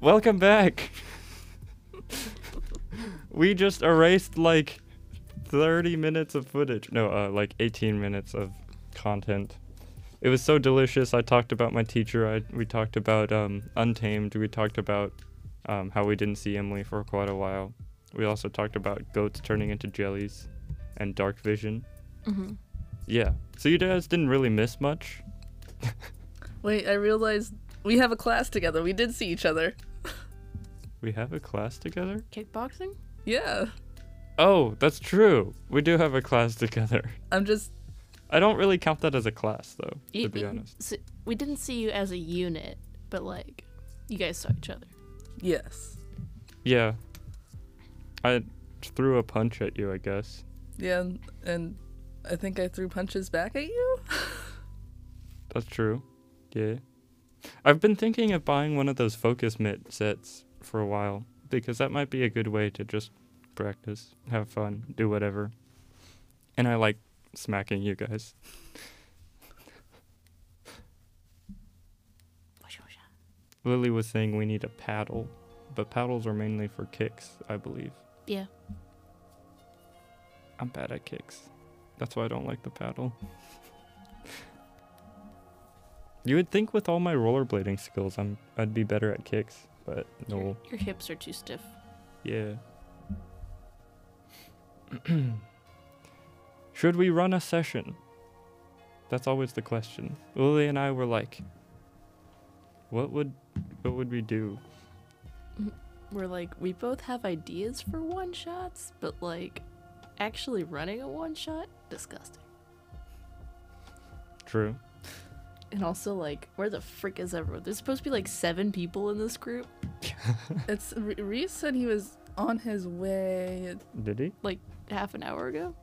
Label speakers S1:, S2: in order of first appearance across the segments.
S1: Welcome back. we just erased like 30 minutes of footage. No, uh, like 18 minutes of content. It was so delicious. I talked about my teacher. I, we talked about um, Untamed. We talked about um, how we didn't see Emily for quite a while. We also talked about goats turning into jellies and dark vision.
S2: Mm-hmm.
S3: Mhm.
S1: Yeah. So you guys didn't really miss much.
S3: Wait, I realized we have a class together. We did see each other.
S1: We have a class together?
S2: Kickboxing?
S3: Yeah.
S1: Oh, that's true. We do have a class together.
S3: I'm just
S1: I don't really count that as a class, though,
S2: You-
S1: to be
S2: you-
S1: honest.
S2: so- we didn't see you as a unit, but like, you guys saw each other.
S3: yes.
S1: Yeah. I threw a punch at you, I guess.
S3: Yeah, and, and I think I threw punches back at you.
S1: That's true. Yeah. I've been thinking of buying one of those focus mitt sets for a while because that might be a good way to just practice, have fun, do whatever. And I like smacking you guys. Lily was saying we need a paddle, but paddles are mainly for kicks, I believe.
S2: Yeah.
S1: I'm bad at kicks. That's why I don't like the paddle. you would think with all my rollerblading skills, I'm I'd be better at kicks, but no.
S2: Your, your hips are too stiff.
S1: Yeah. Should we run a session? That's always the question. Lily and I were like, what would what would we do?
S2: We're like, we both have ideas for one shots, but like, actually running a one shot? Disgusting.
S1: True.
S2: And also, like, where the frick is everyone? There's supposed to be like seven people in this group.
S3: It's Re- Reese said he was on his way.
S1: Did he?
S2: half an hour ago.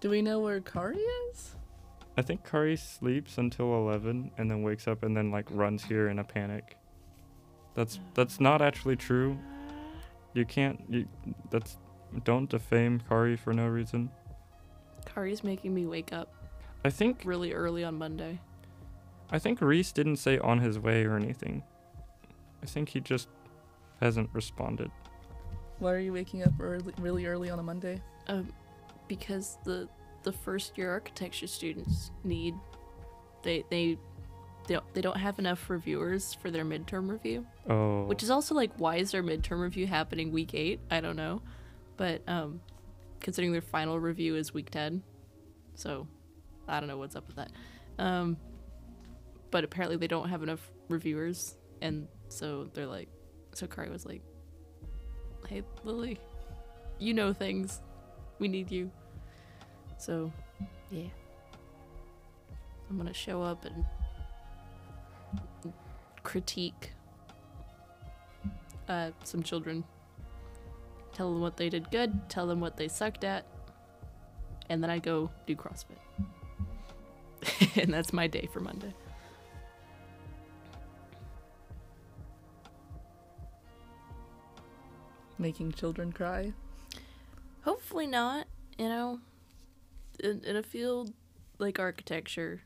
S3: Do we know where Kari is?
S1: I think Kari sleeps until 11 and then wakes up and then like runs here in a panic. That's that's not actually true. You can't you that's don't defame Kari for no reason.
S2: Kari's making me wake up
S1: I think
S2: really early on Monday.
S1: I think Reese didn't say on his way or anything. I think he just hasn't responded.
S3: Why are you waking up early, really early on a Monday?
S2: Um, because the the first year architecture students need they they they don't, they don't have enough reviewers for their midterm review,
S1: Oh.
S2: which is also like why is their midterm review happening week eight? I don't know, but um, considering their final review is week ten, so I don't know what's up with that. Um, but apparently they don't have enough reviewers, and so they're like, so Kari was like, "Hey Lily, you know things, we need you." So, yeah, I'm gonna show up and critique uh, some children. Tell them what they did good, tell them what they sucked at, and then I go do CrossFit. and that's my day for Monday.
S3: Making children cry.
S2: Hopefully not, you know. In, in a field like architecture,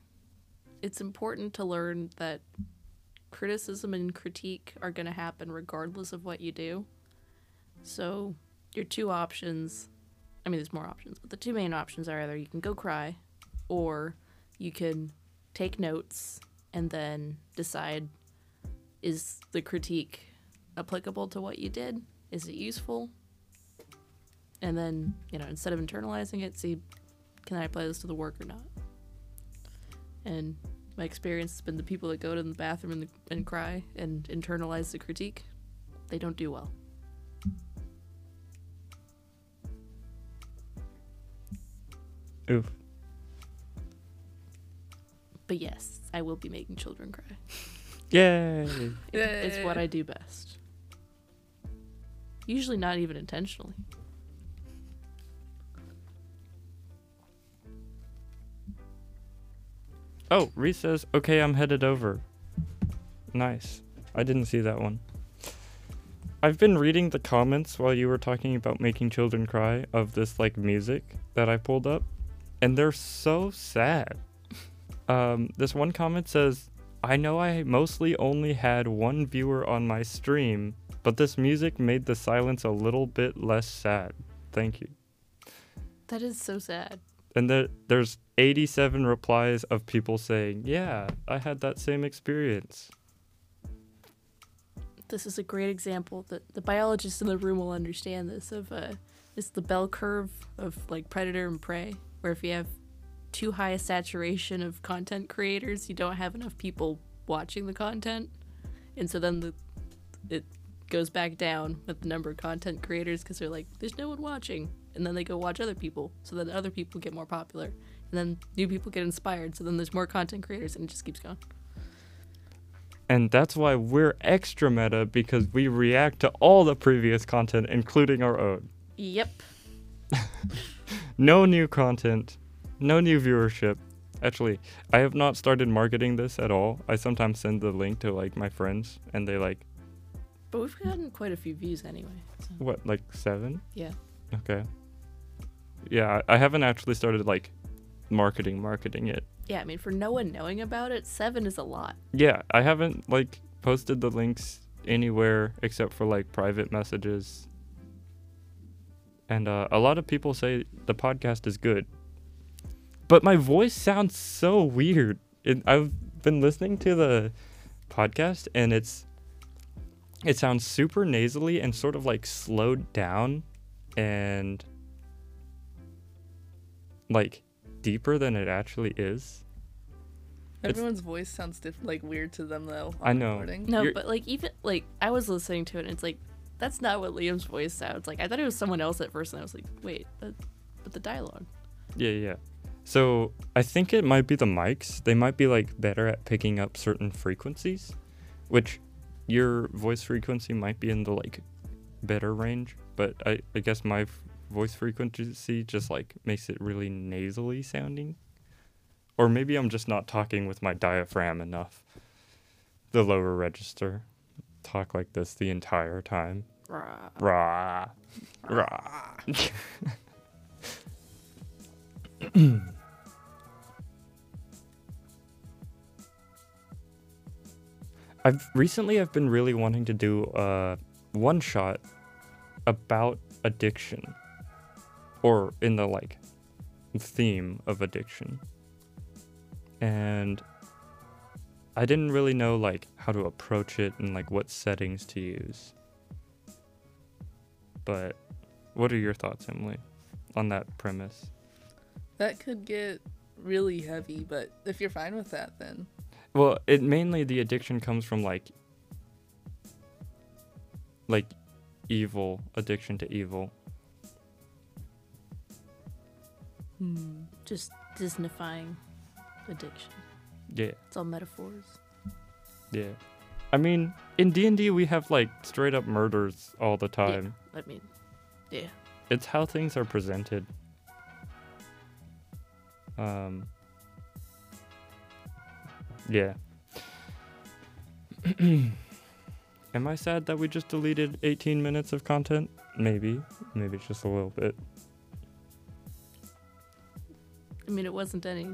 S2: it's important to learn that criticism and critique are going to happen regardless of what you do. So, your two options I mean, there's more options, but the two main options are either you can go cry or you can take notes and then decide is the critique applicable to what you did? Is it useful? and then you know instead of internalizing it see can i apply this to the work or not and my experience has been the people that go to the bathroom and, and cry and internalize the critique they don't do well
S1: Oh. Oof.
S2: but yes i will be making children cry
S1: Yay.
S2: it's what
S3: Yay.
S2: i do best usually not even intentionally
S1: oh, Reese says, "Okay, I'm headed over." Nice. I didn't see that one. I've been reading the comments while you were talking about making children cry of this like music that I pulled up, and they're so sad. Um, this one comment says, I know I mostly only had one viewer on my stream, but this music made the silence a little bit less sad. Thank you.
S2: That is so sad.
S1: And there, there's 87 replies of people saying, Yeah, I had that same experience.
S2: This is a great example that the biologists in the room will understand this of uh it's the bell curve of like predator and prey where if you have too high a saturation of content creators, you don't have enough people watching the content. And so then the it goes back down with the number of content creators because they're like, there's no one watching. And then they go watch other people. So then other people get more popular. And then new people get inspired. So then there's more content creators and it just keeps going.
S1: And that's why we're extra meta because we react to all the previous content, including our own.
S2: Yep.
S1: No new content, no new viewership. Actually, I have not started marketing this at all. I sometimes send the link to like my friends and they like,
S2: But we've gotten quite a few views anyway. So
S1: what, like seven?
S2: yeah.
S1: Okay. Yeah, I I haven't actually started like marketing marketing it.
S2: Yeah, I mean, for no one knowing about it, seven is a lot.
S1: Yeah, I haven't like posted the links anywhere except for like private messages. And uh, a lot of people say the podcast is good, but my voice sounds so weird. It, I've been listening to the podcast, and it's it sounds super nasally and sort of like slowed down, and like deeper than it actually is. It's-
S3: Everyone's voice sounds diff- like weird to them though.
S1: I
S3: on
S1: know.
S3: recording.
S2: No,
S1: You're-
S2: but like, even like, I was listening to it and it's like, that's not what Liam's voice sounds like. I thought it was someone else at first and I was like, wait, that, but the dialogue.
S1: Yeah, yeah. So I think it might be the mics. They might be like better at picking up certain frequencies, which your voice frequency might be in the like better range. But I, I guess my f- voice frequency just like makes it really nasally sounding. Or maybe I'm just not talking with my diaphragm enough. The lower register. Talk like this the entire time.
S2: Rah.
S1: Rah. Rah. I've recently I've been really wanting to do a one shot about addiction or in the like theme of addiction. And I didn't really know like how to approach it and like what settings to use but what are your thoughts, Emily, on that premise?
S3: That could get really heavy, but if you're fine with that, then
S1: Well, it mainly the addiction comes from like like evil, addiction to evil.
S2: Just disneyfying addiction.
S1: Yeah,
S2: It's all metaphors.
S1: yeah. I mean, in D&D we have like straight up murders all the time.
S2: I mean, yeah.
S1: It's how things are presented. Um Yeah. Am I sad that we just deleted 18 minutes of content? Maybe. Maybe just a little bit.
S2: I mean, it wasn't any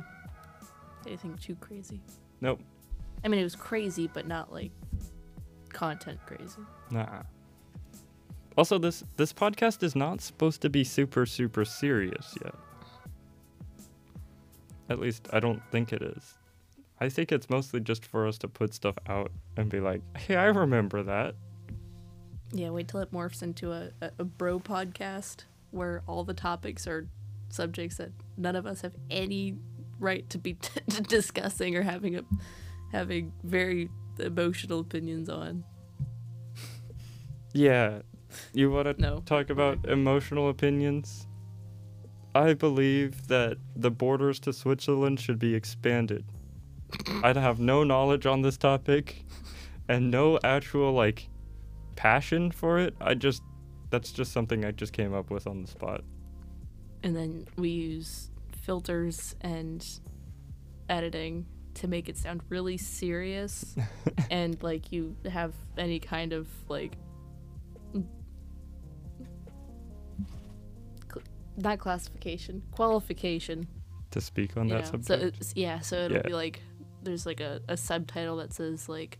S2: anything too crazy.
S1: Nope.
S2: I mean, it was crazy, but not like content crazy.
S1: Nah. Also, this this podcast is not supposed to be super super serious yet. At least I don't think it is. I think it's mostly just for us to put stuff out and be like, "Hey, I remember that."
S2: Yeah, wait till it morphs into a, a, a bro podcast where all the topics are subjects that none of us have any right to be discussing or having a having very emotional opinions on.
S1: Yeah. You want to
S2: No.
S1: talk about emotional opinions? I believe that the borders to Switzerland should be expanded. I have no knowledge on this topic and no actual like passion for it. I just that's just something I just came up with on the spot.
S2: and then we use filters and editing to make it sound really serious and like you have any kind of like cl- not classification qualification
S1: To speak on
S2: yeah
S1: that subject.
S2: so it's, yeah so it'll
S1: Yeah.
S2: be like there's like a, a subtitle that says like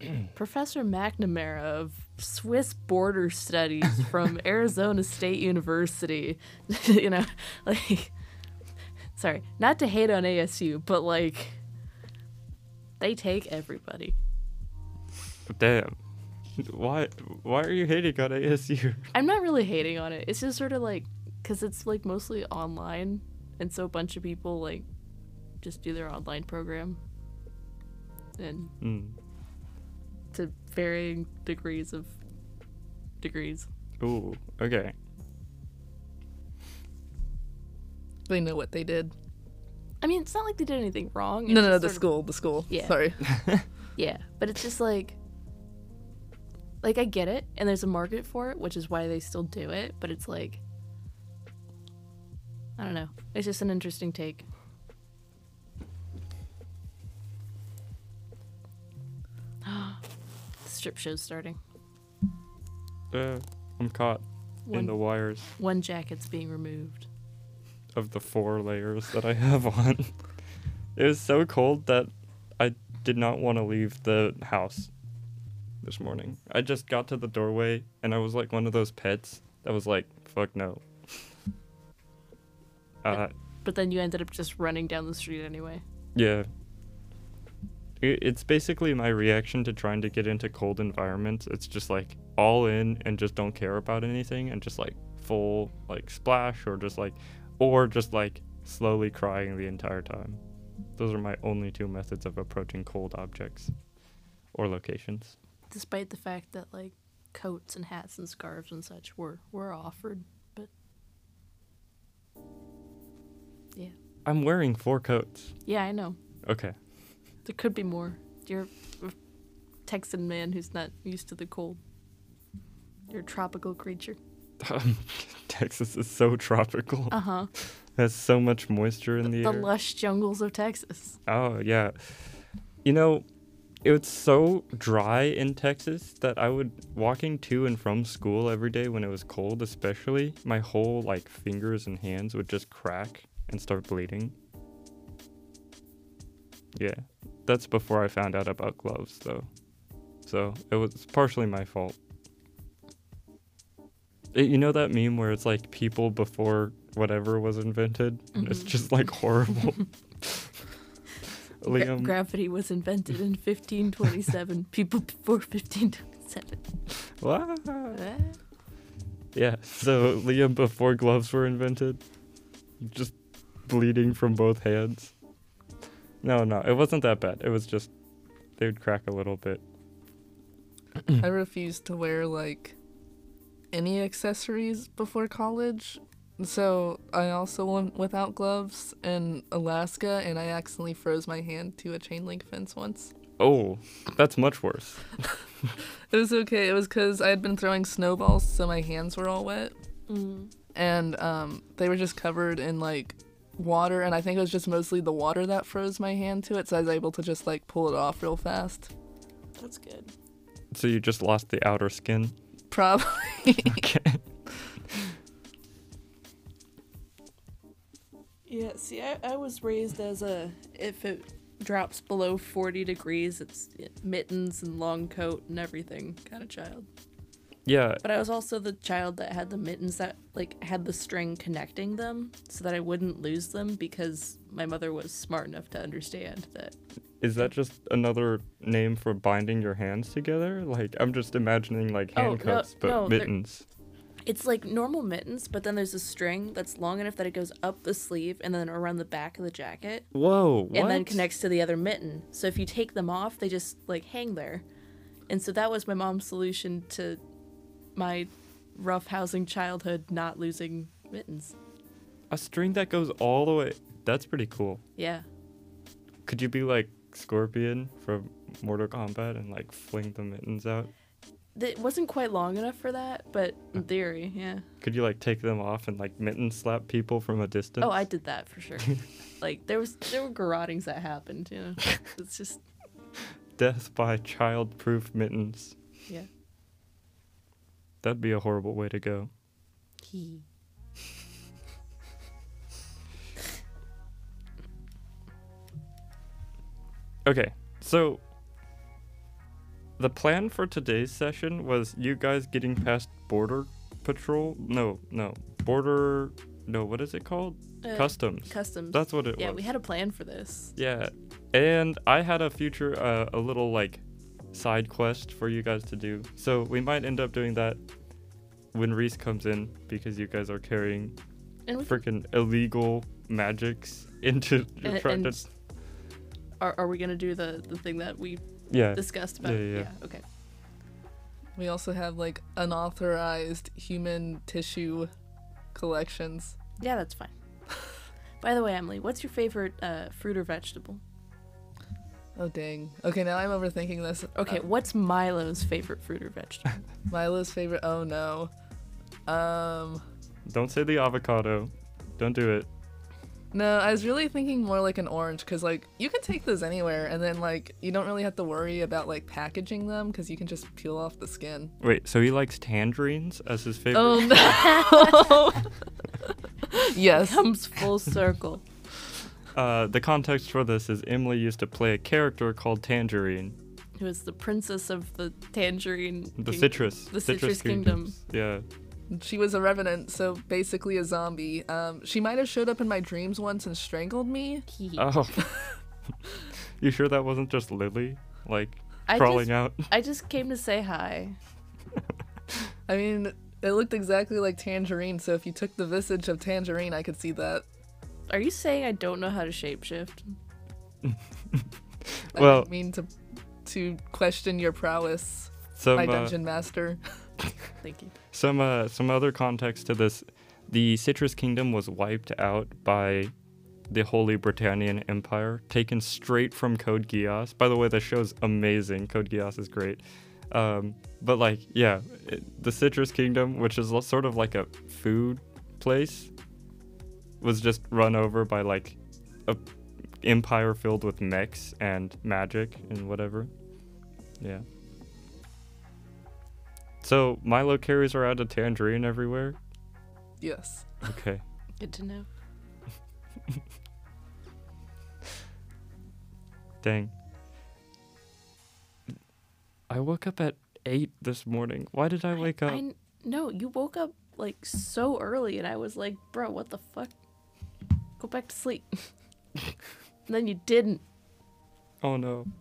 S2: Professor McNamara of Swiss border studies from Arizona State University. you know, like sorry, not to hate on ASU, but like they take everybody.
S1: Damn. Why why are you hating on ASU?
S2: I'm not really hating on it. It's just sort of like cuz it's like mostly online and so a bunch of people like just do their online program and
S1: Mm.
S2: to varying degrees of degrees.
S1: Ooh, okay.
S3: They know what they did.
S2: I mean, it's not like they did anything wrong. it's
S3: No, no, no,
S2: just
S3: the
S2: sort of-
S3: school, the school.
S2: Yeah.
S3: Sorry.
S2: Yeah, but it's just like like I get it and there's a market for it, which is why they still do it, but it's like I don't know. It's just an interesting take. Strip show's starting.
S1: Uh, I'm caught in
S2: One,
S1: the wires
S2: one jacket's being removed.
S1: of the four layers that I have on. it was so cold that I did not want to leave the house this morning. I just got to the doorway and I was like one of those pets that was like, fuck no. Uh,
S2: But then you ended up just running down the street anyway.
S1: Yeah. I- It's basically my reaction to trying to get into cold environments. It's just like all in and just don't care about anything and just like full like splash or just like or just like slowly crying the entire time. Those are my only two methods of approaching cold objects or locations.
S2: despite the fact that like coats and hats and scarves and such were were offered but yeah
S1: I'm wearing four coats.
S2: yeah i know
S1: Okay.
S2: there could be more you're a texan man who's not used to the cold you're a tropical creature
S1: Texas is so tropical.
S2: uh-huh
S1: Has so much moisture in the,
S2: the
S1: air.
S2: lush jungles of texas
S1: Oh yeah. You know, it was so dry in Texas that I would walking to and from school every day when it was cold, especially, my whole like fingers and hands would just crack and start bleeding. Yeah. That's before I found out about gloves though. So, it was partially my fault. It- you know that meme where it's like people before whatever was invented? And it's
S2: Mhm.
S1: just like horrible. um,
S2: Gra-
S1: Liam,
S2: gravity was invented in 1527 people before 1527
S1: Wah!
S2: Ah.
S1: Yeah, so Liam, before gloves were invented, just bleeding from both hands. No, no, it wasn't that bad. It was just they would crack a little bit.
S3: I refused to wear like any accessories before college. So I also went without gloves in Alaska and I accidentally froze my hand to a chain link fence once.
S1: Oh, that's much worse.
S3: It was okay. It was cuz I had been throwing snowballs so my hands were all wet
S2: Mm.
S3: and um they were just covered in like water and I think it was just mostly the water that froze my hand to it so I was able to just like pull it off real fast.
S2: that's good
S1: So you just lost the outer skin.
S3: Probably
S1: Okay.
S2: Yeah, see, I, I was raised as a if it drops below 40 degrees, it's mittens and long coat and everything kind of child.
S1: Yeah,
S2: But I was also the child that had the mittens that like had the string connecting them so that I wouldn't lose them because my mother was smart enough to understand that.
S1: is that just another name for binding your hands together? Like I'm just imagining like
S2: Oh, no-
S1: handcuffs, but
S2: no, they're-
S1: mittens.
S2: It's like normal mittens, but then there's a string that's long enough that it goes up the sleeve and then around the back of the jacket.
S1: Whoa, what?
S2: and then connects to the other mitten. So if you take them off, they just like hang there. And so that was my mom's solution to my rough housing childhood not losing mittens.
S1: a string that goes all the way. That's pretty cool.
S2: Yeah.
S1: Could you be like Scorpion from Mortal Kombat and like fling the mittens out?
S2: It wasn't quite long enough for that, but in theory, yeah.
S1: Could you like take them off and like mitten slap people from a distance?
S2: Oh, I did that for sure. like there was there were garrotings that happened, you know. It's just
S1: Death by child-proof mittens.
S2: yeah.
S1: That'd be a horrible way to go.
S2: He.
S1: Okay, so the plan for today's session was you guys getting past border patrol. No, no, border. No, what is it called?
S2: Uh,
S1: Customs.
S2: Customs.
S1: That's what it
S2: yeah,
S1: was.
S2: we had a plan for this.
S1: Yeah, and I had a future, uh, a little like side quest for you guys to do. So we might end up doing that when Reese comes in because you guys are carrying
S2: And we can-
S1: freaking illegal magics into your
S2: And-
S1: trying to-
S2: and- are, are we gonna do the, the thing that we
S1: yeah.
S2: discussed about?
S1: Yeah, yeah, yeah.
S2: Okay.
S3: We also have like unauthorized human tissue collections.
S2: Yeah, that's fine. By the way, Emily, what's your favorite uh, fruit or vegetable?
S3: Oh dang. Okay, now I'm overthinking this.
S2: Okay,
S3: Uh,
S2: what's Milo's favorite fruit or vegetable?
S3: Milo's favorite. Oh no. Um.
S1: Don't say the avocado. Don't do it.
S3: No, I was really thinking more like an orange because like you can take those anywhere, and then like you don't really have to worry about like packaging them because you can just peel off the skin.
S1: Wait, so he likes tangerines as his favorite?
S3: Oh no. yes.
S2: Comes full circle.
S1: Uh, the context for this is Emily used to play a character called Tangerine,
S2: Who is the princess of the tangerine?
S1: the
S2: king-
S1: citrus.
S2: the citrus kingdom.
S1: Yeah.
S3: She was a revenant, so basically a zombie. Um, she might have showed up in my dreams once and strangled me.
S1: Oh. you sure that wasn't just Lily? Like,
S2: I
S1: crawling
S2: just,
S1: out?
S2: I just came to say hi.
S3: I mean, it looked exactly like Tangerine, so if you took the visage of Tangerine, I could see that.
S2: Are you saying I don't know how to shapeshift?
S3: I
S1: Well-
S3: didn't mean to to question your prowess,
S1: Some,
S3: my
S1: uh,
S3: dungeon master.
S2: Thank you.
S1: some uh, some other context to this the citrus kingdom was wiped out by the holy britannian empire taken straight from code geass by the way the show's amazing code geass is great um, but like yeah it- the citrus kingdom which is lo- sort of like a food place was just run over by like a empire filled with mechs and magic and whatever yeah so Milo carries her out of Tangerine everywhere.
S3: Yes.
S1: Okay.
S2: Good to know.
S1: Dang. I woke up at eight this morning. Why did I wake up?
S2: I kn- no, you woke up like so early, and I was like, bro, what the fuck? Go back to sleep. and then you didn't.
S1: Oh no.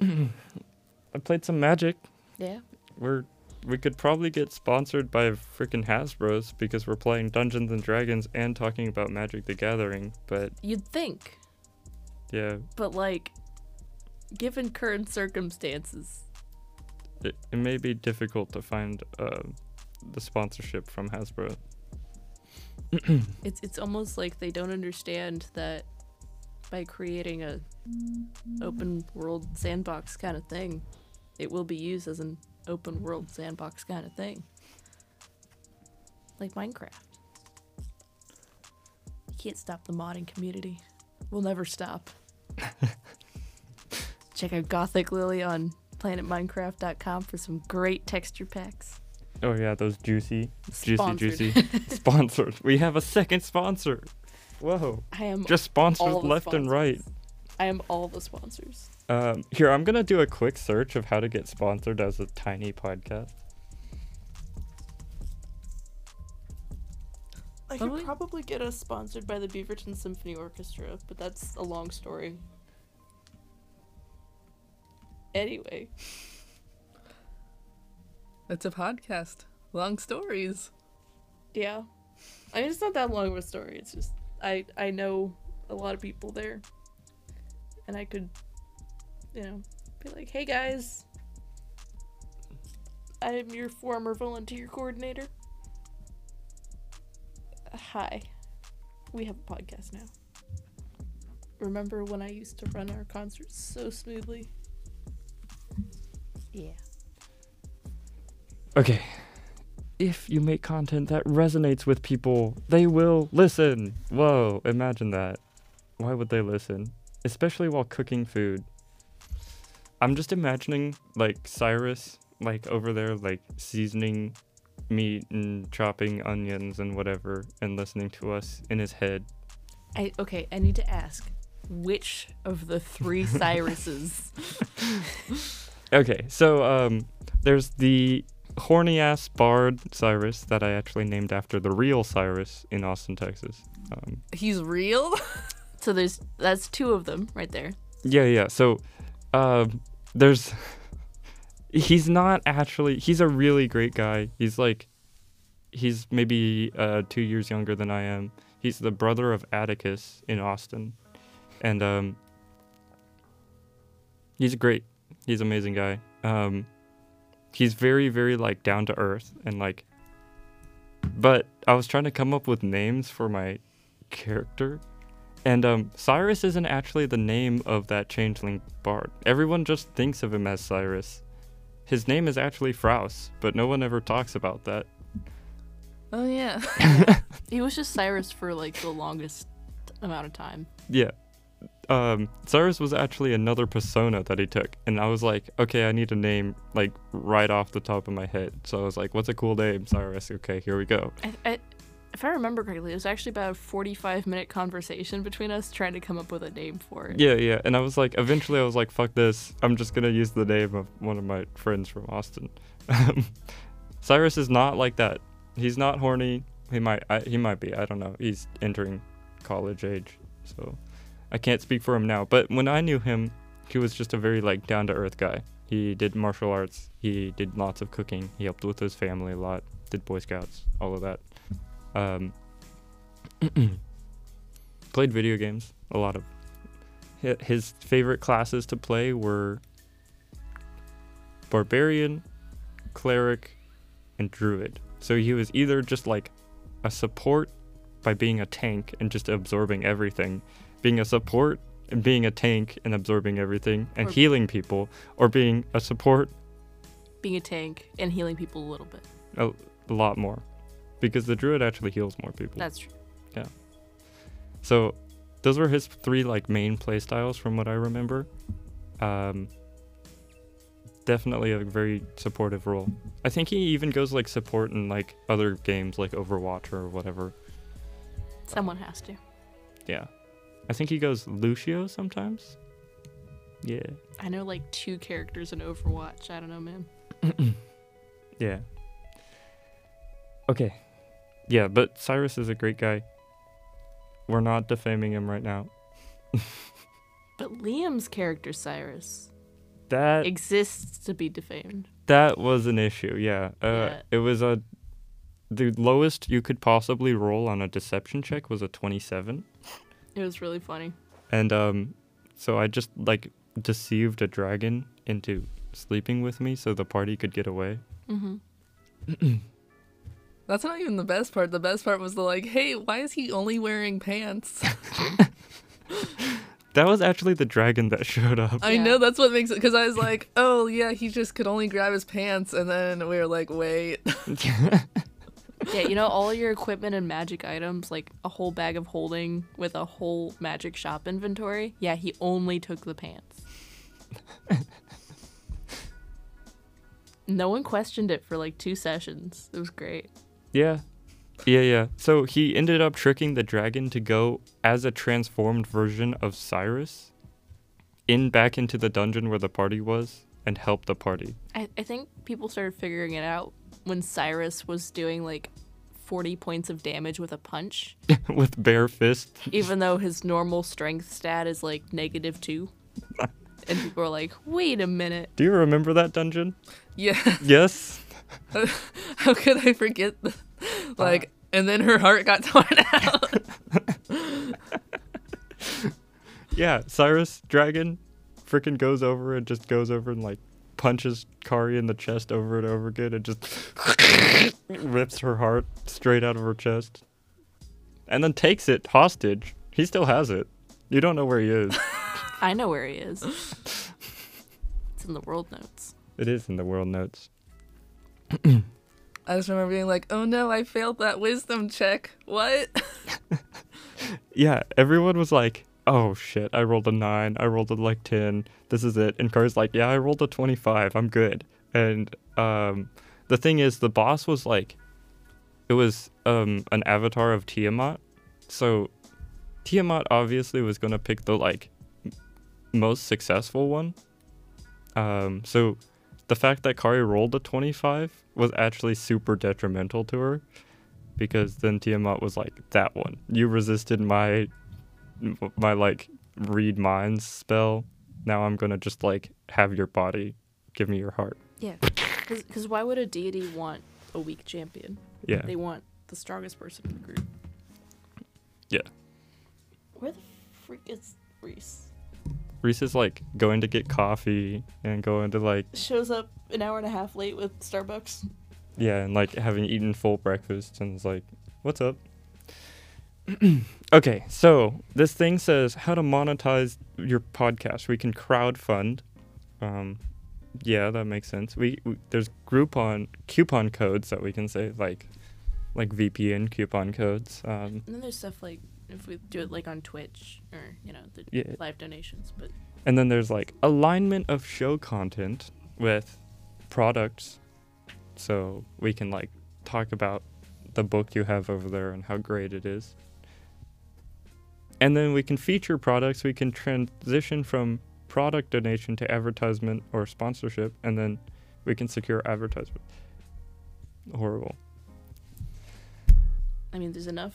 S1: I played some magic.
S2: Yeah.
S1: We're we could probably get sponsored by freaking Hasbro's because we're playing Dungeons and Dragons and talking about Magic the Gathering, but
S2: You'd think,
S1: yeah,
S2: but like, given current circumstances,
S1: it, it may be difficult to find uh, the sponsorship from Hasbro.
S2: it's it's almost like they don't understand that by creating a open world sandbox kind of thing, it will be used as an open world sandbox kind of thing. Like Minecraft. You can't stop the modding community. We'll never stop. Check out Gothic Lily on planetminecraft.com for some great texture packs.
S1: Oh yeah, those juicy, juicy,
S2: Sponsored.
S1: juicy. Sponsored. We have a second sponsor. Whoa.
S2: I am
S1: Just sponsors
S2: all the
S1: left and right.
S2: sponsors. I am all the sponsors.
S1: Um, here, I'm gonna do a quick search of how to get sponsored as a tiny podcast.
S2: I
S3: Why
S2: could
S3: don't we-
S2: probably get us sponsored by the Beaverton Symphony Orchestra, but that's a long story. Anyway,
S3: It's a podcast. Long stories.
S2: yeah. I mean, it's not that long of a story. It's just I I know a lot of people there, and I could, you know, be like, hey guys, I'm your former volunteer coordinator. Hi, we have a podcast now. Remember when I used to run our concerts so smoothly? Yeah.
S1: Okay. If you make content that resonates with people, they will listen. Whoa, imagine that. Why would they listen? Especially while cooking food. I'm just imagining like Cyrus like over there like seasoning meat and chopping onions and whatever and listening to us in his head.
S2: I okay, I need to ask. which of the three Cyruses?
S1: Okay, so um, there's the horny ass bard Cyrus that I actually named after the real Cyrus in Austin, Texas. Um,
S3: He's real?
S2: So there's that's two of them right there.
S1: yeah, yeah. So um there's he's not actually he's a really great guy. He's like he's maybe uh, two years younger than I am. He's the brother of Atticus in Austin, and um, he's great. He's an amazing guy. Um, he's very very like down to earth and like. But I was trying to come up with names for my character, and um, Cyrus isn't actually the name of that changeling bard. Everyone just thinks of him as Cyrus. His name is actually Fraus, but no one ever talks about that.
S3: Oh, yeah.
S2: He was just Cyrus for like the longest amount of time.
S1: Yeah. Um, Cyrus was actually another persona that he took, and I was like, okay, I need a name like right off the top of my head. So I was like, what's a cool name, Cyrus? Okay, here we go.
S2: I, I, if I remember correctly, it was actually about a 45 minute conversation between us trying to come up with a name for it.
S1: Yeah, yeah. And I was like, eventually, I was like, fuck this. I'm just gonna use the name of one of my friends from Austin. Um, Cyrus is not like that. He's not horny. He might, I, he might be. I don't know. He's entering college age, so I can't speak for him now. But when I knew him, he was just a very like down to earth guy. He did martial arts. He did lots of cooking. He helped with his family a lot. Did Boy Scouts, all of that. Um, played video games, a lot of hi- his favorite classes to play were barbarian, cleric, and druid. So he was either just like a support by being a tank and just absorbing everything, being a support and being a tank and absorbing everything and
S2: Or-
S1: healing people, or being a support
S2: Being a tank and healing people a little bit.
S1: a, a lot more. Because the druid actually heals more people.
S2: That's true.
S1: So those were his three like main playstyles from what I remember. Um, definitely a very supportive role. I think he even goes like support in like other games like Overwatch or whatever.
S2: Someone has to.
S1: Yeah. I think he goes Lucio sometimes. Yeah.
S2: I know like two characters in Overwatch. I don't know, man.
S1: Yeah. Okay. Yeah, but Cyrus is a great guy. We're not defaming him right now.
S2: But Liam's character, Cyrus,
S1: That
S2: exists to be defamed.
S1: That was an issue, yeah. Uh,
S2: Yeah.
S1: It was a the lowest you could possibly roll on a deception check was a twenty-seven,
S2: It was really funny.
S1: and um, so I just like deceived a dragon into sleeping with me so the party could get away.
S2: Mm-hmm.
S3: That's not even the best part. The best part was the like, hey, why is he only wearing pants?
S1: That was actually the dragon that showed up.
S3: I
S2: Yeah.
S3: know that's what makes it because I was like, oh yeah, he just could only grab his pants, and then we were like, wait,
S2: Yeah, you know, all your equipment and magic items, like a whole bag of holding with a whole magic shop inventory. Yeah, he only took the pants. no one questioned it for like two sessions. It was great.
S1: Yeah. Yeah, yeah. So he ended up tricking the dragon to go as a transformed version of Cyrus in back into the dungeon where the party was and help the party.
S2: I, I think people started figuring it out when Cyrus was doing like 40 points of damage with a punch,
S1: with bare fists.
S2: even though his normal strength stat is like negative two. And people are like, wait a minute.
S1: Do you remember that dungeon?
S3: yeah,
S1: Yes.
S3: how could I forget? The, like, and then her heart got torn out.
S1: Yeah, Cyrus Dragon freaking goes over and just goes over and like punches Kari in the chest over and over again and just rips her heart straight out of her chest. And then takes it hostage. He still has it. You don't know where he is.
S2: I know where he is. it's in the world notes.
S1: it is in the world notes.
S3: I just remember being like, oh no, I failed that wisdom check. What?
S1: Yeah, everyone was like, "Oh shit, I rolled a 9, I rolled a like 10. This is it." And Kari's like, "Yeah, I rolled a 25. I'm good." And um the thing is the boss was like it was um an avatar of Tiamat. So Tiamat obviously was gonna pick the like m- most successful one. Um, so the fact that Kari rolled a 25 was actually super detrimental to her because then Tiamat was like, "That one, you resisted my my like read minds spell. Now I'm gonna just like have your body, give me your heart."
S2: Yeah. Because why would a deity want a weak champion?
S1: Yeah,
S2: They want the strongest person in the group.
S1: Yeah.
S2: Where the freak is Reese?
S1: Reese is like going to get coffee and going to like
S2: Shows up an hour and a half late with Starbucks.
S1: Yeah, and like having eaten full breakfast and it's like, what's up? okay, so this thing says how to monetize your podcast. We can crowdfund. Um, yeah, that makes sense. We, we there's Groupon coupon codes that we can say like, like VPN coupon codes. Um,
S2: And then there's stuff like if we do it like on Twitch or you know the
S1: Yeah.
S2: live donations, but
S1: and then there's like alignment of show content with products, so we can like talk about the book you have over there and how great it is. And then we can feature products. We can transition from product donation to advertisement or sponsorship, and then we can secure advertisement. Horrible.
S2: I mean there's enough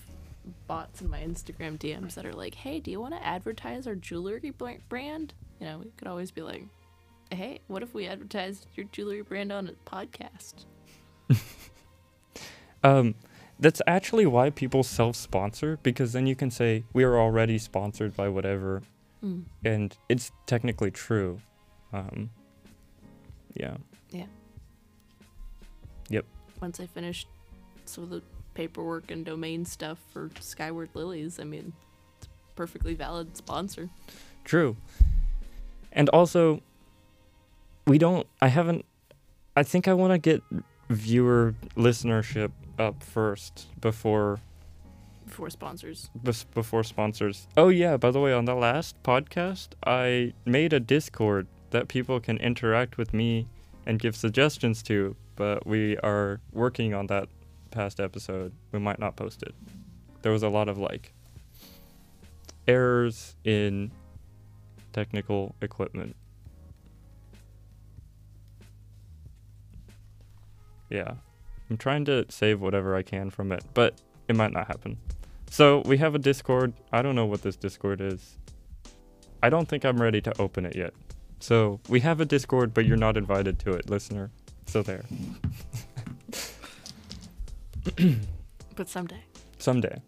S2: bots in my Instagram DMs that are like, hey, do you want to advertise our jewelry br- brand? You know, we could always be like, hey, what if we advertised your jewelry brand on a podcast?
S1: Um, that's actually why people self-sponsor because then you can say we are already sponsored by whatever
S2: Mm.
S1: and it's technically true. Um, yeah.
S2: Once I finished some of the paperwork and domain stuff for Skyward Lilies, I mean, it's a perfectly valid sponsor.
S1: True. And also, we don't, I haven't, I think I want to get viewer listenership up first before
S2: for sponsors.
S1: bes- before sponsors. Oh yeah, by the way, on the last podcast, I made a Discord that people can interact with me and give suggestions to, but we are working on that past episode. We might not post it. There was a lot of like errors in technical equipment. Yeah. I'm trying to save whatever I can from it, but it might not happen. So we have a Discord. I don't know what this Discord is. I don't think I'm ready to open it yet. So we have a Discord, but you're not invited to it, listener. So there.
S2: But someday.
S1: Someday.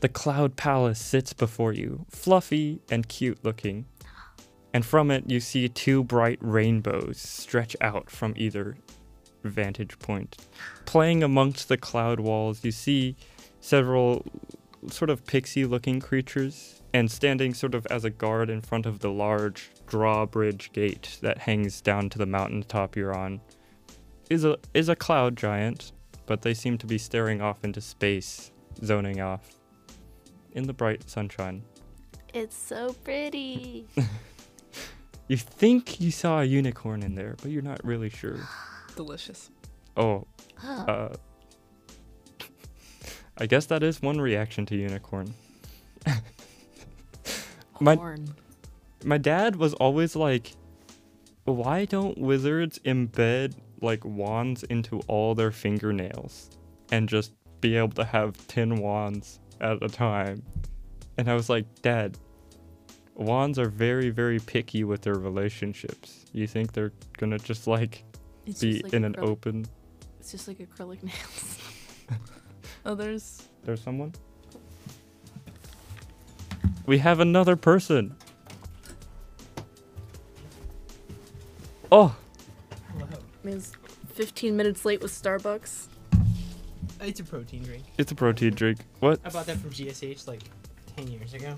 S1: The Cloud Palace sits before you, fluffy and cute looking. And from it, you see two bright rainbows stretch out from either vantage point. Playing amongst the cloud walls, you see several sort of pixie looking creatures, and standing sort of as a guard in front of the large drawbridge gate that hangs down to the mountaintop you're on is a is a cloud giant, but they seem to be staring off into space, zoning off in the bright sunshine.
S2: It's so pretty.
S1: You think you saw a unicorn in there, but you're not really sure.
S3: Delicious.
S1: Oh, uh, I guess that is one reaction to unicorn. My-
S2: Corn.
S1: my dad was always like why don't wizards embed like wands into all their fingernails and just be able to have 10 wands at a time and i was like dad wands are very very picky with their relationships you think they're gonna just like
S2: It's
S1: be
S2: just like
S1: in an
S2: acrylic-
S1: open
S2: It's just like acrylic nails.
S3: Oh, there's
S1: there's someone we have another person oh
S2: Man's 15 minutes late with Starbucks.
S4: It's a protein drink.
S1: It's a protein drink. What?
S4: I bought that from GSH like 10 years ago.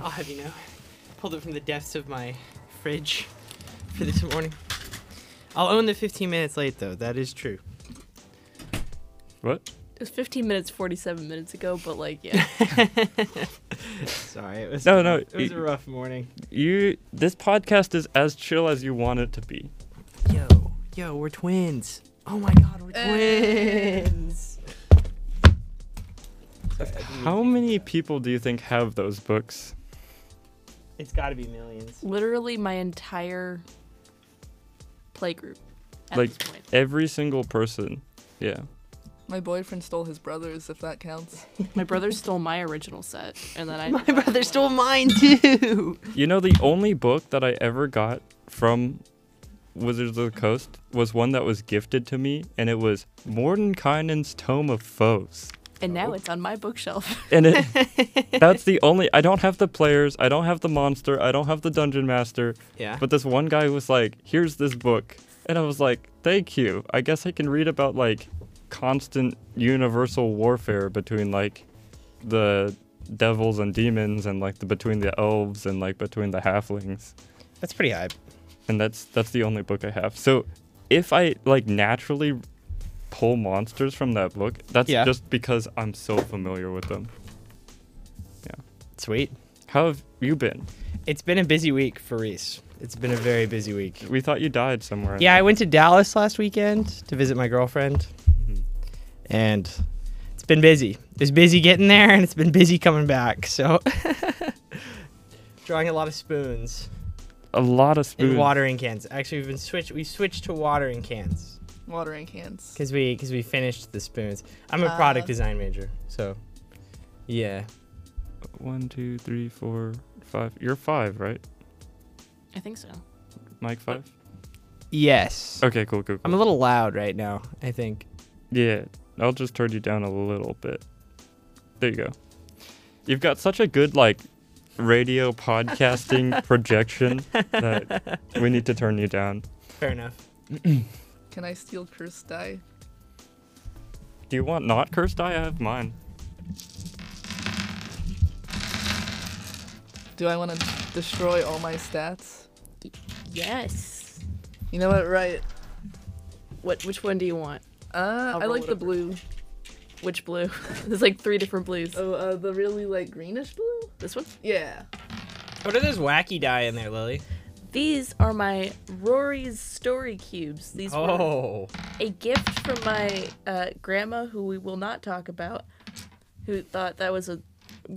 S4: I'll have you know. Pulled it from the depths of my fridge for this morning. I'll own the 15 minutes late though, that is true.
S1: What?
S2: It was 15 minutes, 47 minutes ago, but like, yeah.
S4: Sorry, it was
S1: No, no,
S4: it was a
S1: you-
S4: rough morning.
S1: You this podcast is as chill as you want it to be.
S4: Yo, yo, we're twins. Oh my god, we're
S3: Eh.
S4: twins. Sorry, I didn't mean
S1: How
S4: to-
S1: many people do you think have those books?
S4: It's got to be millions.
S2: Literally my entire playgroup at
S1: Like-
S2: this point.
S1: Every single person. Yeah.
S3: My boyfriend stole his brother's, if that counts.
S2: My brother stole my original set, and then I
S4: My brother stole mine too.
S1: You know, the only book that I ever got from Wizards of the Coast was one that was gifted to me, and it was Mordenkainen's Tome of Foes.
S2: and now it's on my bookshelf.
S1: And it that's the only I don't have the players, I don't have the monster, I don't have the dungeon master,
S4: Yeah.
S1: but this one guy was like, "Here's this book." And I was like, "Thank you. I guess I can read about like constant universal warfare between like the devils and demons and like the between the elves and like between the halflings."
S5: That's pretty hype.
S1: and that's that's the only book I have. So if I like naturally pull monsters from that book, that's
S5: Yeah.
S1: just because I'm so familiar with them.
S5: Sweet.
S1: How have you been?
S5: It's been a busy week for Reese. It's been a very busy week.
S1: We thought you died somewhere.
S5: Yeah, I went to Dallas last weekend to visit my girlfriend,
S1: Mhm.
S5: and it's been busy. It was busy getting there, and it's been busy coming back. So, drawing a lot of spoons
S1: A lot
S5: and
S1: of spoons.
S5: watering cans. Actually, we've been switched. We switched to watering cans
S3: Watering cans.
S5: because we because we finished the spoons. I'm a
S3: Ah.
S5: product design major, so yeah.
S1: One, two, three, four, five. You're five, right?
S2: I think so.
S1: Mike five.
S5: Yes.
S1: Okay, cool, cool. cool.
S5: Uh, I'm a little loud right now. I think.
S1: Yeah, I'll just turn you down a little bit. There you go. You've got such a good like radio podcasting projection that we need to turn you down.
S5: Fair enough.
S3: Can I steal cursed die?
S1: Do you want not cursed eye? I have mine.
S3: Do I want to destroy all my stats?
S2: Yes.
S3: You know what? Right.
S2: What? Which one do you want?
S3: Uh,
S2: I'll
S3: I
S2: roll
S3: like
S2: it
S3: the
S2: over.
S3: blue.
S2: Which blue? There's like three different blues.
S3: Oh, uh, the really like greenish blue.
S2: This one.
S3: Yeah.
S5: What are those wacky die in there, Lily?
S2: These are my Rory's story cubes. These were
S5: Oh.
S2: a gift from my uh, grandma, who we will not talk about, who thought that was a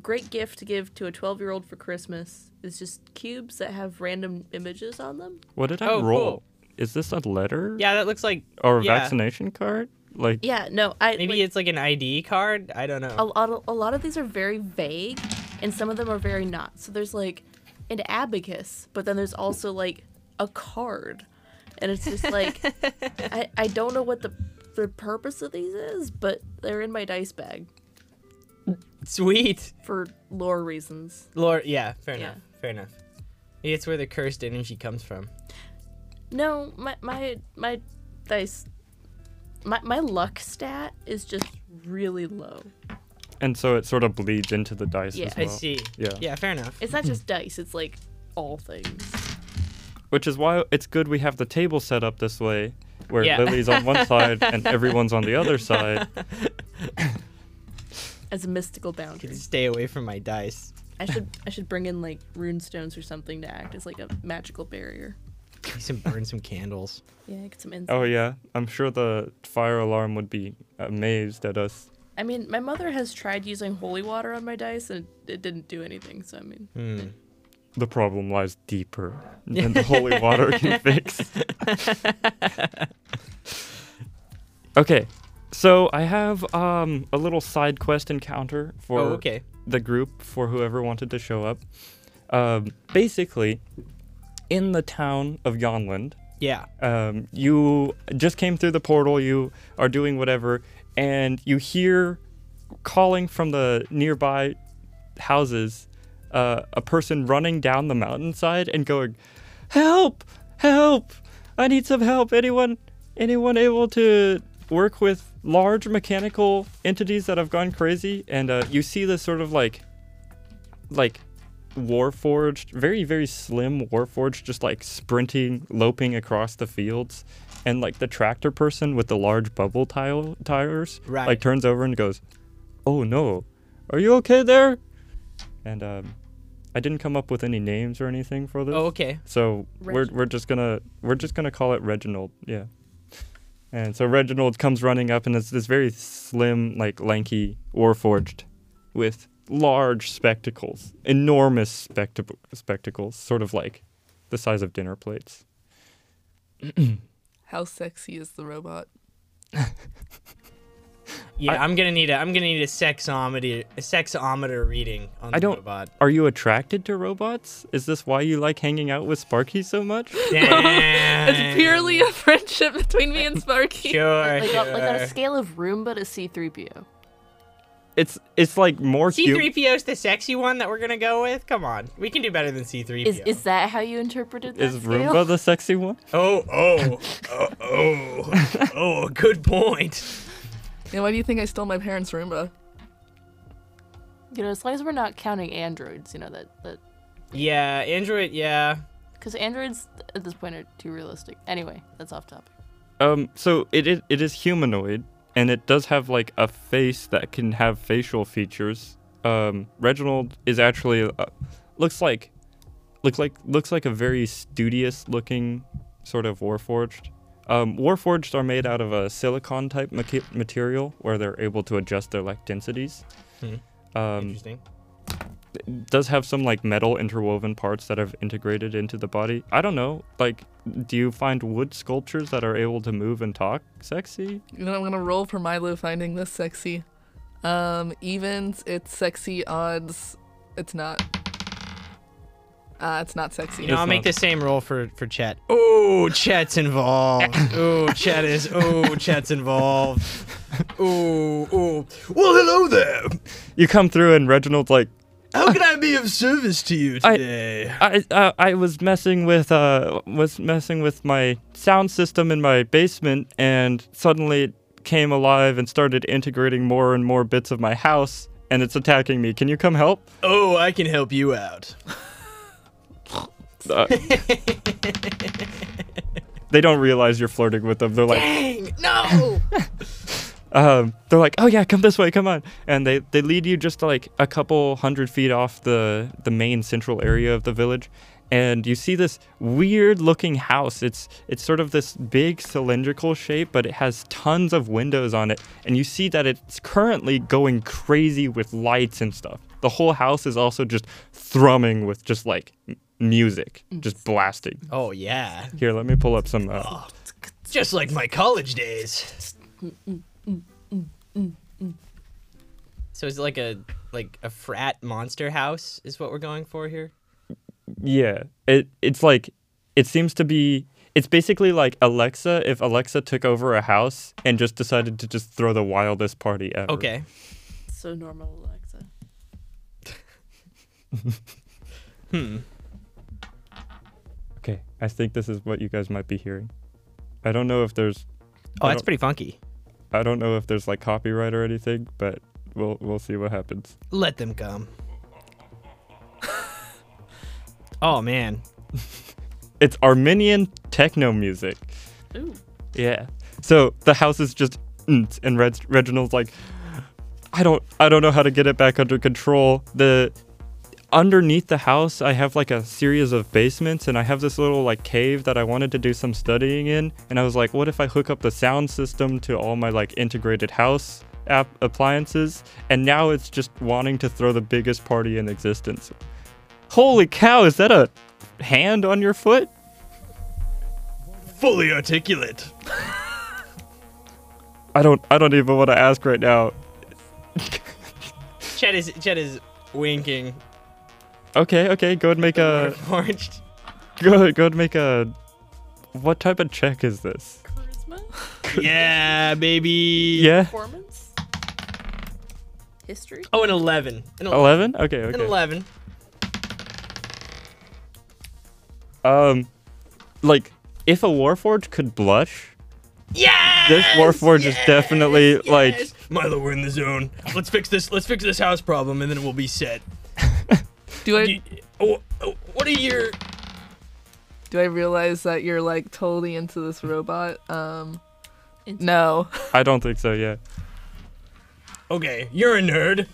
S2: great gift to give to a 12 year old for Christmas. It's just cubes that have random images on them.
S1: What did I
S5: Oh,
S1: roll?
S5: cool.
S1: Is this a letter?
S5: Yeah, that looks like
S1: Or a
S5: yeah.
S1: vaccination card? Like
S2: Yeah, no, I
S5: Maybe
S2: like,
S5: it's like an ID card. I don't know.
S2: a lot. A lot of these are very vague, and some of them are very not. So there's like an abacus, but then there's also like a card, and it's just like I, I don't know what the the purpose of these is, but they're in my dice bag
S5: Sweet.
S2: for lore reasons.
S5: Lord, yeah, fair
S2: Yeah.
S5: enough. Fair enough. Maybe it's where the cursed energy comes from.
S2: No, my my my dice my my luck stat is just really low.
S1: and so it sort of bleeds into the dice
S2: Yeah,
S1: as
S5: I
S1: well.
S5: see.
S1: Yeah.
S5: Yeah, fair enough.
S2: It's not
S1: Hmm.
S2: just dice, it's like all things.
S1: Which is why it's good we have the table set up this way where
S5: Yeah.
S1: Lily's on one side and everyone's on the other side.
S2: As a mystical
S5: Can
S2: boundary.
S5: stay away from my dice.
S2: I should I should bring in like rune stones or something to act as like a magical barrier.
S5: You can burn some candles.
S2: Yeah, get some insight.
S1: Oh yeah, I'm sure the fire alarm would be amazed at us.
S2: I mean, my mother has tried using holy water on my dice and it, it didn't do anything, so I mean
S5: Hmm.
S1: The problem lies deeper than the holy water can fix. okay. So I have um, a little side quest encounter for
S5: oh, okay.
S1: the group for whoever wanted to show up. Um, basically, in the town of Yonland,
S5: Yeah.
S1: um, you just came through the portal, you are doing whatever, and you hear calling from the nearby houses uh, a person running down the mountainside and going, Help! Help! I need some help! Anyone, anyone able to work with large mechanical entities that have gone crazy? And uh, you see this sort of like, like, warforged very very slim warforged just like sprinting loping across the fields and like the tractor person with the large bubble tile tires
S5: Right.
S1: like turns over and goes oh no are you okay there and um i didn't come up with any names or anything for this
S5: Oh, okay.
S1: so we're
S2: Reg-
S1: we're just gonna we're just gonna call it reginald yeah And so Reginald comes running up, and it's this very slim, like lanky warforged, with large spectacles, enormous spectac- spectacles, sort of like the size of dinner plates.
S3: How sexy is the robot?
S4: Yeah, I, am gonna need a I'm gonna need a sexometer a sexometer reading on
S1: I
S4: the
S1: don't-
S4: robot.
S1: Are you attracted to robots? Is this why you like hanging out with Sparky so much?
S4: Damn. Mm.
S3: It's purely a friendship between me and Sparky.
S4: sure.
S2: Like,
S1: uh,
S2: on- like on a
S4: sure.
S2: scale of Roomba to C3PO.
S1: It's it's like more cute.
S4: C3PO's the sexy one that we're gonna go with. Come on, we can do better than C3PO.
S2: Is is that how you interpreted that
S1: Is
S2: scale?
S1: Roomba the sexy one?
S4: oh, oh, oh, oh, oh, good point.
S3: And why do you think I stole my parents' Roomba?
S2: You know, as long as we're not counting androids, you know that that
S4: Yeah, Android. Yeah,
S2: because androids at this point are too realistic. Anyway, that's off topic.
S1: Um, so it, it it is humanoid, and it does have like a face that can have facial features. Um, Reginald is actually uh, looks like looks like looks like a very studious looking sort of warforged. Um, warforged are made out of a silicon type maca- material where they're able to adjust their like densities.
S4: Hmm.
S1: Um,
S4: interesting.
S1: does have some like metal interwoven parts that have integrated into the body. I don't know. Like, do you find wood sculptures that are able to move and talk sexy?
S3: You know, I'm gonna roll for Milo finding this sexy. Um, evens, it's sexy. Odds, it's not. Uh, it's not sexy.
S4: You know, I'll
S1: It's
S4: make
S1: not-
S4: the same roll for for Chet. Oh, Chet's involved. oh, Chet is. Oh, Chet's involved. Oh, oh. Well, hello there.
S1: You come through and Reginald's like,
S4: How can I be of service to you
S1: I-
S4: today?
S1: I uh, I was messing with uh was messing with my sound system in my basement and suddenly it came alive and started integrating more and more bits of my house and it's attacking me. Can you come help?
S4: oh, I can help you out.
S1: Uh, they don't realize you're flirting with them. They're like,
S4: Dang, no.
S1: um, they're like, "Oh yeah, come this way, come on," and they they lead you just like a couple hundred feet off the the main central area of the village, and you see this weird looking house. It's it's sort of this big cylindrical shape, but it has tons of windows on it, and you see that it's currently going crazy with lights and stuff. The whole house is also just thrumming with just like m- music, just blasting.
S4: oh yeah,
S1: Here, let me pull up some. Uh,
S4: just like my college days. So is it like a like a frat monster house? Is what we're going for here?
S1: Yeah. It it's like it seems to be it's basically like Alexa if Alexa took over a house and just decided to just throw the wildest party ever.
S4: Okay.
S2: So normal, Alexa.
S4: Hmm.
S1: Okay. I think this is what you guys might be hearing. I don't know if there's
S4: Oh,
S1: I
S4: that's
S1: don't-
S4: pretty funky.
S1: I don't know if there's like copyright or anything, but we'll we'll see what happens.
S4: Let them come. oh man.
S1: It's Armenian techno music.
S2: Ooh,
S1: Yeah. So the house is just mm, and Reg- Reginald's like, I don't, I don't know how to get it back under control. The underneath the house, I have like a series of basements, and I have this little like cave that I wanted to do some studying in. And I was like, what if I hook up the sound system to all my like integrated house app appliances? And now it's just wanting to throw the biggest party in existence. Holy cow! Is that a hand on your foot?
S4: Fully articulate.
S1: I don't, I don't even want to ask right now.
S4: Chet is Chet is winking.
S1: Okay, okay, go and make
S4: Uh,
S1: a
S4: Orange.
S1: go go and make a what type of check is this?
S2: charisma,
S4: Yeah, baby.
S1: Yeah?
S2: performance, history.
S4: Oh, an eleven. An, ele-
S1: Eleven? Okay,
S4: an
S1: okay.
S4: eleven.
S1: Um like if a Warforge could blush,
S4: Yeah.
S1: this Warforge is definitely like
S4: Milo, we're in the zone. Let's fix this. Let's fix this house problem, and then we'll be set.
S3: Do I
S4: You- oh, oh, what are your?
S3: do I realize that you're like totally into this robot? Um, no.
S1: I don't think so, yeah.
S4: Okay, you're a nerd.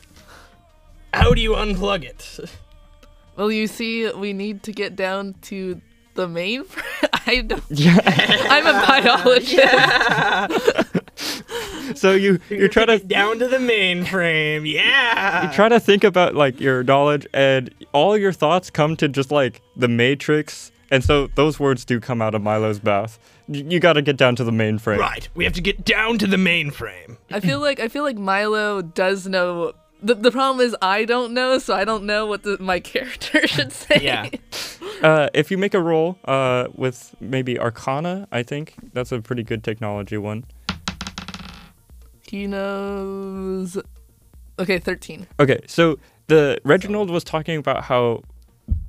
S4: How do you unplug it?
S3: Well, you see, we need to get down to the main. per- I don't.
S1: Yeah.
S3: I'm a biologist.
S1: so you you try to
S4: down to the mainframe. Yeah.
S1: you try to think about like your knowledge and all your thoughts come to just like the matrix and so those words do come out of milo's mouth you, you got to get down to the mainframe
S5: Right, we have to get down to the mainframe.
S3: I feel like I feel like Milo does know. The, the problem is I don't know, so I don't know what the, my character should say.
S4: Yeah.
S1: uh, if you make a roll uh, with maybe arcana i think that's a pretty good technology one
S3: He knows. Okay, thirteen.
S1: Okay, so the Reginald was talking about how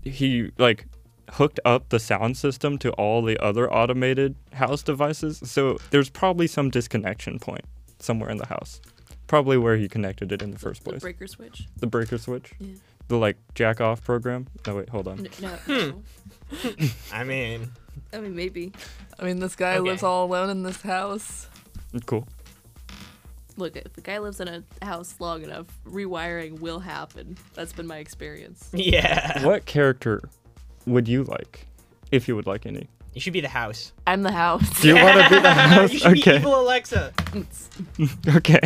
S1: he like hooked up the sound system to all the other automated house devices. So there's probably some disconnection point somewhere in the house. Probably where he connected it in the first
S2: The
S1: place.
S2: breaker switch.
S1: the breaker switch.
S2: Yeah.
S1: The like jack off program. No wait, hold on.
S2: N- No. no.
S5: I mean,
S2: I mean, maybe.
S3: I mean, this guy
S4: Okay.
S3: lives all alone in this house.
S1: Cool.
S2: Look, if the guy lives in a house long enough, rewiring will happen. That's been my experience.
S4: Yeah.
S1: What character would you like? If you would like any.
S4: You should be the house.
S3: I'm the house.
S1: Do you want to be the
S4: you
S5: Uh,
S1: house?
S4: should be
S1: Okay.
S4: evil Alexa.
S1: Okay.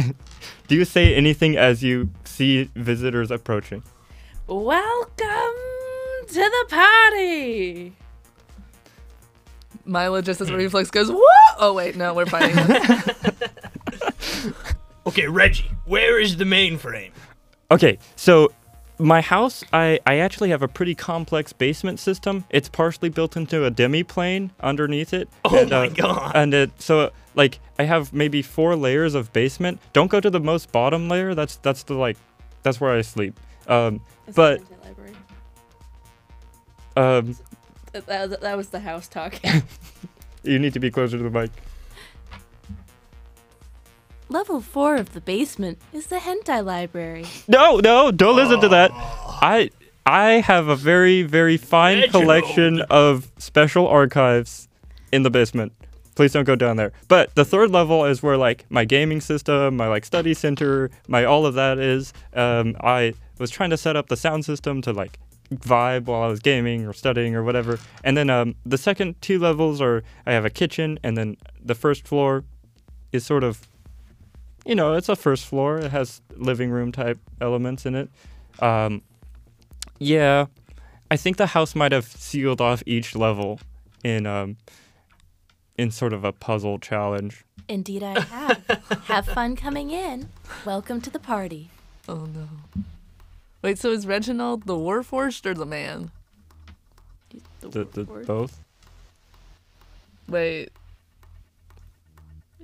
S1: Do you say anything as you see visitors approaching?
S2: Welcome to the party.
S3: Milo just as a reflex goes, "Whoa!" Oh wait, no, we're fighting.
S5: okay, Reggie, where is the mainframe?
S1: Okay, so my house, I, I actually have a pretty complex basement system. It's partially built into a demi-plane underneath it.
S5: Oh
S1: and,
S5: my
S1: uh,
S5: god.
S1: And it, so, like, I have maybe four layers of basement. Don't go to the most bottom layer. That's that's the like, that's where I sleep. Um, but
S2: library.
S1: um,
S2: That, that, that was the house talking.
S1: you need to be closer to the mic.
S2: Level four of the basement is the hentai library.
S1: No, no, don't listen to that. I I have a very very fine
S5: Reginald.
S1: collection of special archives in the basement. Please don't go down there. But the third level is where like my gaming system, my like study center, my all of that is. Um, I was trying to set up the sound system to like vibe while I was gaming or studying or whatever. And then um, the second two levels are I have a kitchen, and then the first floor is sort of you know, it's a first floor. It has living room type elements in it. Um, yeah, I think the house might have sealed off each level in um, in sort of a puzzle challenge.
S2: Indeed, I have. have fun coming in. Welcome to the party.
S3: oh no. Wait, so is Reginald the Warforged or the man?
S1: The, the, both.
S3: Wait,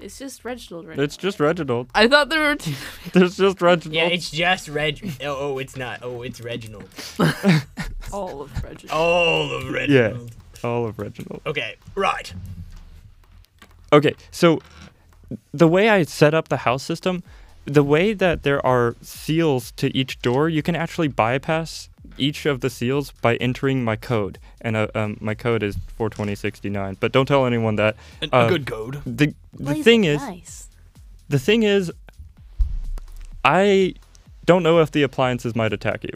S2: It's just Reginald right
S1: It's just Reginald.
S3: I thought there were two.
S1: There's just Reginald.
S4: Yeah, it's just Reg. Oh, oh, it's not. Oh, it's Reginald.
S2: all of Reginald.
S5: All of
S1: yeah,
S5: Reginald.
S1: all of Reginald.
S5: Okay, right.
S1: Okay, so the way I set up the house system, the way that there are seals to each door, you can actually bypass each of the seals by entering my code. And uh, um, my code is 42069, but don't tell anyone that.
S5: A,
S1: Uh,
S5: a good code.
S1: The the thing is,
S2: nice.
S1: the thing is, I don't know if the appliances might attack you.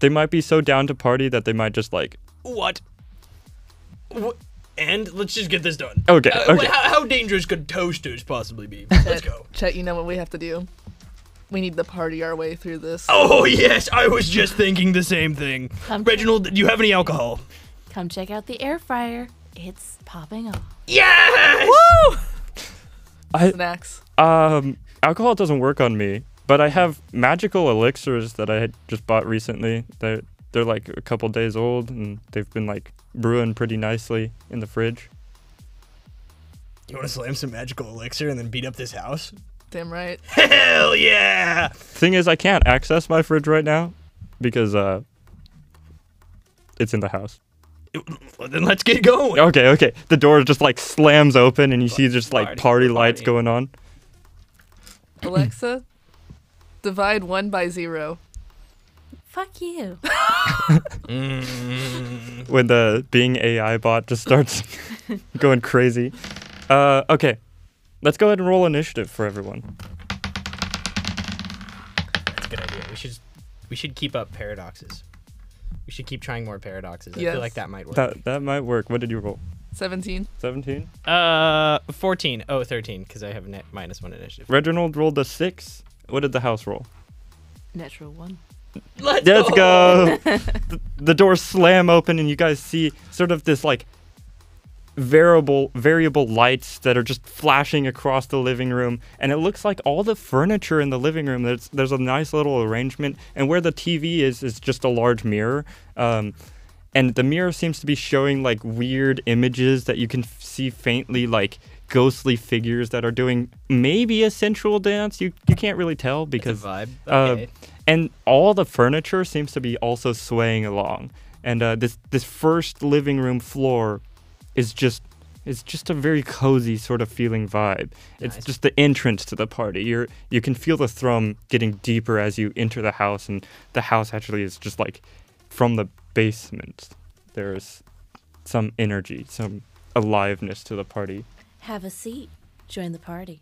S1: They might be so down to party that they might just like,
S5: What? What? And let's just get this done.
S1: Okay,
S5: Uh, wh-
S1: Oh, okay.
S5: How, how dangerous could toasters possibly be? Let's go.
S3: Chet, you know what we have to do? We need to party our way through this.
S5: Oh yes, I was just thinking the same thing.
S2: Come to-
S5: Reginald, do you have any alcohol?
S2: Come check out the air fryer. It's popping off.
S5: Yes.
S3: Snacks.
S1: Um, alcohol doesn't work on me, but I have magical elixirs that I had just bought recently. They're they're like a couple days old, and they've been like brewing pretty nicely in the fridge.
S5: You want to slam some magical elixir and then beat up this house?
S3: Damn right.
S5: Hell yeah!
S1: Thing is, I can't access my fridge right now because uh, it's in the house.
S5: Well, then let's get going.
S1: Okay, okay. The door just like slams open, and you see just like party,
S5: Party,
S1: lights
S5: party.
S1: going on.
S3: Alexa, divide one by zero.
S2: Fuck you.
S1: When the Bing AI bot just starts going crazy. Uh, okay, let's go ahead and roll initiative for everyone.
S4: That's a good idea. We should we should keep up paradoxes. We should keep trying more paradoxes. I
S3: Yes.
S4: feel like that might work.
S1: That that might work. What did you roll?
S3: 17.
S1: Seventeen.
S4: Uh, 14. Oh, 13, because I have net minus one initiative.
S1: Reginald rolled a six. What did the house roll?
S2: Natural one.
S4: Let's,
S1: Let's go. the, the doors slam open, and you guys see sort of this like variable variable lights that are just flashing across the living room and it looks like all the furniture in the living room there's there's a nice little arrangement and where the TV is is just a large mirror um, and the mirror seems to be showing like weird images that you can f- see faintly like ghostly figures that are doing maybe a sensual dance you you can't really tell because
S4: vibe.
S1: uh,
S4: Okay.
S1: and all the furniture seems to be also swaying along. And uh, this this first living room floor is just is just a very cozy sort of feeling vibe.
S4: Nice.
S1: It's just the entrance to the party. You're you can feel the thrum getting deeper as you enter the house, and the house actually is just like from the basement. There is some energy, some aliveness to the party.
S2: Have a seat. Join the party.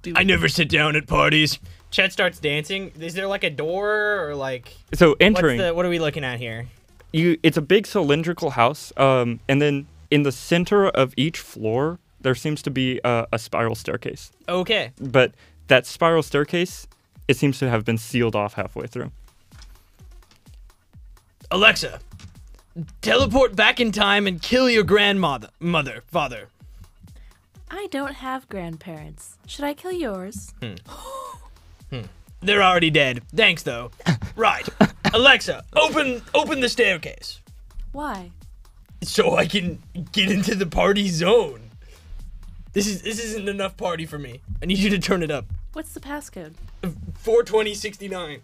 S3: Do
S5: I never sit down at parties.
S4: Chet starts dancing. Is there like a door or like.
S1: So
S4: What's
S1: entering,
S4: the, what are we looking at here?
S1: you it's a big cylindrical house um, and then in the center of each floor there seems to be a, a spiral staircase
S4: Okay.
S1: but that spiral staircase it seems to have been sealed off halfway through
S5: Alexa,
S4: Teleport back in time and kill your grandmother.
S5: mother, father.
S2: I don't have grandparents. Should I kill yours?
S5: They're already dead. Thanks though. right. Alexa, open open the staircase
S2: Why?
S5: so I can get into the party zone. This is this isn't enough party for me. I need you to turn it up.
S2: What's the passcode?
S5: 42069.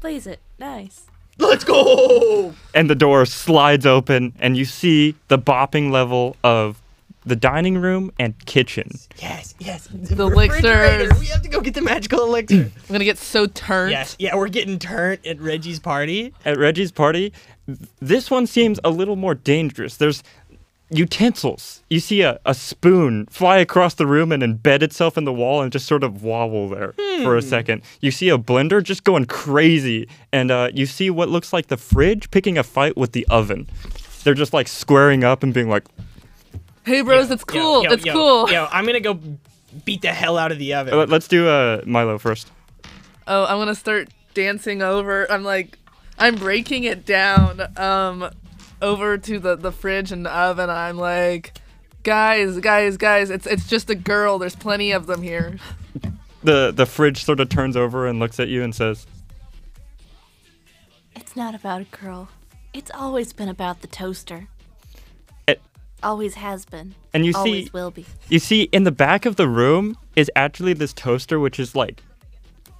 S2: Blaze it. Nice.
S5: Let's go.
S1: and the door slides open and you see the bopping level of the dining room and kitchen
S5: Yes, yes.
S3: The
S5: refrigerator.
S3: elixirs.
S5: We have to go get the magical elixir.
S3: I'm going to get so turned.
S5: yes, yeah, we're getting turned at Reggie's party.
S1: at Reggie's party, th- this one seems a little more dangerous. There's utensils. You see a, a spoon fly across the room and embed itself in the wall and just sort of wobble there for a second. You see a blender just going crazy, and uh, you see what looks like the fridge picking a fight with the oven. They're just like squaring up and being like,
S3: Hey, bros, it's
S5: Yo,
S3: cool.
S5: yo,
S3: it's
S5: yo,
S3: cool.
S5: Yo, I'm gonna go beat the hell out of the oven.
S1: "Let- let's do uh, Milo first.
S3: Oh, I'm gonna start dancing over. I'm like, I'm breaking it down, um, over to the the fridge and the oven. I'm like, guys, guys, guys, it's it's just a girl. There's plenty of them here.
S1: The, the fridge sort of turns over and looks at you and says,
S2: It's not about a girl. It's always been about the toaster.
S1: Eh.
S2: always has been.
S1: and you see
S2: always will be.
S1: You see, in the back of the room is actually this toaster, which is like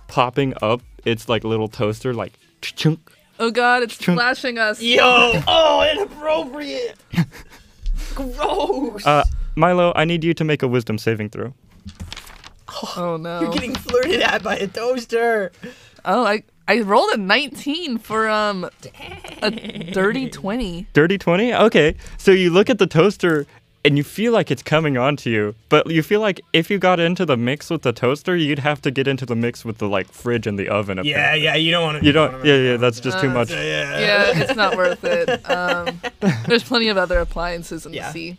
S1: popping up. It's like little toaster, like chunk.
S3: Oh God, it's
S1: Chunk.
S3: flashing us.
S5: Yo! Oh, inappropriate! Gross!
S1: Uh, Milo, I need you to make a wisdom saving throw.
S3: Oh no.
S5: Getting flirted at by a toaster.
S3: Oh, I I rolled a 19 for um a dirty 20.
S1: Dirty 20? Okay. So you look at the toaster and you feel like it's coming onto you, but you feel like if you got into the mix with the toaster, you'd have to get into the mix with the like fridge and the oven.
S5: Yeah,
S1: apparently.
S5: yeah, you don't want to.
S1: You don't, yeah, yeah, that's just too much.
S5: yeah.
S3: Yeah, it's not worth it. Um, there's plenty of other appliances in
S5: Yeah.
S3: the sea.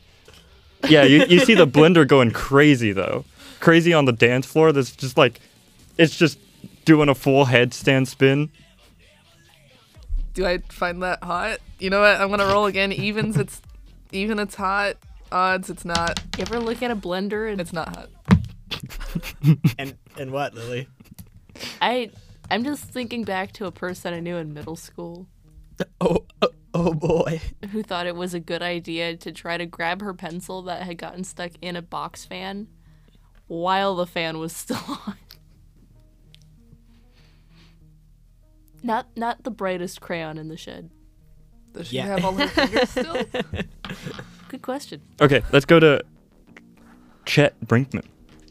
S1: yeah, you, you see the blender going crazy though. Crazy on the dance floor that's just like it's just doing a full headstand spin.
S3: Do I find that hot? You know what? I'm gonna roll again. Evens, it's even. It's hot. Odds, it's not.
S2: You ever look at a blender and
S3: It's not hot.
S5: And, and what, Lily?
S2: I I'm just thinking back to a person I knew in middle school
S5: Oh, oh, oh boy.
S2: who thought it was a good idea to try to grab her pencil that had gotten stuck in a box fan while the fan was still on. Not not the brightest crayon in the shed.
S3: Does she
S5: Yeah.
S3: have all her fingers still?
S2: Good question.
S1: Okay, let's go to Chet Brinkman.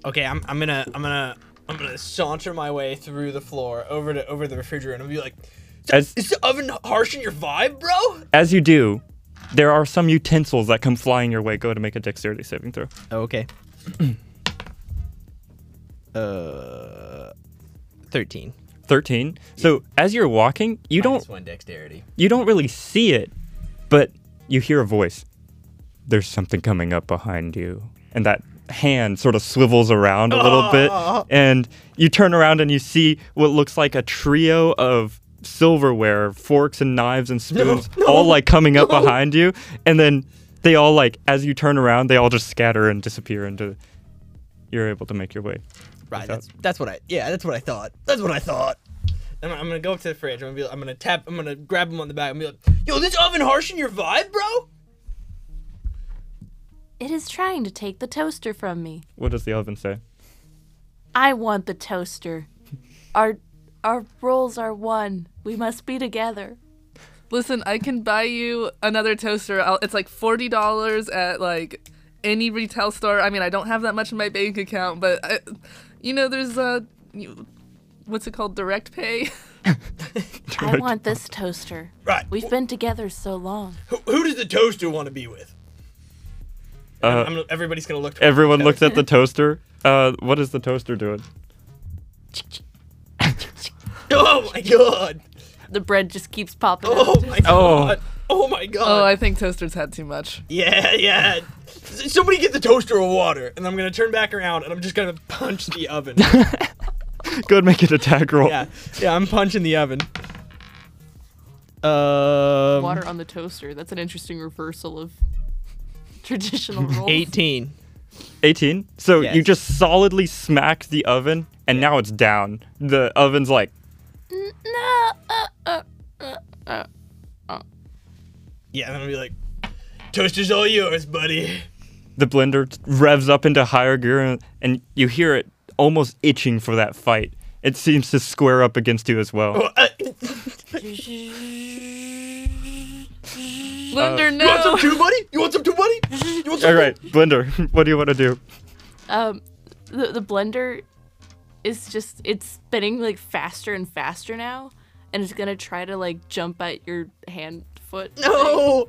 S5: Okay, I'm, I'm gonna, I'm gonna, I'm gonna saunter my way through the floor over to over the refrigerator and I'll be like,
S1: As-
S5: "Is the oven harshing your vibe, bro?"
S1: As you do, there are some utensils that come flying your way. Go to make a dexterity saving throw.
S5: Okay. uh, thirteen.
S1: 13. So as you're walking, you don't
S5: Minus one dexterity.
S1: you don't really see it, but you hear a voice. There's something coming up behind you. And that hand sort of swivels around a little bit. And you turn around and you see what looks like a trio of silverware, forks and knives and spoons, all like coming up behind you. And then they all like, as you turn around, they all just scatter and disappear into. You're able to make your way.
S5: Right. That's that's what I. Yeah, that's what I thought. That's what I thought.
S4: I'm, I'm gonna go up to the fridge. I'm gonna be. I'm gonna tap. I'm gonna grab him on the back and be like, "Yo, this oven harshing your vibe, bro."
S2: It is trying to take the toaster from me.
S1: What does the oven say?
S2: I want the toaster. Our our roles are one. We must be together.
S3: Listen, I can buy you another toaster. I'll, it's like forty dollars at like any retail store. I mean, I don't have that much in my bank account, but I, you know, there's uh, you- what's it called, direct
S2: Uh,
S3: pay.
S2: I want this toaster.
S5: Right.
S2: We've been together so long.
S5: Who, who does the toaster want to be with?
S1: Uh,
S4: I'm gonna, everybody's gonna look.
S1: everyone looks at the toaster. Uh, what is the toaster doing?
S4: Oh my god.
S2: The bread just keeps popping
S4: Oh
S2: out.
S4: my god. Oh, my god.
S3: Oh, I think toasters had too much.
S4: yeah, yeah. S- Somebody get the toaster a water, and I'm gonna turn back around, and I'm just gonna punch the oven.
S1: Go ahead, make an attack roll.
S4: yeah, yeah. I'm punching the oven. Um,
S2: Water on the toaster. That's an interesting reversal of traditional roles.
S4: 18.
S1: 18. So you
S4: Yes.
S1: just solidly smack the oven, and now it's down. The oven's like,
S2: No. Uh, uh.
S4: Yeah, and I'm gonna be like, toaster's all yours, buddy.
S1: the blender t- revs up into higher gear, and, and you hear it almost itching for that fight. It seems to square up against you as
S4: Oh,
S1: well.
S4: uh,
S1: Uh,
S3: Blender,
S4: You want some
S3: no.
S4: too, buddy? You want some too, buddy? You want some
S1: All right, blender, what do you want to do?
S2: Um, the the blender is just it's spinning like faster and faster now, and it's gonna try to like jump at your hand foot.
S4: No,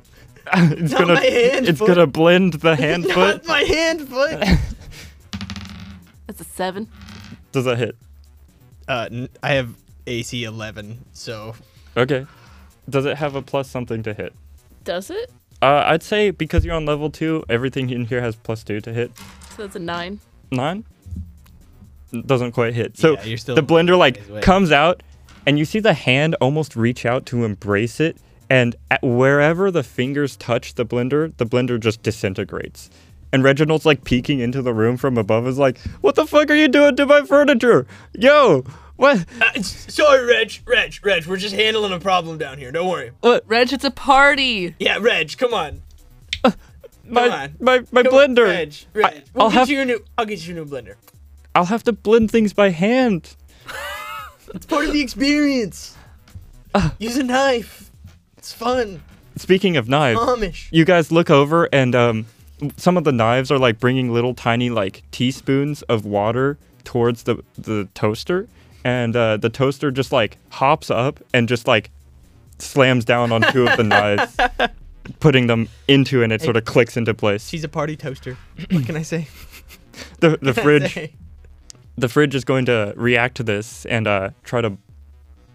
S1: It's
S4: Not
S1: gonna,
S4: my hand
S1: it's
S4: foot.
S1: gonna blend the hand foot.
S4: not my hand foot.
S2: That's a seven.
S1: Does that hit?
S5: Uh, n- I have AC 11, so
S1: Okay. Does it have a plus something to hit?
S2: Does it?
S1: Uh, I'd say because you're on level two, everything in here has plus two to hit.
S2: So that's a nine.
S1: nine doesn't quite hit. So
S5: Yeah, you're still
S1: the blender
S5: ways
S1: like
S5: away.
S1: comes out, and you see the hand almost reach out to embrace it, and at wherever the fingers touch the blender, the blender just disintegrates. And Reginald's like peeking into the room from above, is like, "What the fuck are you doing to my furniture, yo? What?
S4: Uh, it's- sorry, Reg. Reg, Reg, we're just handling a problem down here. Don't worry.
S3: Reg, it's a party.
S4: Yeah, Reg, come on.
S1: Uh, My
S4: on.
S1: my my
S4: Come on,
S1: blender.
S4: Reg, Reg.
S1: I,
S4: we'll
S1: will
S4: get
S1: have
S4: you a new. I'll get you a new blender.
S1: I'll have to blend things by hand.
S4: It's part of the experience. Use a knife.
S1: Uh.
S4: It's fun.
S1: Speaking of knives,
S4: Amish.
S1: you guys look over and um, some of the knives are like bringing little tiny like teaspoons of water towards the the toaster and uh, the toaster just like hops up and just like slams down on two of the knives putting them into and it sort of clicks into place
S4: She's a party toaster. What can I say?
S1: the, the fridge the fridge is going to react to this and uh, try to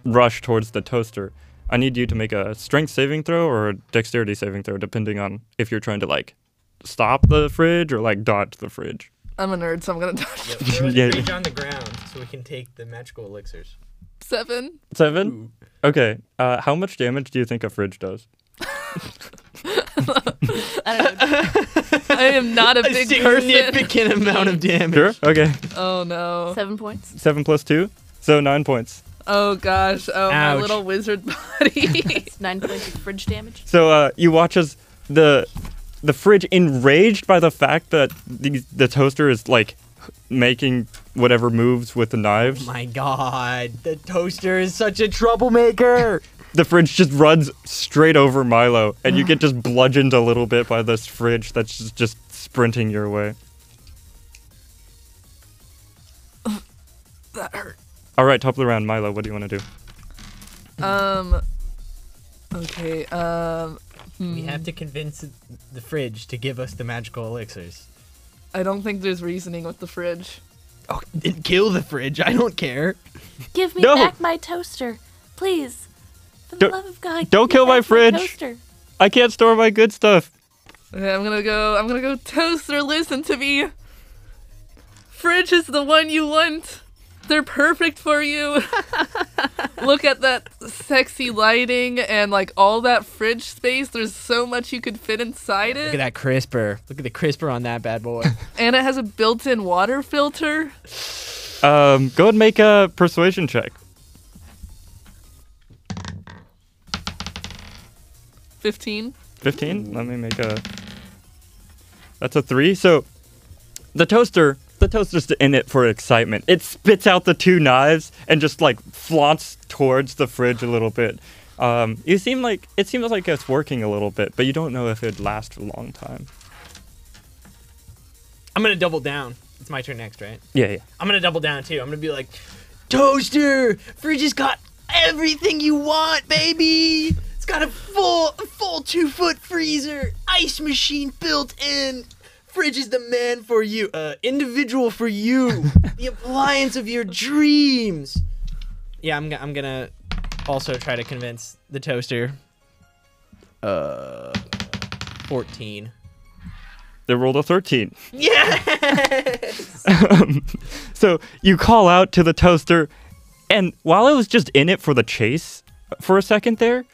S1: rush towards the toaster. I need you to make a strength saving throw or a dexterity saving throw, depending on if you're trying to like stop the fridge or like dodge the fridge.
S3: I'm a nerd, so I'm gonna dodge
S1: Yeah.
S4: fridge on the ground so we can take the magical elixirs.
S3: seven.
S1: Seven. Okay. Uh, how much damage do you think a fridge does?
S2: I don't know.
S3: I am not a
S4: A
S3: big person.
S4: significant amount of damage.
S1: Sure. Okay.
S3: Oh no.
S2: Seven points.
S1: Seven plus two, so nine points.
S3: Oh gosh. Oh my
S4: Ouch.
S3: little wizard body.
S2: It's nine points of fridge damage.
S1: So uh, you watch as the the fridge, enraged by the fact that the, the toaster is like making whatever moves with the knives.
S4: My God, the toaster is such a troublemaker.
S1: the fridge just runs straight over Milo, and you get just bludgeoned a little bit by this fridge that's just, just sprinting your way.
S3: that hurt.
S1: All right, top of the round, Milo. What do you want to do?
S3: Um. Okay. Um.
S4: we have to convince the fridge to give us the magical elixirs.
S3: I don't think there's reasoning with the fridge.
S5: Oh, kill the fridge. I don't care.
S2: Give me
S1: No.
S2: back my toaster, please. For the
S1: Don't-
S2: love of God, give
S1: don't
S2: me
S1: kill my
S2: back
S1: fridge.
S2: toaster.
S1: I can't store my good stuff.
S3: Okay, I'm gonna go. I'm gonna go toaster. Listen to me. Fridge is the one you want. They're perfect for you. Look at that sexy lighting and like all that fridge space. There's so much you could fit inside
S5: Look at
S3: it,
S5: that crisper. Look at the crisper on that bad boy.
S3: and it has a built-in water filter.
S1: Um, go and make a persuasion check.
S3: Fifteen.
S1: 15 let me make a that's a three so the toaster the toaster's in it for excitement it spits out the two knives and just like flaunts towards the fridge a little bit um, you seem like it seems like it's working a little bit but you don't know if it'd last a long time
S4: I'm gonna double down. It's my turn next, right?
S1: yeah yeah
S4: I'm gonna double down too. I'm gonna be like,
S5: Toaster, fridge has got everything you want, baby. It's got a full, a full two foot freezer, ice machine built in. Fridge is the man for you, uh, individual for you, the appliance of your dreams.
S4: yeah, I'm, go- I'm gonna also try to convince the toaster.
S5: Uh,
S4: 14.
S1: they rolled a 13
S4: Yes!
S1: so you call out to the toaster and while it was just in it for the chase for a second there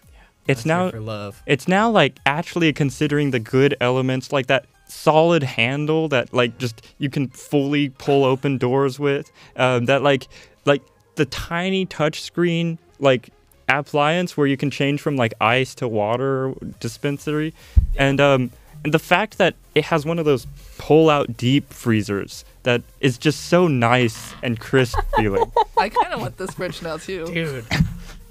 S1: it's now
S4: for love.
S1: it's now like actually considering the good elements like that solid handle that like just you can fully pull open doors with um, that like like the tiny touch screen like appliance where you can change from like ice to water dispensary and um and the fact that it has one of those pull out deep freezers that is just so nice and crisp feeling
S3: I kind of want this fridge now too.
S4: Dude,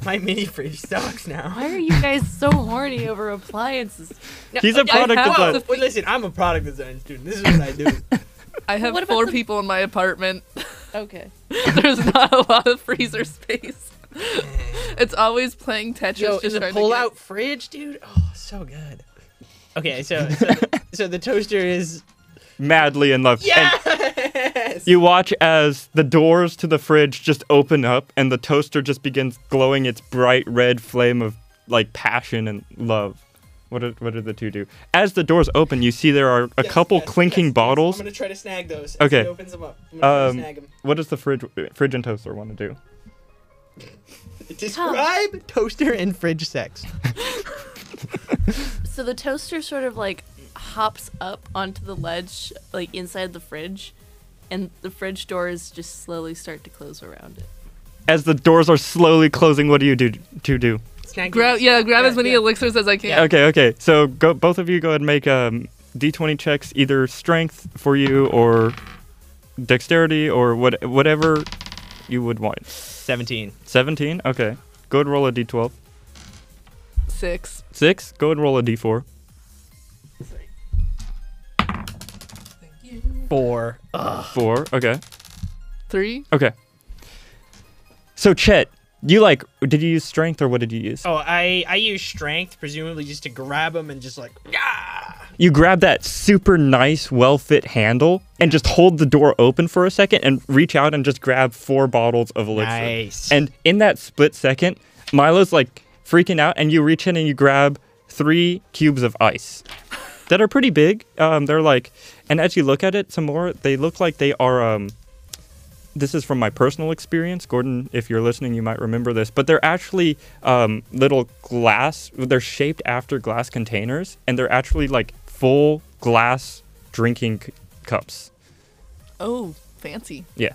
S4: my mini fridge sucks now.
S2: Why are you guys so horny over appliances?
S1: he's a product
S3: have
S1: design
S3: the-
S4: Wait, listen, I'm a product design student. This is what I do.
S3: I have
S2: What about
S3: four
S2: the-
S3: people in my apartment.
S2: Okay.
S3: There's not a lot of freezer space. it's always playing Tetris.
S4: Yo,
S3: just
S4: is a
S3: trying to
S4: pull
S3: get-
S4: out fridge, dude? Oh, so good. Okay, so so, so the toaster is
S1: madly in love And-
S4: yes.
S1: You watch as the doors to the fridge just open up and the toaster just begins glowing its bright red flame of like passion and love. What do, what do the two do? As the doors open, you see there are a
S4: Yes,
S1: couple
S4: yes,
S1: clinking
S4: yes, yes.
S1: bottles.
S4: I'm gonna try to snag those. as
S1: Okay.
S4: He opens them up. I'm gonna
S1: Um,
S4: try to snag them.
S1: What does the fridge fridge and toaster want to do?
S5: describe toaster and fridge sex.
S2: So the toaster sort of like hops up onto the ledge, like inside the fridge, and the fridge doors just slowly start to close around it.
S1: As the doors are slowly closing, what do you do to do?
S4: Snag
S3: Grab
S4: these.
S3: yeah, grab
S4: Yeah,
S3: as many
S4: yeah.
S3: elixirs as I can.
S1: Okay, okay. So go both of you go ahead and make um, d20 checks, either strength for you or dexterity or what whatever you would want.
S5: 17.
S1: 17? Okay. Go and roll a d12.
S3: Six.
S1: 6? Go and roll a d4.
S5: 4.
S1: 4. Okay.
S3: Three.
S1: Okay. So, Chet, you like, did you use strength or what did you use?
S4: Oh, I I use strength presumably just to grab them and just like yeah.
S1: You grab that super nice, well fit handle and just hold the door open for a second and reach out and just grab four bottles of elixir.
S5: Nice.
S1: And in that split second, Milo's like freaking out and you reach in and you grab three cubes of ice. that are pretty big. Um, they're like, and as you look at it some more, they look like they are. Um, this is from my personal experience, Gordon. If you're listening, you might remember this, but they're actually um, little glass. They're shaped after glass containers, and they're actually like full glass drinking c- cups.
S3: Oh, fancy.
S1: Yeah,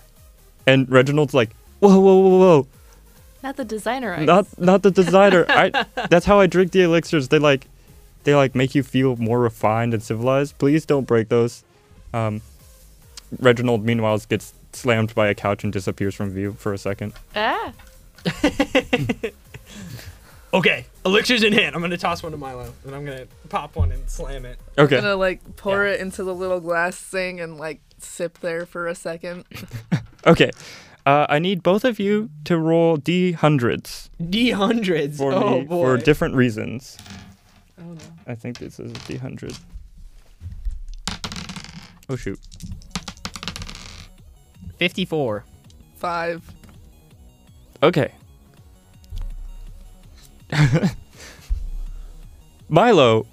S1: and Reginald's like, whoa, whoa, whoa, whoa.
S2: Not the designer ice.
S1: Not not the designer. I that's how I drink the elixirs. They like they like make you feel more refined and civilized. Please don't break those. Um, Reginald meanwhile gets slammed by a couch and disappears from view for a second.
S2: ah.
S4: Okay, elixir's in hand. I'm gonna toss one to Milo and I'm gonna pop one and slam it.
S3: I'm
S1: Okay.
S3: gonna like pour it into the little glass thing and like sip there for a second.
S1: Okay. Uh, I need both of you to roll d hundreds
S4: D hundreds.
S1: for
S4: oh
S1: me
S4: boy.
S1: for different reasons.
S3: Oh no.
S1: I think this is d hundred. Oh shoot.
S4: 54.
S3: Five.
S1: Okay. Milo,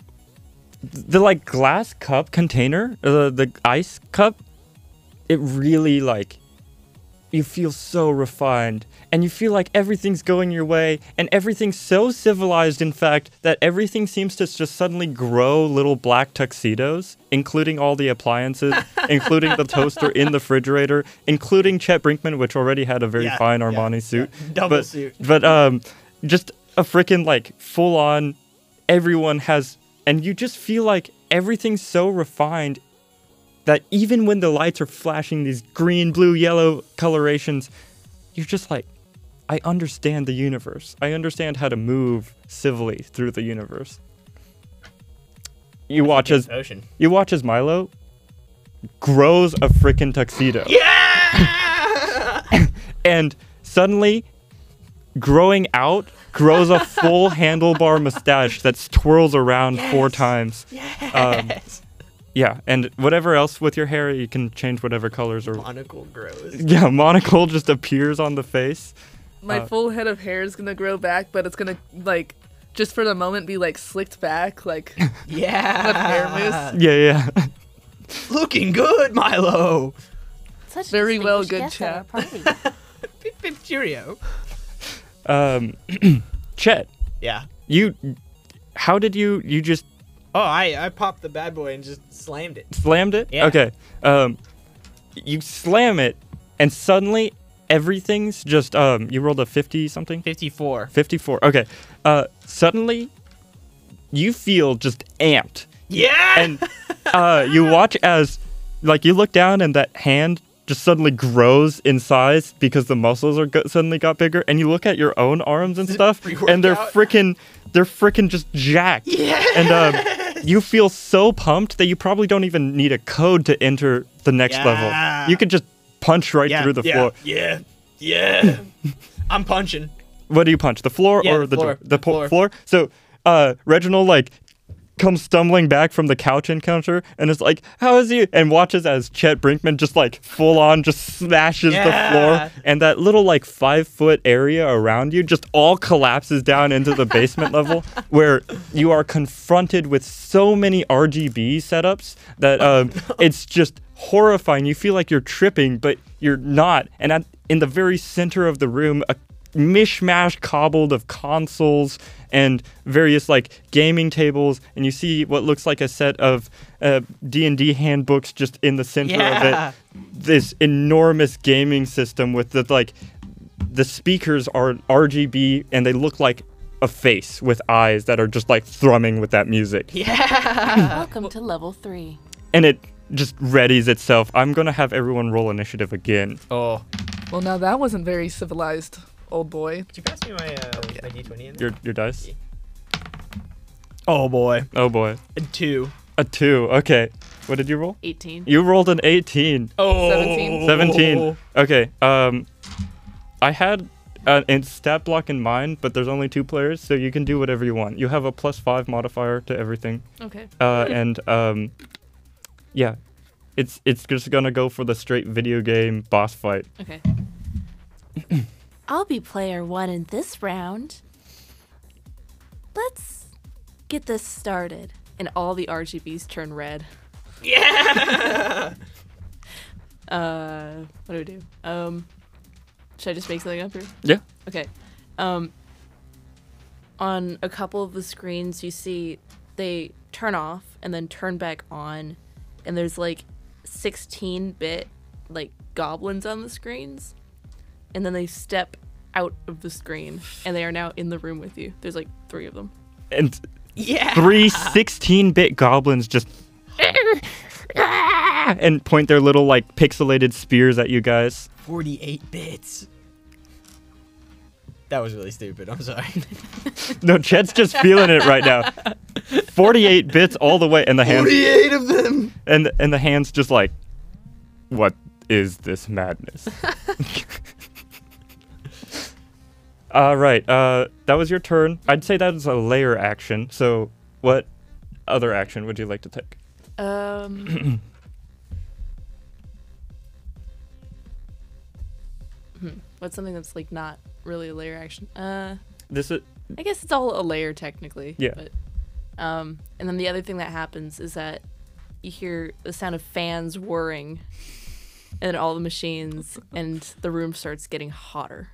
S1: the like glass cup container, uh, the ice cup, it really like you feel so refined and you feel like everything's going your way and everything's so civilized in fact that everything seems to just suddenly grow little black tuxedos including all the appliances including the toaster in the refrigerator including chet brinkman which already had a very
S5: Yeah,
S1: fine
S5: yeah,
S1: armani
S5: yeah.
S1: suit
S5: Double
S1: but,
S5: suit.
S1: but um just a freaking like full on everyone has and you just feel like everything's so refined that even when the lights are flashing these green, blue, yellow colorations, you're just like, I understand the universe. I understand how to move civilly through the universe. You watch as
S5: Ocean.
S1: you watch as Milo grows a freaking tuxedo. Yeah! and suddenly, growing out, grows a full handlebar mustache that twirls around four times. Yes. yeah, and whatever else with your hair, you can change whatever colors or.
S5: Monocle grows.
S1: Yeah, monocle just appears on the face.
S3: My
S1: Uh,
S3: full head of hair is gonna grow back, but it's gonna like just for the moment be like slicked back, like
S5: Yeah.
S3: a hair mousse.
S1: Yeah, yeah.
S5: Looking good, Milo.
S6: Such
S3: Very well,
S6: distinguished
S3: good
S6: guests at our party.
S4: Beep, beep, cheerio.
S1: Um, Chet,
S4: Yeah.
S1: you. How did you. You just
S4: Oh, I, I popped the bad boy and just slammed it.
S1: slammed it?
S4: Yeah.
S1: Okay. Um, you slam it, and suddenly everything's just. um. You rolled a 50 something?
S4: 54.
S1: 54. Okay. Uh, suddenly, you feel just amped.
S4: Yeah!
S1: and uh, you watch as like you look down and that hand just suddenly grows in size because the muscles are go- suddenly got bigger and you look at your own arms and stuff and they're
S4: pre-workout?
S1: freaking they're freaking just jacked and um, you feel so pumped that you probably don't even need a code to enter the next
S4: Yeah.
S1: level you could just punch right
S4: Yeah,
S1: through the
S4: yeah.
S1: floor
S4: Yeah. Yeah. I'm punching.
S1: what do you punch? The floor
S4: Yeah,
S1: or
S4: the
S1: the
S4: floor,
S1: door? The po-
S4: floor.
S1: floor. So uh, Reginald like comes stumbling back from the couch encounter and is like, "How is he?" and watches as Chet Brinkman just like full on just smashes
S4: Yeah.
S1: the floor and that little like five foot area around you just all collapses down into the basement level where you are confronted with so many RGB setups that um, it's just horrifying. You feel like you're tripping, but you're not. And at, in the very center of the room, a mishmash cobbled of consoles and various like gaming tables and you see what looks like a set of uh, d&d handbooks just in the center
S4: Yeah.
S1: of it this enormous gaming system with the like the speakers are rgb and they look like a face with eyes that are just like thrumming with that music
S6: Welcome to level three.
S1: and it just readies itself i'm gonna have everyone roll initiative again
S4: Oh.
S3: Well, now that wasn't very civilized, old boy.
S4: Could you pass me my, uh, my D20 in there?
S1: your, your dice
S4: Oh, boy.
S1: oh boy
S4: A two.
S1: a two okay what did you roll
S2: 18.
S1: you rolled an 18
S4: Oh.
S3: 17.
S1: 17. Okay. Um, I had an in stat block in mind, but there's only two players, so you can do whatever you want. You have a plus five modifier to everything,
S2: Okay.
S1: uh, and um, yeah, it's it's just gonna go for the straight video game boss fight.
S2: Okay.
S6: I'll be player one in this round. Let's get this started.
S2: And all the RGBs turn red. Yeah. uh, what do I do? Um, should I just make something up here?
S1: Yeah.
S2: Okay. Um, on a couple of the screens, you see they turn off and then turn back on, and there's like 16 bit like goblins on the screens, and then they step out of the screen and they are now in the room with you. There's like three of them.
S1: And
S4: Yeah.
S1: three 16-bit goblins just and point their little like pixelated spears at you guys.
S4: 48 bits. That was really stupid. I'm sorry.
S1: No, Chet's just feeling it right now. 48 bits all the way, and the hands
S5: 48 of them.
S1: and and the hands just like what is this madness all right uh that was your turn i'd say that is a layer action so what other action would you like to take
S2: Um. Hmm, What's something that's like not really a layer action? Uh,
S1: This is
S2: I guess it's all a layer technically.
S1: Yeah.
S2: But, um, and then the other thing that happens is that you hear the sound of fans whirring, and all the machines, and the room starts getting hotter.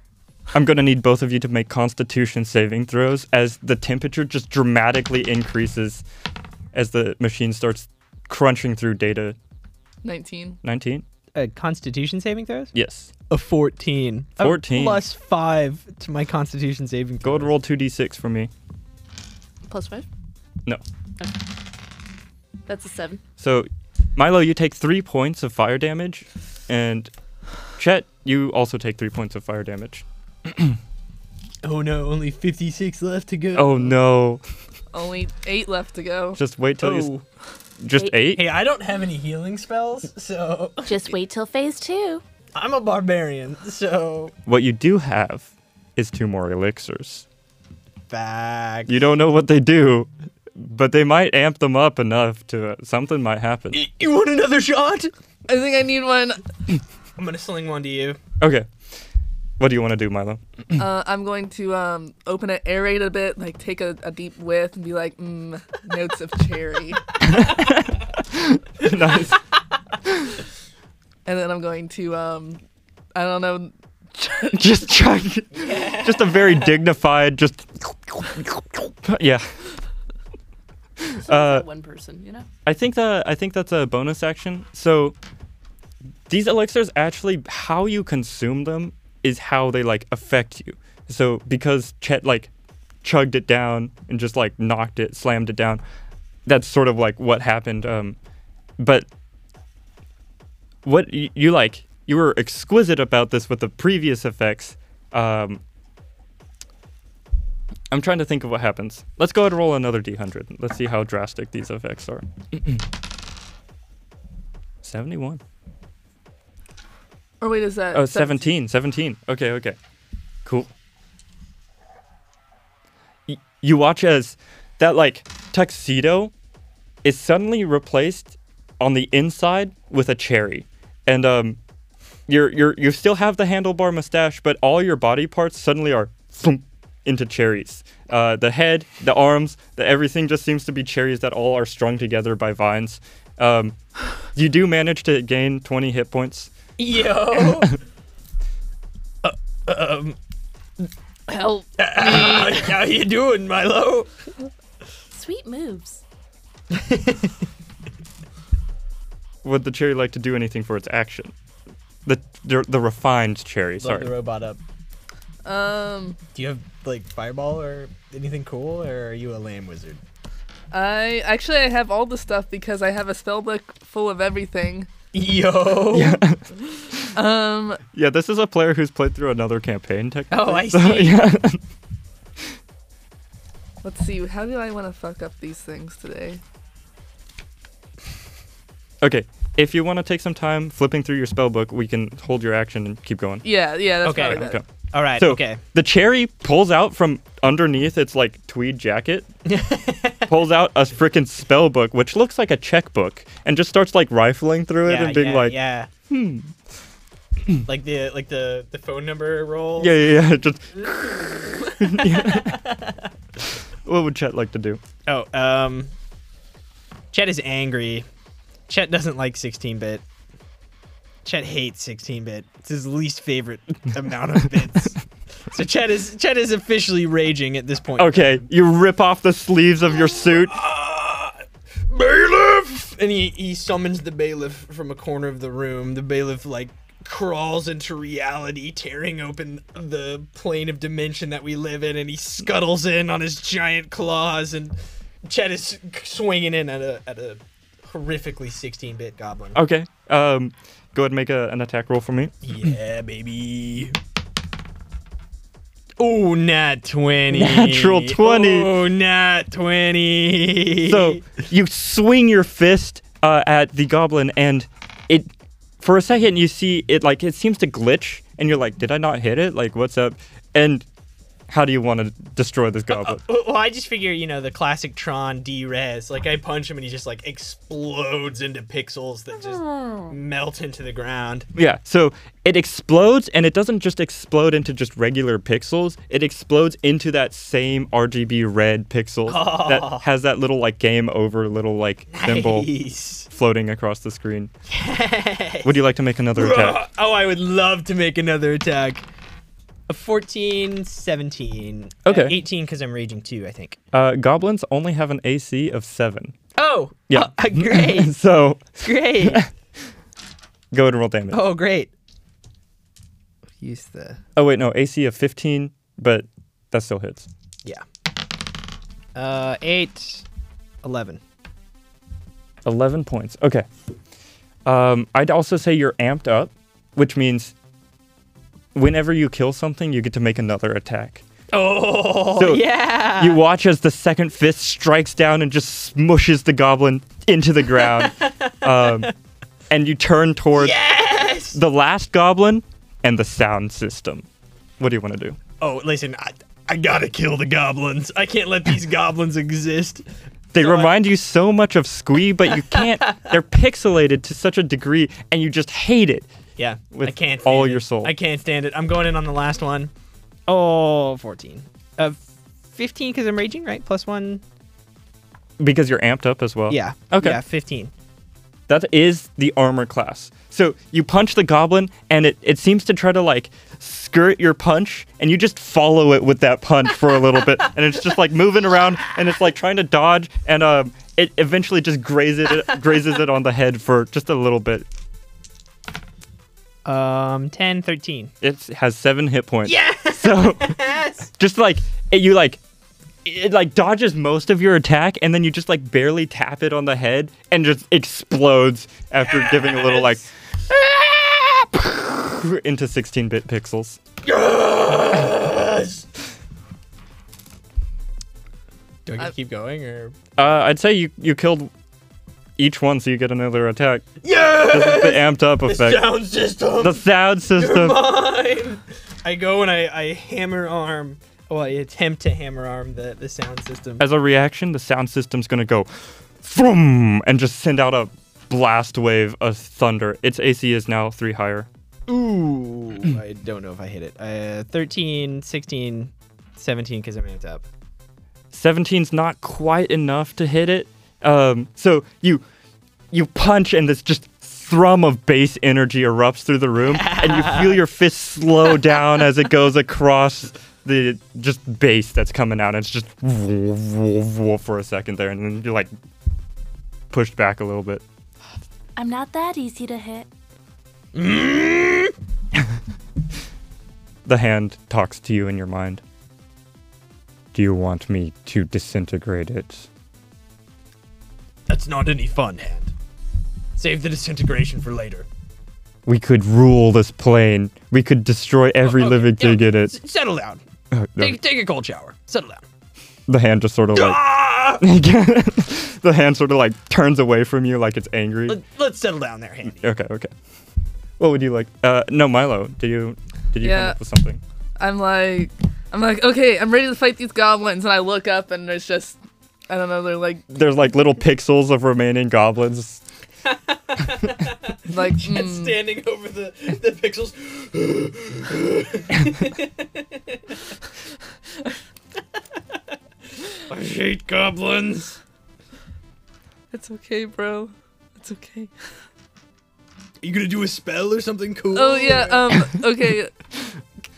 S1: I'm gonna need both of you to make Constitution saving throws as the temperature just dramatically increases as the machine starts crunching through data.
S3: 19.
S1: 19.
S4: Uh, constitution saving throws?
S1: Yes.
S4: A 14. A
S1: 14.
S4: plus 5 to my constitution saving
S1: Go
S4: throw.
S1: ahead and roll 2d6 for me.
S2: Plus five.
S1: No.
S2: That's a seven.
S1: So, Milo, you take three points of fire damage, and Chet, you also take three points of fire damage.
S4: Oh no, only 56 left to go.
S1: Oh no!
S3: Only eight left to go.
S1: Just wait till you.
S4: Oh.
S1: s- Just eight?
S7: Hey, I don't have any healing spells, so
S6: Just wait till phase two.
S7: I'm a barbarian. So
S1: What you do have is two more elixirs.
S7: back.
S1: You don't know what they do, but they might amp them up enough to uh, something might happen.
S7: You want another shot?
S3: I think I need one.
S4: I'm gonna sling one to you.
S1: Okay. What do you want to do, Milo?
S3: Uh, I'm going to um, open it, aerate a bit, like take a, a deep whiff and be like, mm, notes of cherry.
S1: nice.
S3: And then I'm going to, um, I don't know,
S1: Just try. Just a very dignified. Just. Yeah.
S2: So
S1: Uh,
S2: one person, you know.
S1: I think that I think that's a bonus action. So these elixirs actually how you consume them is how they like affect you. So because Chet like chugged it down and just like knocked it, slammed it down, that's sort of like what happened. Um, but what you, you like you were exquisite about this with the previous effects. Um, I'm trying to think of what happens. Let's go ahead and roll another d100. Let's see how drastic these effects are. 71.
S3: or wait, is that?
S1: Oh,
S3: seven-
S1: 17. 17. Okay, okay. Cool. Y- you watch as that, like, tuxedo is suddenly replaced on the inside with a cherry. And, um, you're, you're, you still have the handlebar mustache, but all your body parts suddenly are thump into cherries. Uh, the head, the arms, the everything just seems to be cherries that all are strung together by vines. Um, you do manage to gain 20 hit points.
S7: Yo. uh, um.
S6: Oh,
S2: Help.
S7: How you doing, Milo?
S6: Sweet moves.
S1: would the cherry like to do anything for its action? The the, the refined cherry.
S7: Love
S1: Sorry.
S7: the robot up.
S3: Um,
S7: Do you have like fireball or anything cool, or are you a lame wizard?
S3: I actually I have all the stuff because I have a spell book full of everything.
S7: Yo.
S3: Um,
S1: yeah, this is a player who's played through another campaign. Technically.
S7: Oh, I
S1: So,
S7: see.
S1: yeah.
S3: let's see. How do I want to fuck up these things today?
S1: Okay. If you want to take some time flipping through your spell book, we can hold your action and keep going.
S3: Yeah, yeah, that's
S4: Okay.
S3: probably better.
S1: Okay.
S4: All right.
S1: So
S4: okay.
S1: the cherry pulls out from underneath its like tweed jacket, pulls out a freaking spell book which looks like a checkbook, and just starts like rifling through it
S4: yeah,
S1: and being
S4: yeah,
S1: like,
S4: yeah. Hmm. like the like the the phone number roll.
S1: yeah, yeah, yeah, just. Yeah. what would Chet like to do?
S4: Oh, um. Chet is angry. Chet doesn't like 16 bit. Chet hates 16 bit. It's his least favorite amount of bits. So Chet is Chet is officially raging at this point.
S1: Okay, you rip off the sleeves of your suit.
S7: Bailiff! And he, he summons the bailiff from a corner of the room. The bailiff, like, crawls into reality, tearing open the plane of dimension that we live in, and he scuttles in on his giant claws. And Chet is swinging in at a, at a horrifically 16 bit goblin.
S1: Okay, um, go ahead and make a, an attack roll for me.
S7: Yeah, baby.
S4: Oh, nat 20.
S1: Natural 20.
S4: Oh, nat 20.
S1: So you swing your fist uh, at the goblin, and it, for a second, you see it like it seems to glitch, and you're like, "Did I not hit it? Like, what's up?" And how do you want to destroy this goblet?
S4: Well, I just figure, you know, the classic Tron D-Res. Like, I punch him and he just, like, explodes into pixels that just melt into the ground.
S1: Yeah, so it explodes, and it doesn't just explode into just regular pixels. It explodes into that same RGB red pixel that has that little like game over little like symbol
S4: Nice.
S1: floating across the screen. Would you like to make another attack?
S4: Oh, I would love to make another attack. A 14, 17. uh,
S1: Okay.
S4: 18 because I'm raging too, I think.
S1: Uh, goblins only have an AC of seven.
S4: Oh,
S1: Yeah.
S4: uh, great,
S1: so
S4: great.
S1: go ahead and roll damage.
S4: Oh, great.
S8: Use the.
S1: Oh wait, no, AC of 15, but that still hits.
S4: Yeah. Uh, 8, 11.
S1: 11 points. Okay. Um, I'd also say you're amped up, which means whenever you kill something, you get to make another attack.
S4: Oh,
S1: So
S4: yeah.
S1: You watch as the second fist strikes down and just smushes the goblin into the ground. um, and you turn towards
S4: yes.
S1: the last goblin and the sound system. What do you want to do?
S4: Oh, listen, I, I gotta kill the goblins. I can't let these goblins exist.
S1: They
S4: So I-
S1: remind you so much of Squee, but you can't. they're pixelated to such a degree, and you just hate it.
S4: Yeah, I
S1: With
S4: can't.
S1: all
S4: stand
S1: your
S4: it.
S1: soul.
S4: I can't stand it. I'm going in on the last one. Oh, 14. Uh, 15 because I'm raging, right? Plus one.
S1: Because you're amped up as well.
S4: Yeah.
S1: Okay.
S4: Yeah, 15.
S1: That is the armor class. So you punch the goblin, and it, it seems to try to like skirt your punch, and you just follow it with that punch for a little bit, and it's just like moving around, and it's like trying to dodge, and um, it eventually just grazes it grazes it on the head for just a little bit.
S4: Um, 10, 13.
S1: It has seven hit points. Yeah. So just like it, you like it like dodges most of your attack, and then you just like barely tap it on the head, and just explodes after giving a little like into 16-bit pixels.
S4: Do I, keep going or?
S1: Uh, I'd say you you killed each one, so you get another attack.
S4: Yeah!
S1: The amped up effect.
S4: Sound system!
S1: The sound system.
S4: Mine! I go and I, I hammer arm. Well, I attempt to hammer arm the, the sound system.
S1: As a reaction, the sound system's gonna go, vroom, and just send out a blast wave of thunder. Its AC is now three higher.
S4: Ooh.
S9: I don't know if I hit it.
S4: Uh, 13, 16, 17 because I'm amped up.
S1: 17's not quite enough to hit it. Um, so you you punch and this just thrum of base energy erupts through the room and you feel your fist slow down as it goes across the just base that's coming out. It's just woof, woof, woof for a second there and then you're like pushed back a little bit.
S2: I'm not that easy to hit.
S1: The hand talks to you in your mind. Do you want me to disintegrate it?
S4: That's not any fun, Hand. Save the disintegration for later.
S1: We could rule this plane. We could destroy every living thing in it.
S4: S- settle down.
S1: Uh, no.
S4: Take, take a cold shower. Settle down.
S1: the hand just sort of like
S4: Ah!
S1: the hand sort of like turns away from you like it's angry.
S4: Let, let's settle down there, Handy.
S1: Okay, okay. What would you like? Uh, no, Milo. Did you did you come
S3: Yeah.
S1: up with something?
S3: I'm like, I'm like, okay, I'm ready to fight these goblins, and I look up, and there's just, I don't know, they're like,
S1: There's like little pixels of remaining goblins.
S3: like, mm.
S4: Standing over the, the pixels. I hate goblins.
S3: it's okay, bro, it's okay.
S4: Are you gonna do a spell or something cool?
S3: Oh yeah, um, okay.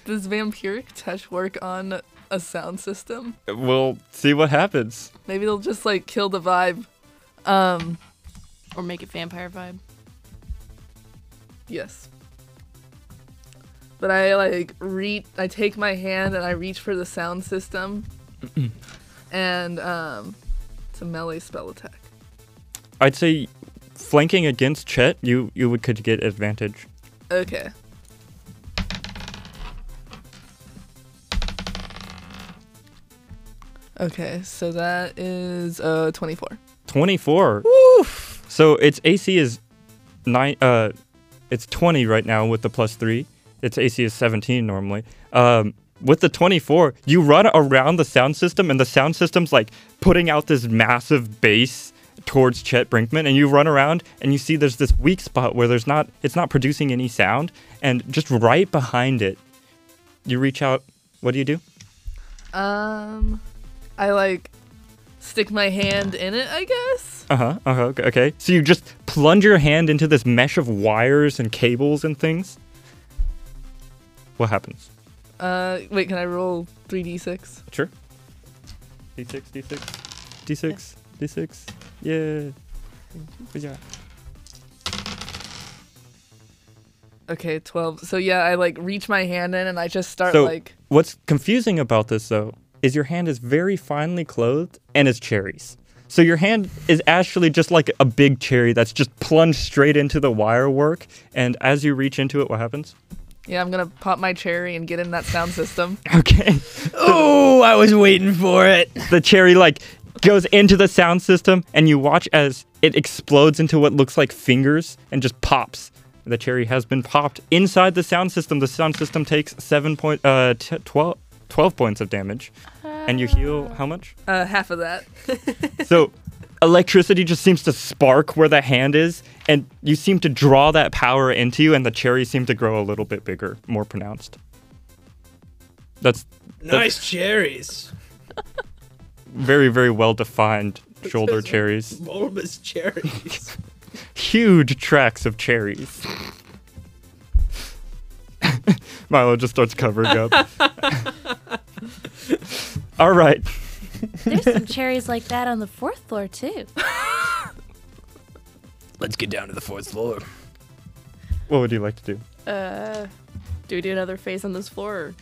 S3: Does vampiric touch work on a sound system?
S1: We'll see what happens.
S3: Maybe they'll just like kill the vibe. Um,
S10: Or make it vampire vibe.
S3: yes. But I like re I take my hand and I reach for the sound system. and um it's a melee spell attack.
S1: I'd say flanking against Chet, you you would could get advantage.
S3: Okay. Okay, so that is uh 24.
S1: 24. So its AC is nine. Uh, it's 20 right now with the plus three. Its AC is 17 normally. Um, with the 24, you run around the sound system, and the sound system's like putting out this massive bass towards Chet Brinkman, and you run around and you see there's this weak spot where there's not it's not producing any sound, and just right behind it, you reach out. What do you do?
S3: Um, I like stick my hand in it, I guess.
S1: Uh huh. Uh huh. Okay. So you just plunge your hand into this mesh of wires and cables and things. What happens?
S3: Uh, wait, can I roll 3d6?
S1: Sure. D6, D6, D6, D6. Yeah. What you got?
S3: Okay, 12. So yeah, I like reach my hand in and I just start
S1: So
S3: like
S1: what's confusing about this though is your hand is very finely clothed and is cherries. So your hand is actually just like a big cherry that's just plunged straight into the wire work, and as you reach into it, what happens?
S3: Yeah, I'm gonna pop my cherry and get in that sound system.
S1: Okay.
S4: Oh, I was waiting for it.
S1: the cherry like goes into the sound system and you watch as it explodes into what looks like fingers and just pops the cherry has been popped inside the sound system the sound system takes 7 point uh t- 12 12 points of damage and you heal how much
S3: Uh, half of that.
S1: so electricity just seems to spark where the hand is and you seem to draw that power into you and the cherry seemed to grow a little bit bigger more pronounced that's
S7: Nice cherries.
S1: very very well defined shoulder
S7: Just-
S1: cherries
S7: Bulbous cherries.
S1: huge tracks of cherries. Milo just starts covering up. All right.
S6: There's some cherries like that on the fourth floor, too.
S4: Let's get down to the fourth floor.
S1: What would you like to do?
S2: Uh, do we do another phase on this floor? Or?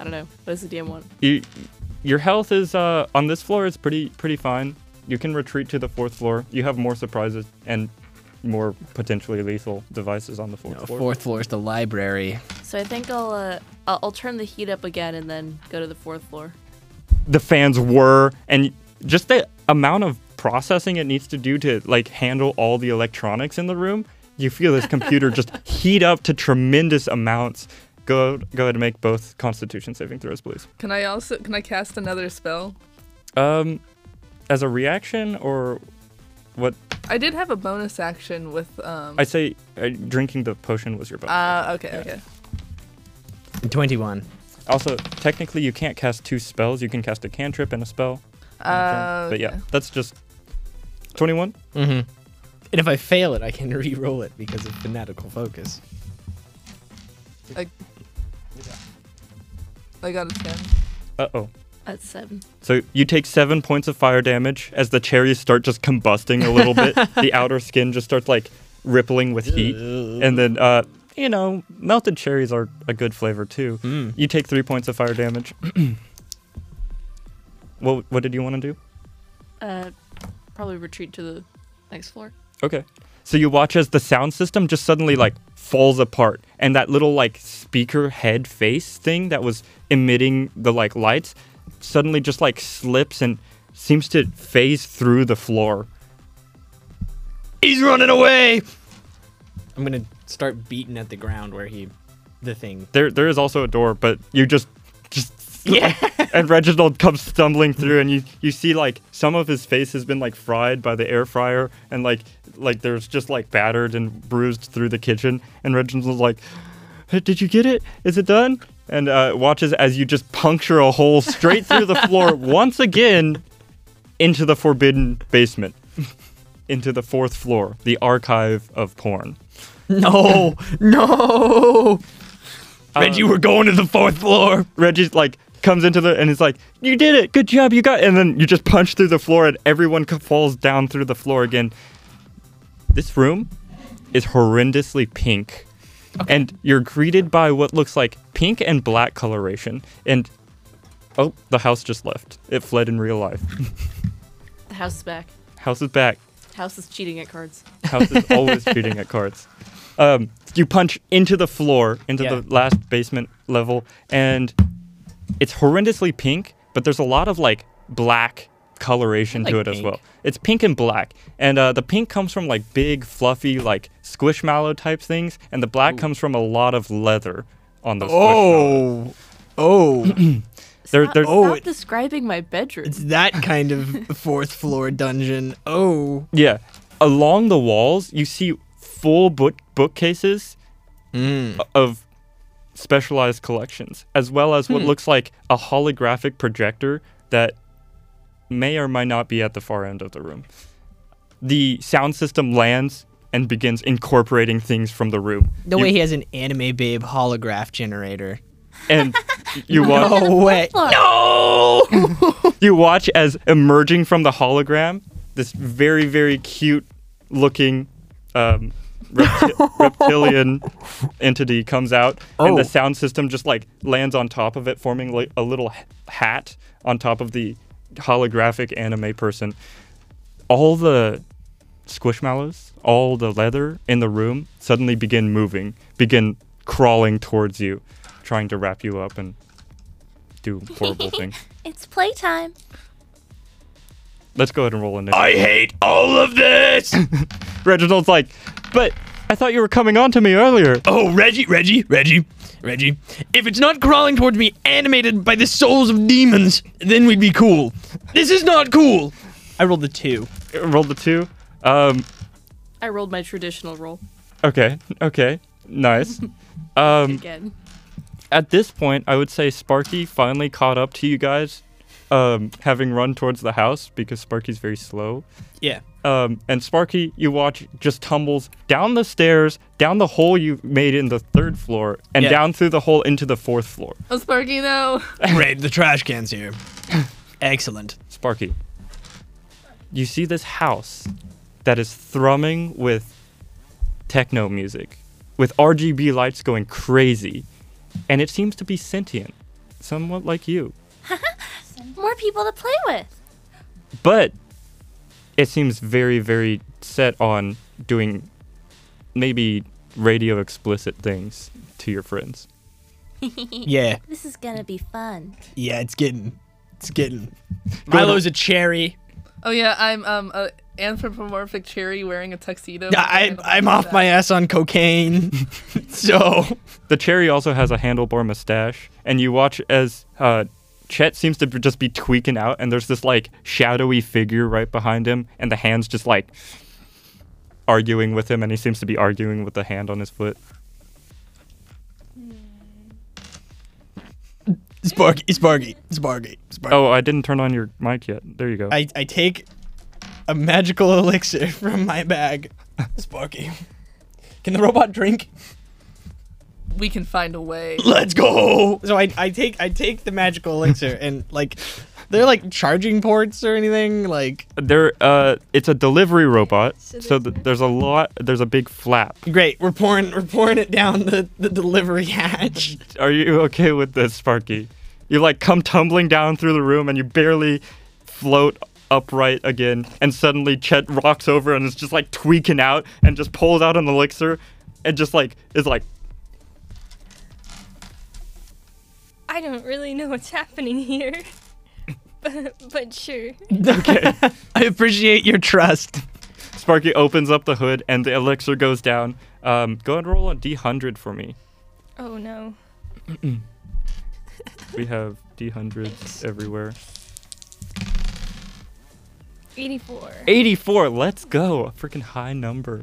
S2: I don't know. What does the DM want?
S1: You, your health is uh, on this floor is pretty pretty fine. You can retreat to the fourth floor. You have more surprises and more potentially lethal devices on the fourth
S4: No,
S1: floor.
S4: fourth floor is the library.
S2: So I think I'll uh, I'll, I'll turn the heat up again and then go to the fourth floor.
S1: the fans were and just the amount of processing it needs to do to like handle all the electronics in the room you feel this computer just heat up to tremendous amounts go go ahead and make both constitution saving throws please
S3: Can I also can I cast another spell?
S1: um as a reaction or what
S3: I did have a bonus action with um.
S1: i say uh, drinking the potion was your bonus
S3: uh, okay, okay.
S4: Twenty-one.
S1: also technically you can't cast two spells you can cast a cantrip and a spell
S3: Uh,
S1: but yeah
S3: okay.
S1: that's just 21
S4: Mm-hmm. And if I fail it, I can re-roll it because of fanatical focus.
S3: I got a ten.
S1: uh-oh
S2: That's seven.
S1: So you take seven points of fire damage as the cherries start just combusting a little bit. The outer skin just starts like rippling with heat, and then uh, you know melted cherries are a good flavor too. You take three points of fire damage. what what did you want to do?
S2: Uh, probably retreat to the next floor.
S1: Okay. So you watch as the sound system just suddenly like falls apart and that little like speaker head face thing that was emitting the like lights suddenly just like slips and seems to phase through the floor.
S4: He's running away. I'm gonna start beating at the ground where he, the thing.
S1: There there is also a door, but you just just
S4: Yeah.
S1: and Reginald comes stumbling through and you you see like some of his face has been like fried by the air fryer and like like there's just like battered and bruised through the kitchen and Reginald's like "Hey, did you get it is it done and uh, watches as you just puncture a hole straight through the floor once again into the forbidden basement into the fourth floor the archive of porn
S4: No, no. Reggie, we're going to the fourth floor.
S1: Reggie's like comes into the and is like, "You did it! Good job! You got!" And then you just punch through the floor, and everyone c- falls down through the floor again. This room is horrendously pink, and you're greeted by what looks like pink and black coloration. And oh, the house just left. It fled in real life.
S2: The house is back.
S1: house is back.
S2: House is cheating at cards.
S1: House is always shooting at cards. Um, you punch into the floor, into
S4: Yeah.
S1: the last basement level, and it's horrendously pink, but there's a lot of like black coloration
S4: I
S1: to it
S4: like
S1: as
S4: pink.
S1: well. It's pink and black, and uh, the pink comes from like big, fluffy, like
S4: Oh!
S1: squishmallow type things, and the black comes from a lot of leather on those. squishmallows.
S7: Oh,
S1: They're-
S6: stop,
S1: they're-
S6: stop
S1: Oh,
S7: it-
S6: describing my bedroom.
S7: it's that kind of fourth floor dungeon. Oh.
S1: Yeah. Along the walls, you see full book bookcases o- of specialized collections, as well as what looks like a holographic projector that may or may not be at the far end of the room. The sound system lands and begins incorporating things from the room.
S4: No
S1: You-
S4: way he has an anime babe holograph generator.
S1: And you watch
S4: No way.
S1: you watch as emerging from the hologram, this very, very cute looking um, repti- reptilian entity comes out, and
S4: Oh.
S1: the sound system just like lands on top of it, forming like a little h- hat on top of the holographic anime person. All the squishmallows, all the leather in the room suddenly begin moving, begin crawling towards you, trying to wrap you up and do horrible things.
S6: It's playtime.
S1: Let's go ahead and roll initiative.
S7: hate all of this.
S1: Reginald's like, but I thought you were coming on to me earlier.
S7: Oh, Reggie, Reggie, Reggie, Reggie. If it's not crawling towards me animated by the souls of demons, then we'd be cool. This is not cool.
S4: I rolled a two.
S1: Rolled the two. Um,
S2: I rolled my traditional roll
S1: okay, okay, nice.
S7: Mm.
S1: Um,
S2: again.
S1: at this point, I would say Sparky finally caught up to you guys, um, having run towards the house because Sparky's very slow.
S4: Yeah.
S1: Um, and Sparky, you watch, just tumbles down the stairs, down the hole you made in the third floor, and
S4: Yeah.
S1: down through the hole into the fourth floor.
S3: Oh, Sparky, no.
S4: Great, the trash can's here. Excellent.
S1: Sparky, you see this house that is thrumming with techno music, with RGB lights going crazy, and it seems to be sentient, somewhat like you.
S6: More people to play with.
S1: But it seems very, very set on doing maybe radio explicit things to your friends.
S4: Yeah.
S6: This is gonna be fun.
S4: Yeah, it's getting. It's getting.
S7: Milo's a cherry.
S3: Oh yeah, I'm um a anthropomorphic cherry wearing a tuxedo.
S4: I, I'm off my ass on cocaine. so.
S1: The cherry also has a handlebar mustache, and you watch as uh, Chet seems to be- just be tweaking out, and there's this like shadowy figure right behind him, and the hand's just like arguing with him, and he seems to be arguing with the hand on his foot.
S4: Sparky, Sparky, Sparky, Sparky.
S1: Oh, I didn't turn on your mic yet. There you go.
S4: I, I take a magical elixir from my bag. Sparky. Can the robot drink?
S3: We can find a way.
S4: Let's go. So I, I take I take the magical elixir and like they're like charging ports or anything like
S1: there, uh, it's a delivery robot, so th- there's a lot. There's a big flap.
S4: great we're pouring we're pouring it down the, the delivery hatch
S1: Are you okay with this, Sparky? You like come tumbling down through the room and you barely float upright again. And suddenly Chet rocks over and is just like tweaking out and just pulls out an elixir and just like is like,
S11: I don't really know what's happening here. but, but sure.
S1: okay.
S4: I appreciate your trust
S1: Sparky opens up the hood and the elixir goes down. Um, go and roll a D100 for me.
S11: Oh no.
S1: We have D100s everywhere.
S11: 84.
S1: 84, let's go. A freaking high number.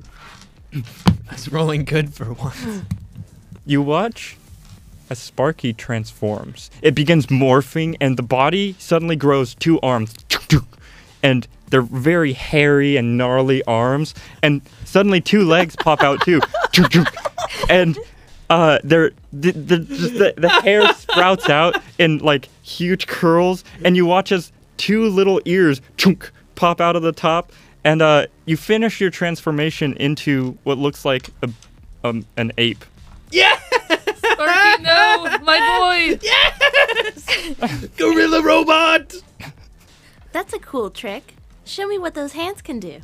S4: it's rolling good for once
S1: you watch as Sparky transforms. It begins morphing, and the body suddenly grows two arms. And they're very hairy and gnarly arms. And suddenly, two legs pop out, too. And uh, they're, the, the, just the, the hair sprouts out in like huge curls, and you watch as two little ears chunk, pop out of the top. And uh, you finish your transformation into what looks like a, um, an ape.
S3: Sparky, no, my boy.
S7: Gorilla robot.
S6: That's a cool trick. Show me what those hands can do.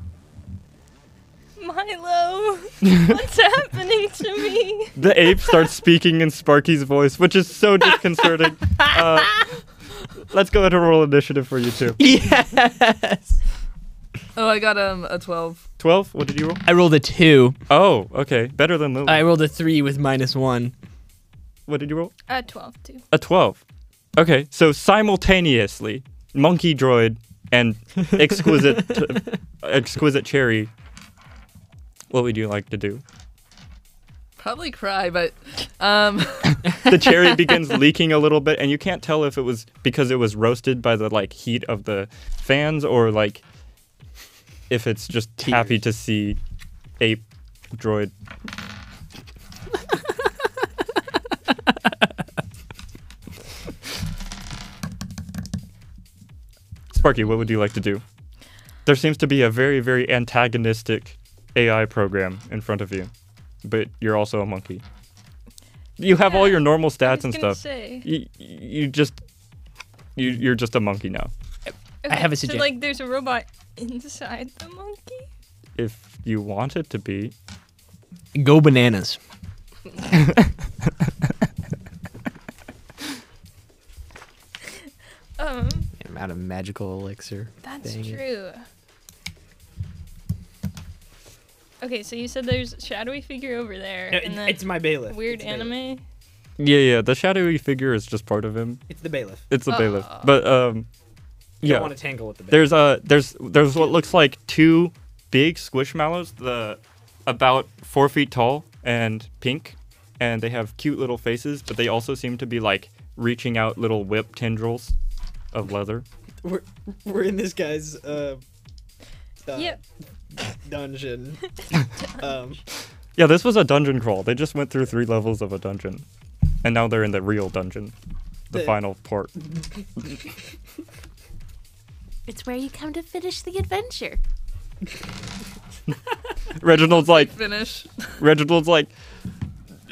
S11: Milo, what's happening to me?
S1: the ape starts speaking in Sparky's voice, which is so disconcerting. Uh, let's go ahead and roll initiative for you two.
S3: Oh, I got um a twelve.
S1: Twelve. What did you roll?
S4: I rolled a two
S1: Oh, okay, better than Lily.
S4: I rolled a three with minus one
S1: What did you roll?
S11: Uh, 12 too.
S1: A 12. Okay, so simultaneously, Monkey Droid and Exquisite t- Exquisite Cherry. What would you like to do?
S3: Probably cry, but um,
S1: The cherry begins leaking a little bit and you can't tell if it was because it was roasted by the like heat of the fans or like if it's just happy to see ape droid. Sparky, what would you like to do? There seems to be a very, very antagonistic AI program in front of you, but you're also a monkey. You have all
S11: Yeah,
S1: your normal
S11: I
S1: stats
S11: was
S1: and
S11: gonna
S1: stuff.
S11: say.
S1: You, you just, you, you're just a monkey now.
S11: Okay,
S4: have a
S11: So
S4: suggestion.
S11: like, there's a robot inside the monkey.
S1: If you want it to be,
S4: Go bananas.
S11: Um,
S4: I'm out of magical elixir.
S11: that's
S4: Dang it.
S11: true. Okay, so you said there's a shadowy figure over there, and then
S7: It's my bailiff.
S11: weird
S7: It's the bailiff.
S11: anime.
S1: Yeah, yeah. The shadowy figure is just part of him.
S7: It's the bailiff.
S1: It's the bailiff.
S11: Ah.
S1: But um,
S7: Uh, You
S1: yeah.
S7: don't want to tangle with the bailiff.
S1: There's uh, there's there's what looks like two big squishmallows, the about four feet tall and pink, and they have cute little faces, but they also seem to be like reaching out little whip tendrils of leather.
S7: We're, we're in this guy's uh, uh
S11: Yep.
S7: dungeon. um,
S1: Yeah, this was a dungeon crawl. They just went through three levels of a dungeon, and now they're in the real dungeon, the
S7: The-
S1: final part.
S6: It's where you come to finish the adventure.
S1: Reginald's like,
S3: finish.
S1: Reginald's like,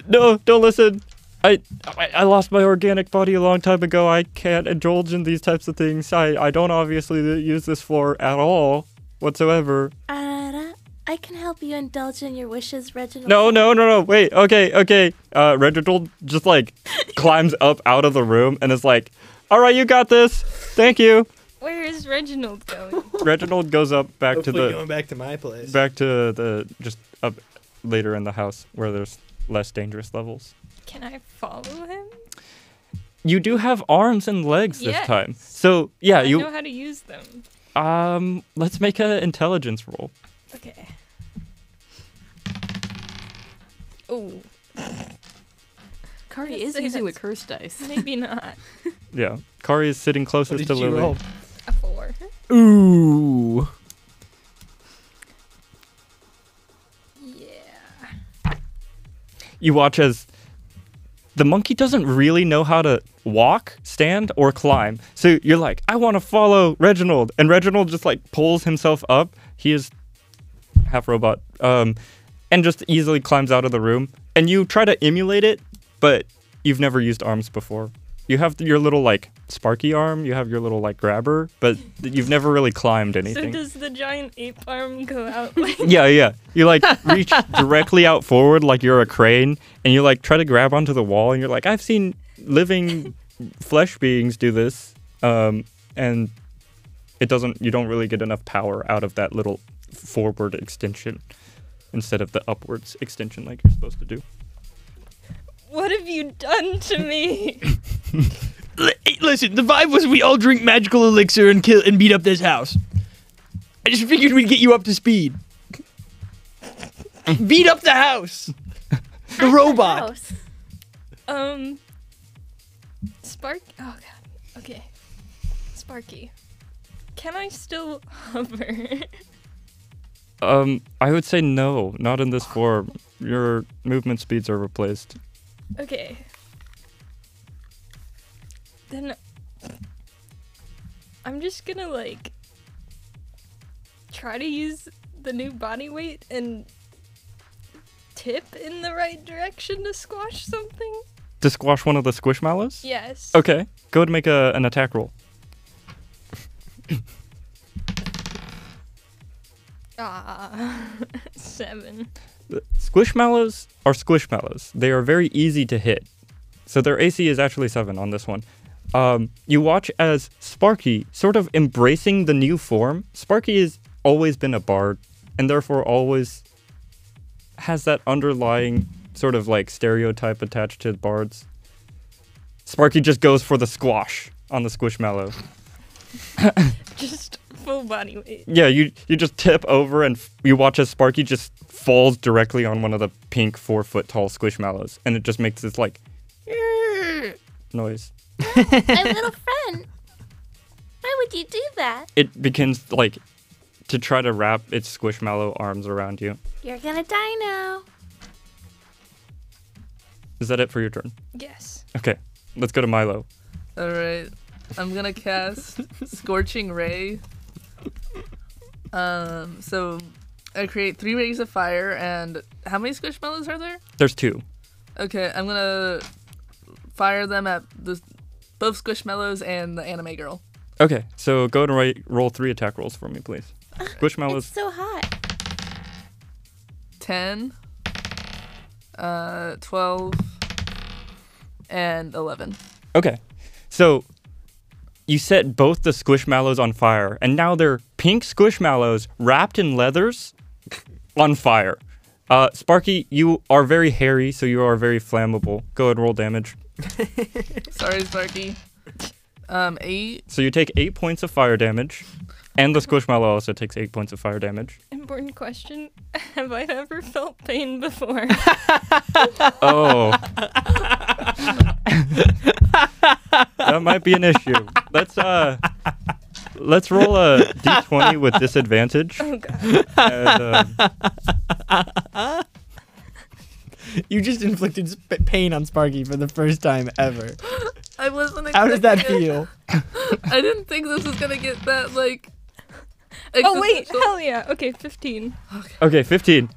S1: no, don't listen. I, I I lost my organic body a long time ago. I can't indulge in these types of things. I, I don't obviously use this floor at all whatsoever.
S6: Uh, I can help you indulge in your wishes, Reginald.
S1: No, no, no, no. Wait. Okay, okay. Uh, Reginald just like climbs up out of the room and is like, all right, you got this. Thank you.
S11: Where is Reginald going?
S1: Reginald goes up back to
S7: hopefully
S1: the
S7: going back to my place.
S1: back to the just up later in the house where there's less dangerous levels.
S11: Can I follow him?
S1: you do have arms and legs this
S11: Yes.
S1: time. So yeah,
S11: I
S1: you
S11: know how to use them.
S1: um let's make an intelligence roll.
S11: Okay. Oh,
S2: Kari
S11: I'd
S2: is
S11: say
S2: using the
S11: that's-
S2: curse dice.
S11: maybe not.
S1: Yeah. Kari is sitting
S7: What
S1: closest
S7: did
S1: to
S7: you
S1: Lily.
S7: roll?
S11: A four.
S4: Ooh.
S11: Yeah.
S1: You watch as the monkey doesn't really know how to walk, stand, or climb. So you're like, I want to follow Reginald. And Reginald just like pulls himself up. He is half robot. Um and just easily climbs out of the room. And you try to emulate it, but you've never used arms before. You have your little like sparky arm, you have your little like grabber, but you've never really climbed anything.
S11: So does the giant ape arm go out? Like,
S1: Yeah, yeah. You like reach directly out forward like you're a crane and you like try to grab onto the wall and you're like, I've seen living flesh beings do this. Um, and it doesn't, you don't really get enough power out of that little forward extension instead of the upwards extension like you're supposed to do.
S11: what have you done to me?
S4: L- hey, listen, the vibe was we all drink magical elixir and kill and beat up this house. I just figured we'd get you up to speed.
S7: Beat up the house. The robot.
S6: Gross.
S11: Um. Spark. Oh god. Okay. Sparky. Can I still hover?
S1: Um, I would say no, not in this form. Your movement speeds are replaced.
S11: okay. Then I'm just gonna like try to use the new body weight and tip in the right direction to squash something.
S1: To squash one of the squishmallows?
S11: Yes.
S1: Okay, go ahead and make a, an attack roll.
S11: Ah, seven.
S1: The Squishmallows are squishmallows. They are very easy to hit. So their AC is actually 7 on this one. Um, you watch as Sparky, sort of embracing the new form, Sparky has always been a bard and therefore always has that underlying sort of like stereotype attached to bards. Sparky just goes for the squash on the squishmallow.
S11: Just full body weight.
S1: Yeah, you you just tip over and f- you watch as Sparky just falls directly on one of the pink four foot tall squishmallows, and it just makes this like noise.
S6: My little friend. Why would you do that?
S1: It begins like to try to wrap its squishmallow arms around you.
S6: You're gonna die now.
S1: Is that it for your turn?
S11: Yes.
S1: Okay, let's go to Milo.
S3: All right, I'm gonna cast Scorching Ray. Um, so I create three rays of fire, and how many squishmallows are there?
S1: There's two.
S3: Okay, I'm gonna fire them at the both squishmallows and the anime girl.
S1: Okay, so go and write, roll three attack rolls for me, please.
S6: It's
S1: Squishmallows.
S6: so hot.
S3: Ten, uh, twelve, and eleven.
S1: Okay, so you set both the squishmallows on fire, and now they're pink squishmallows wrapped in leathers on fire. Uh, Sparky, you are very hairy, so you are very flammable. Go ahead and roll damage.
S3: Sorry, Sparky. Um, eight.
S1: So you take eight points of fire damage, and the squishmallow also takes eight points of fire damage.
S11: Important question. Have I ever felt pain before?
S1: Oh. that might be an issue. Let's uh let's roll a d20 with disadvantage.
S11: oh god.
S1: And, um,
S4: You just inflicted sp- pain on Sparky for the first time ever.
S3: I wasn't.
S4: How does that
S3: expecting it.
S4: feel?
S3: I didn't think this was gonna get that like.
S11: Oh wait,
S3: existential.
S11: hell yeah. Okay, 15.
S1: okay, 15.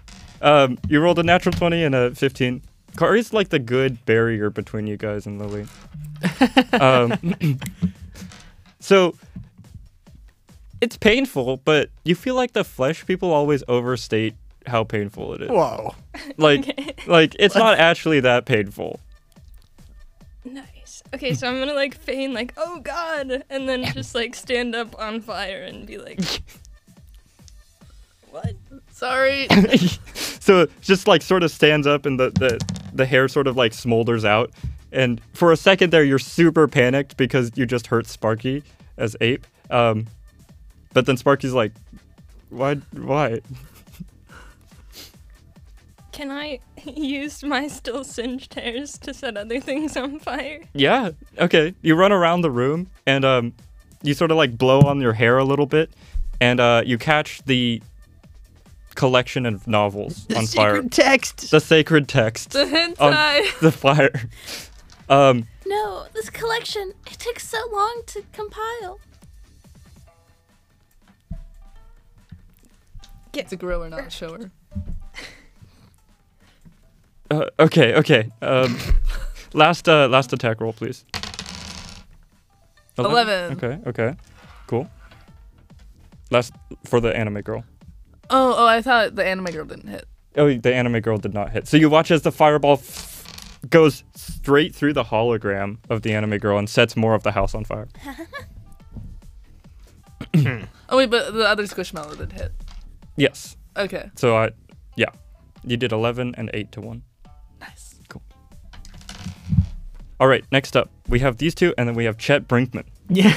S1: Um you rolled a natural 20 and a 15. Kari's like the good barrier between you guys and Lily. Um So it's painful, but you feel like the flesh people always overstate how painful it is.
S4: Whoa.
S1: Like like it's not actually that painful.
S11: Nice. Okay, so I'm gonna like feign like, oh god, and then just like stand up on fire and be like, what?
S3: Sorry.
S1: so it just like sort of stands up and the, the the hair sort of like smolders out and for a second there you're super panicked because you just hurt sparky as ape um but then sparky's like why why
S11: Can I use my still singed hairs to set other things on fire?
S1: yeah okay you run around the room and um you sort of like blow on your hair a little bit and uh you catch the collection of novels on fire
S4: text.
S1: the sacred text
S3: The hentai.
S1: on the fire um
S6: No, this collection, it took so long to compile.
S3: It's a grower, not a shower.
S1: Uh, okay, okay. Um, last uh, last attack roll, please.
S3: 11.
S1: Okay, okay. Cool. Last for the anime girl.
S3: Oh, oh, I thought the anime girl didn't hit.
S1: Oh, the anime girl did not hit. So you watch as the fireball f- goes straight through the hologram of the anime girl and sets more of the house on fire.
S3: Oh wait, but the other squishmallow did hit.
S1: Yes.
S3: Okay.
S1: So I, yeah, you did 11 and 8 to 1.
S3: Nice.
S1: All right, next up, we have these two, and then we have Chet Brinkman.
S4: Yeah.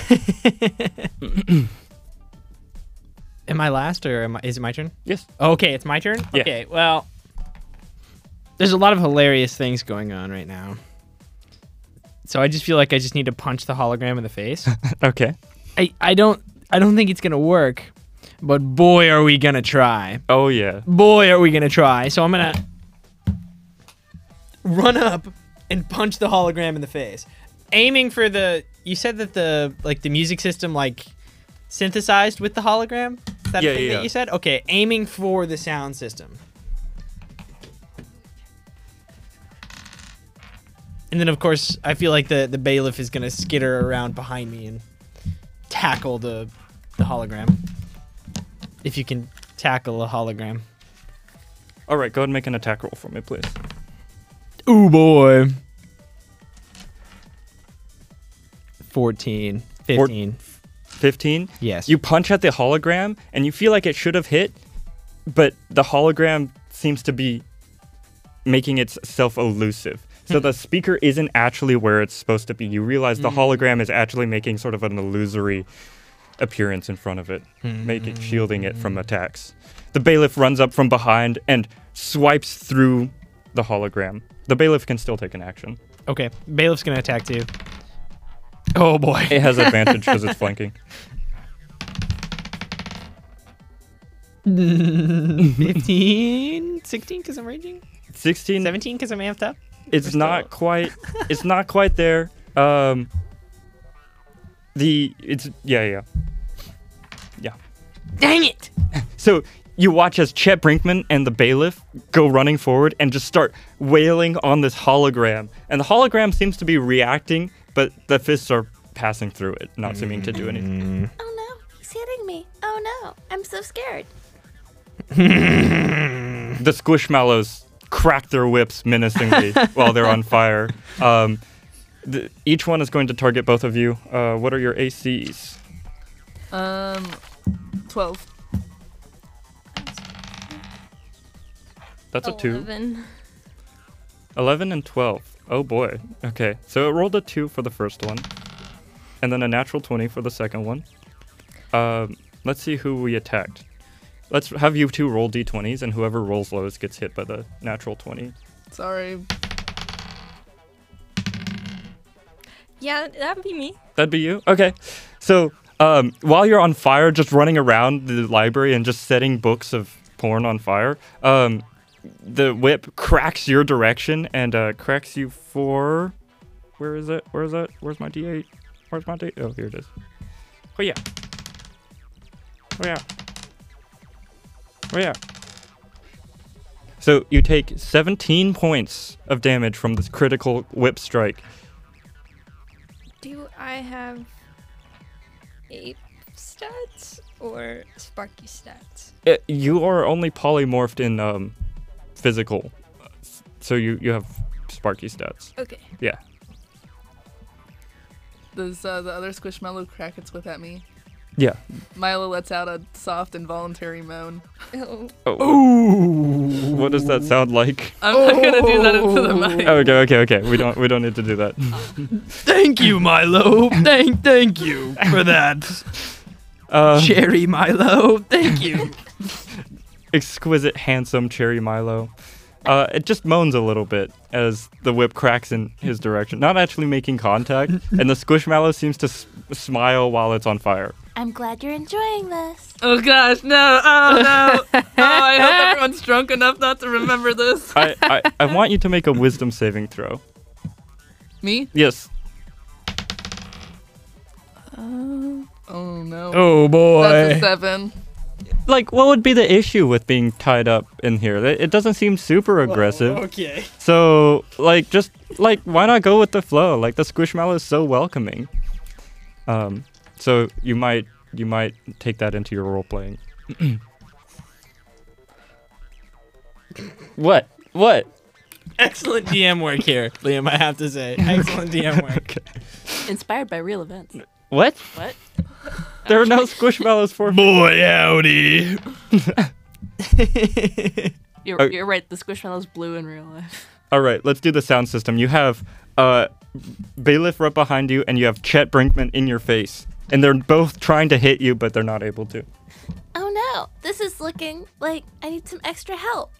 S4: am I last or am I, is it my turn?
S1: Yes.
S4: Okay, it's my turn?
S1: Yeah.
S4: Okay, well, there's a lot of hilarious things going on right now. So I just feel like I just need to punch the hologram in the face.
S1: Okay.
S4: I, I don't I don't think it's gonna work, but boy are we gonna try.
S1: Oh, yeah.
S4: Boy are we gonna try. So I'm gonna
S7: Run up and punch the hologram in the face.
S4: aiming for the you said that the like the music system like synthesized with the hologram? Is that
S1: Yeah,
S4: a thing
S1: yeah, yeah.
S4: that you said? Okay, aiming for the sound system. And then of course I feel like the, the bailiff is gonna skitter around behind me and tackle the the hologram. If you can tackle a hologram.
S1: All right, go ahead and make an attack roll for me, please.
S4: Ooh boy. 14. 15.
S1: 15.
S4: yes.
S1: You punch at the hologram and you feel like it should have hit, but the hologram seems to be making itself elusive. so the speaker isn't actually where it's supposed to be. You realize the hologram is actually making sort of an illusory appearance in front of it, making shielding it from attacks. The bailiff runs up from behind and swipes through the hologram. The bailiff can still take an action.
S4: Okay, bailiff's gonna attack too. Oh boy.
S1: It has advantage because it's flanking.
S4: 15, 16 because I'm raging.
S1: 16
S4: 17 because I'm amped up.
S1: it's not quite it's not quite there um the it's yeah yeah yeah
S6: Dang it!
S1: so you watch as chet brinkman and the bailiff go running forward and just start wailing on this hologram and the hologram seems to be reacting but the fists are passing through it not seeming to do anything
S6: Oh no, he's hitting me. Oh no, I'm so scared.
S1: the squishmallows crack their whips menacingly while they're on fire um, th- each one is going to target both of you uh, what are your acs
S3: Um, 12.
S1: that's a two
S11: 11.
S1: 11 and 12. Oh boy. Okay. So it rolled a 2 for the first one, and then a natural 20 for the second one. Um, let's see who we attacked. Let's have you two roll d20s, and whoever rolls lowest gets hit by the natural 20.
S3: Sorry.
S11: Yeah, that'd be me.
S1: That'd be you? Okay. So um, while you're on fire, just running around the library and just setting books of porn on fire, um, the whip cracks your direction and uh, cracks you for. Where is it? Where is that? Where's my D8? Where's my D? Oh, here it is. Oh, yeah. Oh, yeah. Oh, yeah. So you take 17 points of damage from this critical whip strike.
S11: Do I have ape stats or Sparky stats?
S1: Uh, you are only polymorphed in um, physical, so you you have Sparky stats.
S11: Okay.
S1: Yeah.
S3: Does uh, the other squishmallow crack its whip at me?
S1: Yeah.
S3: Milo lets out a soft, involuntary moan.
S11: Oh,
S1: What does that sound like?
S3: I'm not gonna do that into the mic.
S1: Okay, okay, okay. We don't we don't need to do that.
S7: Thank you, Milo. Thank, thank you for that,
S1: Uh,
S7: Cherry Milo. Thank you.
S1: exquisite, handsome cherry Milo. Uh, it just moans a little bit as the whip cracks in his direction, not actually making contact, and the squishmallow seems to s- smile while it's on fire.
S6: I'm glad you're enjoying this.
S3: Oh gosh, no! Oh no! oh, I hope everyone's drunk enough not to remember this.
S1: I, I, I want you to make a wisdom saving throw.
S3: Me?
S1: Yes.
S3: Oh no.
S1: Oh boy.
S3: That's a seven.
S1: like what would be the issue with being tied up in here it it doesn't seem super aggressive
S7: Okay.
S1: so like just like why not go with the flow like the squishmallow is so welcoming um so you might you might take that into your role playing what what
S7: Excellent DM work here, Liam. I have to say, excellent DM work.
S2: Inspired by real events.
S1: what
S2: What?
S1: there are no squishmallows for
S7: Boy, howdy.
S2: You're,
S1: Oh.
S2: you're right. The squishmallow's blue in real life.
S1: All right, let's do the sound system. You have uh, Bailiff right behind you, and you have Chet Brinkman in your face. And they're both trying to hit you, but they're not able to.
S6: Oh no, this is looking like I need some extra help.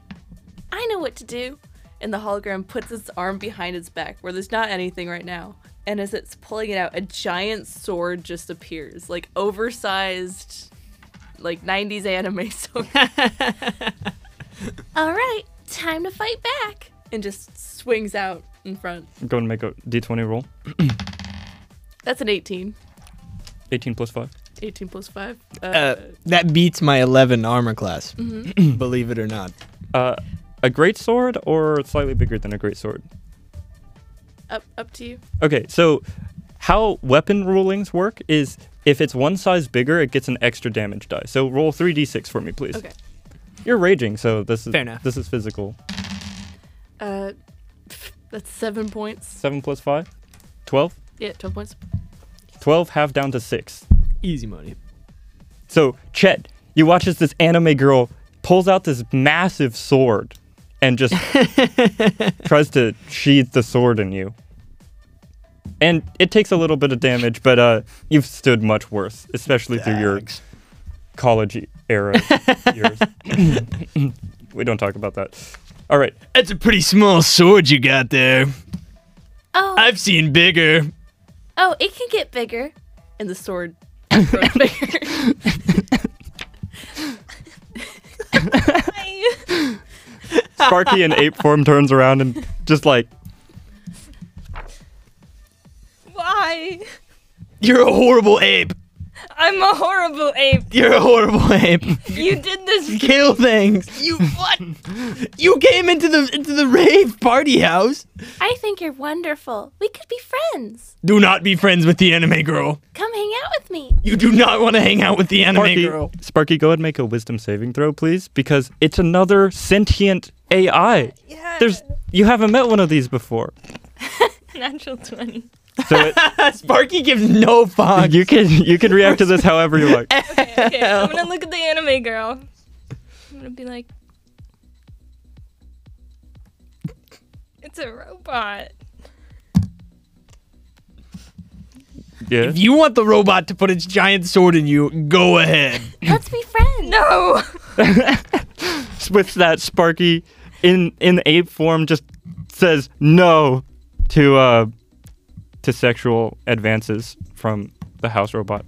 S2: I know what to do. And the hologram puts its arm behind its back where there's not anything right now. And as it's pulling it out, a giant sword just appears, like oversized, like 90s anime sword,
S6: All right, time to fight back.
S2: and just swings out in front.
S1: Go and make a d20 roll.
S2: That's an 18.
S1: 18 plus 5.
S2: 18 plus 5. Uh,
S4: Uh, that beats my 11 armor class. Believe it or not.
S1: Uh, a great sword or slightly bigger than a great sword?
S2: up, up to you.
S1: Okay, so how weapon rulings work is if it's one size bigger, it gets an extra damage die. So roll 3d6 for me, please.
S2: Okay.
S1: You're raging, so this is
S4: Fair enough.
S1: this is physical.
S2: Uh, pff, that's seven points.
S1: 7 plus 5? 12?
S2: Yeah, 12 points.
S1: 12 half down to 6.
S4: Easy money.
S1: So, Chet, you watch as this anime girl pulls out this massive sword and just tries to sheathe the sword in you. And it takes a little bit of damage, but uh, you've stood much worse, especially through your college e- era years. we don't talk about that. All right.
S4: That's a pretty small sword you got there.
S6: Oh,
S4: I've seen bigger.
S6: oh, it can get bigger.
S2: and the sword.
S1: Sparky in ape form turns around and just like
S11: Why?
S4: You're a horrible ape.
S11: I'm a horrible ape.
S4: You're a horrible ape.
S11: You did this.
S4: Kill things. You what? you came into the into the rave party house.
S6: I think you're wonderful. We could be friends.
S4: Do not be friends with the anime girl.
S6: Come hang out with me.
S4: You do not want to hang out with the anime
S1: Sparky,
S4: girl.
S1: Sparky, go ahead and make a wisdom saving throw, please, because it's another sentient AI.
S11: Yeah.
S1: There's you haven't met one of these before.
S11: natural twenty.
S1: So it,
S4: Sparky gives no fuck.
S1: you can you can react to this however you like.
S11: Okay, okay. I'm gonna look at the anime girl. I'm gonna be like, it's a robot.
S1: Yeah.
S4: If you want the robot to put its giant sword in you, go ahead.
S6: Let's be friends.
S11: No.
S1: With that, Sparky in in ape form just says no to uh to sexual advances from the house robot,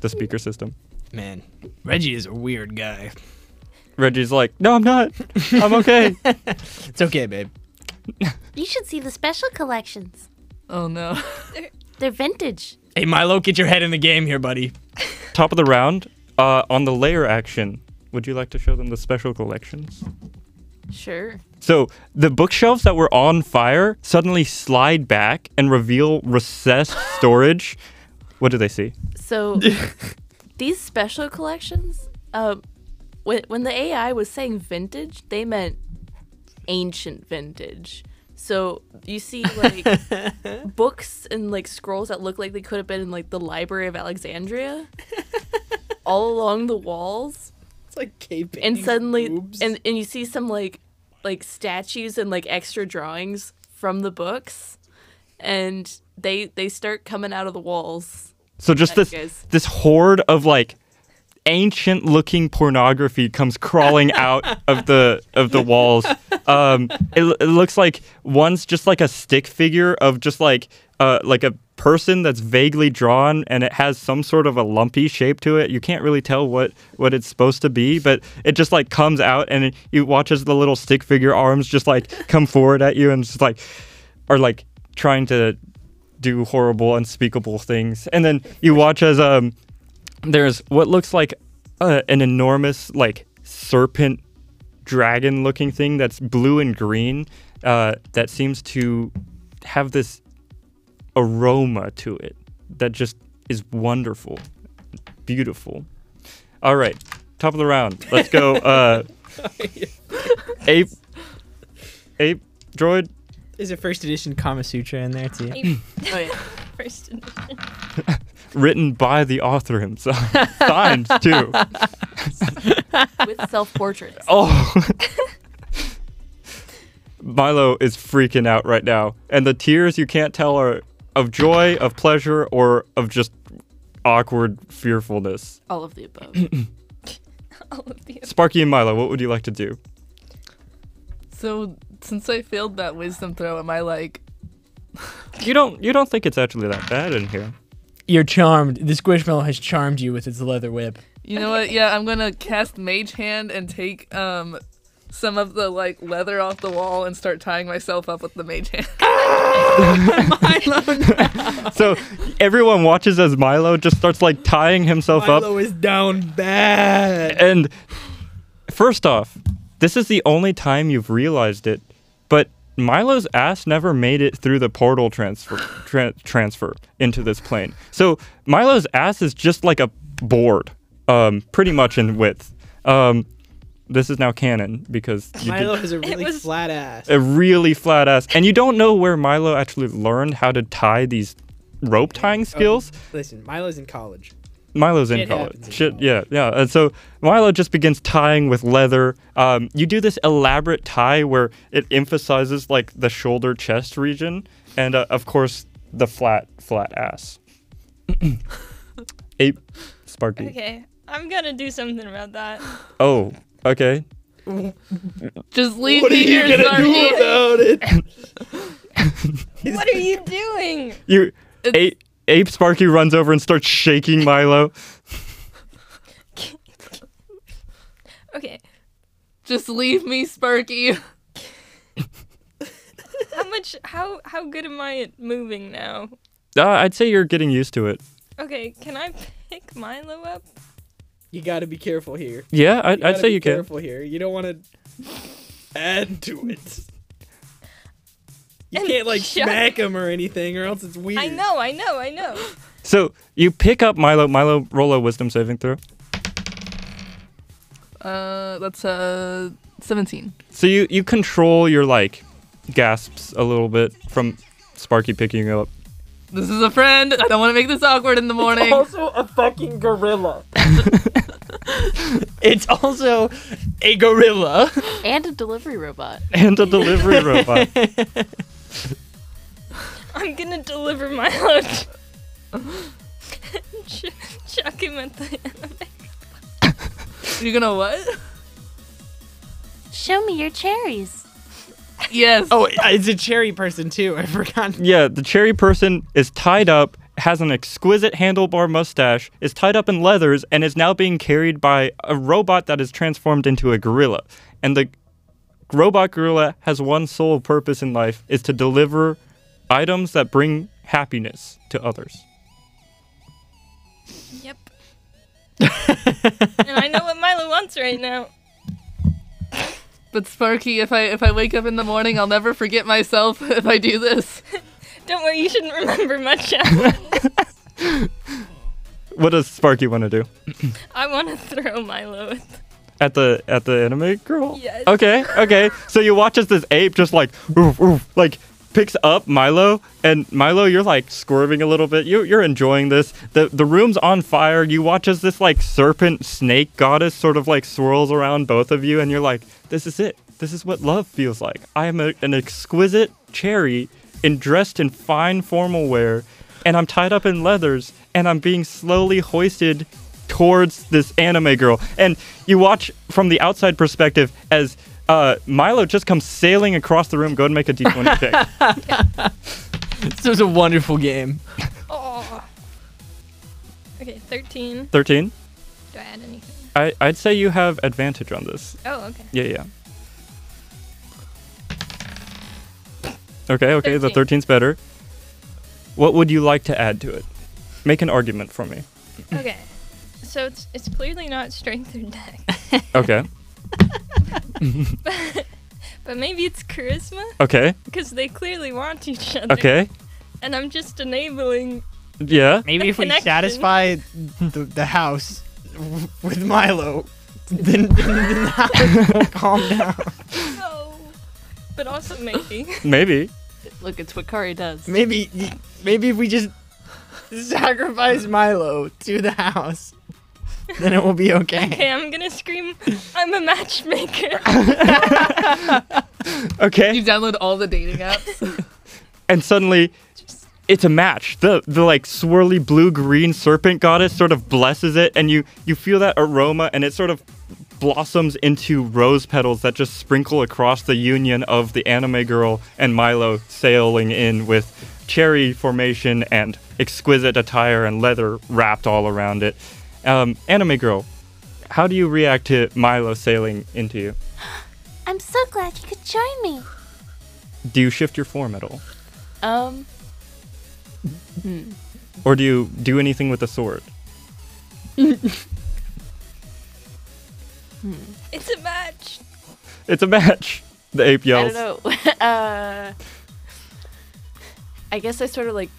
S1: the speaker system.
S4: Man, Reggie is a weird guy.
S1: Reggie's like, no, I'm not. I'm okay.
S4: It's okay, babe.
S6: You should see the special collections.
S3: Oh no.
S6: They're vintage.
S4: Hey Milo, get your head in the game here, buddy.
S1: Top of the round, uh, on the layer action, would you like to show them the special collections?
S2: Sure.
S1: So the bookshelves that were on fire suddenly slide back and reveal recessed storage. What do they see?
S2: So these special collections, um, when when the AI was saying vintage, they meant ancient vintage. So you see like books and like scrolls that look like they could have been in like the Library of Alexandria, all along the walls.
S7: It's like cave
S2: and
S7: paintings,
S2: suddenly
S7: boobs.
S2: and, and you see some like like statues and like extra drawings from the books and they they start coming out of the walls
S1: So just
S2: That
S1: this
S2: goes-
S1: this horde of like ancient looking pornography comes crawling out of the of the walls. Um, it, it looks like one's just like a stick figure of just like uh, like a person that's vaguely drawn and it has some sort of a lumpy shape to it. You can't really tell what what it's supposed to be, but it just like comes out and it, you watch as the little stick figure arms just like come forward at you and just like are like trying to do horrible, unspeakable things. And then you watch as um, there's what looks like uh, an enormous like serpent dragon looking thing that's blue and green uh, that seems to have this aroma to it that just is wonderful, beautiful. All right, top of the round. Let's go. Uh, ape, ape, droid.
S4: There's a first edition Kama Sutra in there too.
S2: oh yeah
S11: First edition.
S1: written by the author himself. Signed too.
S2: with self-portraits
S1: Oh. Milo is freaking out right now, and the tears you can't tell are of joy, of pleasure, or of just awkward fearfulness.
S2: all of the above
S11: All of the.
S1: Sparky and Milo, what would you like to do?
S3: So since I failed that wisdom throw, am I like
S1: You don't you don't think it's actually that bad in here.
S4: You're charmed. This squishmallow has charmed you with its leather whip.
S3: You know what? Yeah, I'm gonna cast Mage Hand and take um some of the like leather off the wall and start tying myself up with the Mage Hand.
S1: So everyone watches as Milo just starts like tying himself up
S7: Milo is down bad.
S1: And first off, this is the only time you've realized it, but Milo's ass never made it through the portal transfer tran transfer into this plane. So Milo's ass is just like a board, um, pretty much in width. Um, this is now canon because you did
S7: Milo has a really
S11: was-
S7: flat ass.
S1: a really flat ass, and you don't know where Milo actually learned how to tie these rope tying skills.
S7: Listen, Oh, Milo's in college.
S1: Milo's in
S4: Shit
S1: college.
S4: happens.
S1: Shit, yeah, yeah. And so Milo just begins tying with leather. Um, you do this elaborate tie where it emphasizes like the shoulder chest region, and uh, of course the flat flat ass. Ape, Sparky.
S11: Okay, I'm gonna do something about that.
S1: Oh, okay.
S3: Just leave me here, Sparky.
S7: about it?
S11: what are you doing?
S1: You ape, ape Sparky runs over and starts shaking Milo.
S11: Okay,
S3: Just leave me, Sparky.
S11: how much? How how good am I at moving now?
S1: Uh, I'd say you're getting used to it.
S11: Okay, can I pick Milo up?
S7: You gotta be careful here.
S1: Yeah, I,
S7: You
S1: I'd
S7: gotta
S1: say
S7: be
S1: you can.
S7: Careful here. You don't want to add to it. You
S11: And
S7: can't like
S11: chuck-
S7: smack him or anything, or else it's weird.
S11: I know, I know, I know.
S1: So you pick up Milo. Milo, roll a wisdom saving throw.
S3: Uh, that's uh, seventeen.
S1: So you you control your like gasps a little bit from Sparky picking you up.
S3: This is a friend. I don't want to make this awkward in the morning.
S7: Also, a fucking gorilla.
S4: It's also a gorilla.
S2: And a delivery robot.
S1: And a delivery robot.
S11: I'm gonna deliver Milo. to- Ch- chuck him at the enemy.
S3: You're gonna what?
S6: Show me your cherries.
S3: Yes.
S4: Oh, it's a cherry person too. I forgot.
S1: Yeah, the cherry person is tied up, has an exquisite handlebar mustache, is tied up in leathers, and is now being carried by a robot that is transformed into a gorilla. And the robot gorilla has one sole purpose in life is to deliver items that bring happiness to others.
S11: Yep. and I know what Milo wants right now.
S3: But Sparky, if I if I wake up in the morning, I'll never forget myself if I do this.
S11: Don't worry, you shouldn't remember much. Alan.
S1: What does Sparky want to do?
S11: I want to throw Milo. At the-
S1: At the at the anime girl?
S11: Yes.
S1: Okay, okay. So you watch as this ape just like oof, oof, like picks up Milo and Milo you're like squirming a little bit. You you're enjoying this. The the room's on fire. You watch as this like serpent snake goddess sort of like swirls around both of you and you're like, This is it. This is what love feels like. I am a, an exquisite cherry and dressed in fine formal wear and I'm tied up in leathers and I'm being slowly hoisted towards this anime girl. And you watch from the outside perspective as uh, Milo just comes sailing across the room. Go and make a d20 check.
S4: This was a wonderful game.
S11: oh. Okay, 13.
S1: 13.
S11: Do I add anything?
S1: I, I'd say you have advantage on this.
S11: Oh, okay.
S1: Yeah, yeah. Okay, okay, the
S11: 13.
S1: 13's better. What would you like to add to it? Make an argument for me.
S11: Okay. So it's it's clearly not strength or dex,
S1: Okay,
S11: but maybe it's charisma
S1: okay,
S11: because they clearly want each other.
S1: okay.
S11: And I'm just enabling.
S1: Yeah,
S4: Maybe
S11: The
S4: if we
S11: connection.
S4: satisfy the, the house w- with Milo, then, then the house will calm down.
S11: No. But also maybe.
S1: maybe.
S2: Look, it's what Kari does.
S4: Maybe maybe if we just sacrifice Milo to the house, then it will be okay.
S11: Okay, I'm gonna scream. I'm a matchmaker.
S1: Okay.
S3: You download all the dating apps.
S1: and suddenly it's a match. The the like swirly blue green serpent goddess sort of blesses it, and you you feel that aroma, and it sort of blossoms into rose petals that just sprinkle across the union of the anime girl and Milo sailing in with cherry formation and exquisite attire and leather wrapped all around it. Um, anime girl, how do you react to Milo sailing into you?
S6: I'm so glad you could join me.
S1: Do you shift your form at all,
S2: Um,
S1: or do you do anything with the sword?
S11: it's a match.
S1: It's a match. The ape
S2: I
S1: yells.
S2: don't know. uh, I guess I sort of like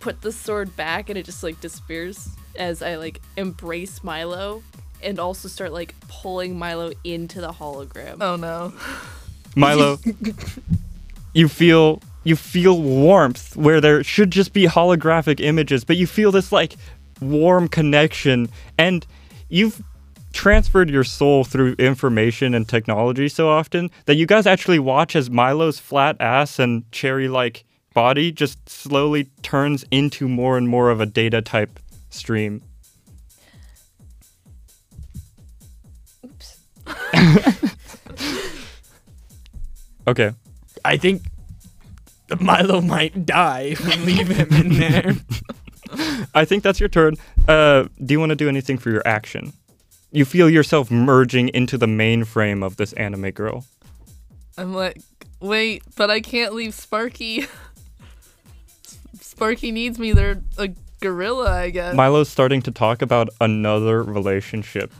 S2: put the sword back and it just like disappears as I like embrace Milo and also start like pulling Milo into the hologram.
S3: oh no.
S1: Milo, you feel you feel warmth where there should just be holographic images, but you feel this like warm connection and you've transferred your soul through information and technology so often that you guys actually watch as Milo's flat ass and cherry like body just slowly turns into more and more of a data type stream.
S11: Oops.
S1: Okay.
S7: I think Milo might die if we leave him in there.
S1: I think that's your turn. Uh, do you want to do anything for your action? You feel yourself merging into the mainframe of this anime girl.
S3: I'm like, wait, but I can't leave Sparky. Sparky needs me. They're a gorilla, I guess.
S1: Milo's starting to talk about another relationship.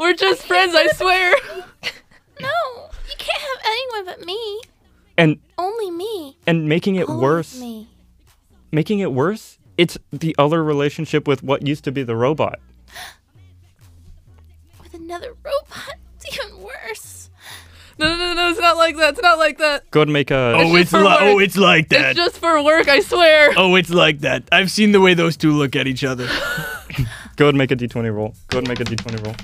S3: We're just friends, I swear.
S6: No, you can't have anyone but me.
S1: And
S6: Only me.
S1: and making it
S6: Only
S1: worse,
S6: Me.
S1: making it worse, it's the other relationship with what used to be the robot.
S6: With another robot. It's even worse.
S3: No, no, no, no, it's not like that. It's not like that.
S1: Go ahead and make a
S7: oh, it's
S3: for
S7: li-
S3: work.
S7: oh, it's like that.
S3: It's just for work, I swear.
S7: oh, it's like that. I've seen the way those two look at each other.
S1: go ahead and make a d20 roll. Go ahead and make a d20 roll.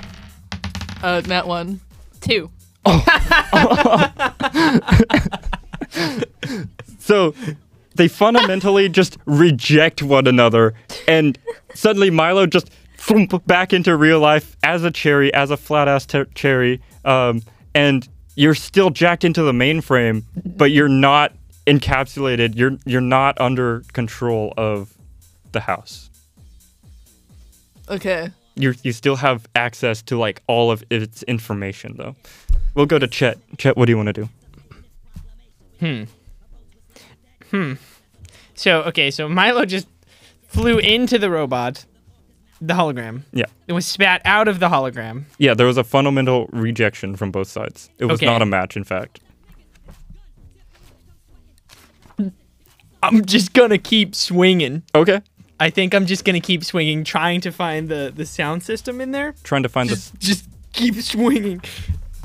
S3: Uh, Nat one, two.
S1: So they fundamentally just reject one another, and suddenly Milo just thump back into real life as a cherry, as a flat ass ter- cherry, um, and you're still jacked into the mainframe, but you're not encapsulated. You're you're not under control of the house.
S3: Okay.
S1: You you still have access to like all of its information though. We'll go to Chet. Chet, what do you want to do?
S4: So okay, so Milo just flew into the robot, the hologram.
S1: Yeah.
S4: It was spat out of the hologram.
S1: Yeah, there was a fundamental rejection from both sides. It was
S4: Okay.
S1: not a match, in fact.
S7: I'm just gonna keep swinging.
S1: Okay.
S4: I think I'm just gonna keep swinging, trying to find the the sound system in there.
S1: Trying to find the
S4: Just just keep swinging.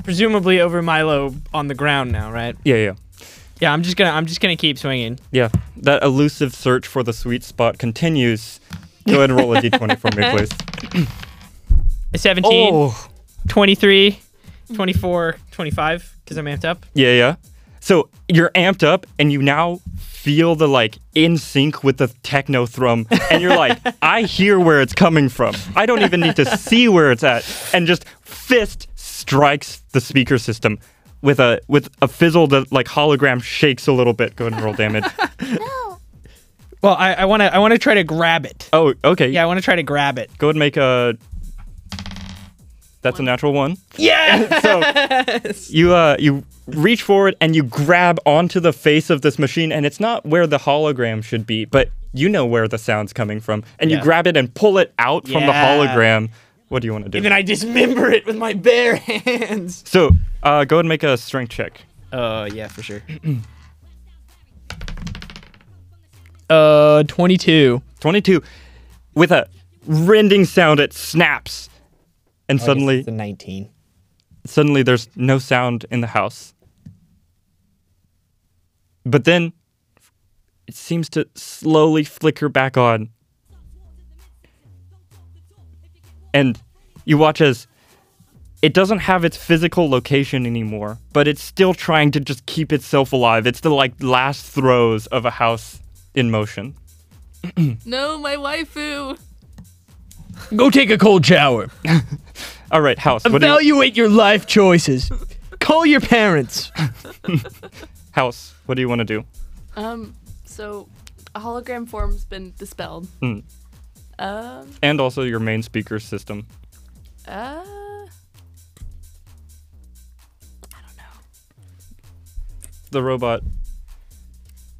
S4: Presumably over Milo on the ground now, right?
S1: Yeah, yeah.
S4: Yeah, I'm just gonna I'm just gonna keep swinging.
S1: Yeah. That elusive search for the sweet spot continues. Go ahead and roll a d20 for me, please.
S4: 17, 23, 24, 25, because I'm amped up.
S1: Yeah, yeah. So you're amped up and you now feel the like in sync with the techno thrum and you're like, I hear where it's coming from. I don't even need to see where it's at. And just fist strikes the speaker system with a with a fizzle that like hologram shakes a little bit. Go ahead and roll damage.
S6: No.
S4: Well, I, I wanna I wanna try to grab it.
S1: Oh, okay.
S4: Yeah, I wanna try to grab it.
S1: Go ahead and make a That's a natural one.
S4: Yeah!
S1: so you uh you reach forward and you grab onto the face of this machine and it's not where the hologram should be but you know where the sound's coming from and you
S4: Yeah.
S1: grab it and pull it out from the
S4: Yeah.
S1: hologram what do you want to do
S4: and then I dismember it with my bare hands.
S1: so uh, go ahead and make a strength check
S4: Uh, yeah, for sure. uh, 22.
S1: 22 with a rending sound it snaps and suddenly
S4: the 19.
S1: suddenly there's no sound in the house. But then it seems to slowly flicker back on. And you watch as it doesn't have its physical location anymore, but it's still trying to just keep itself alive. It's the like last throes of a house in motion.
S3: No, my waifu.
S7: Go take a cold shower.
S1: All right, house. What do you,
S7: Evaluate your life choices. Call your parents.
S1: house. What do you want to do?
S2: Um, so a hologram form's been dispelled.
S1: Hmm.
S2: Um,
S1: And also your main speaker system.
S2: uh,
S1: the robot,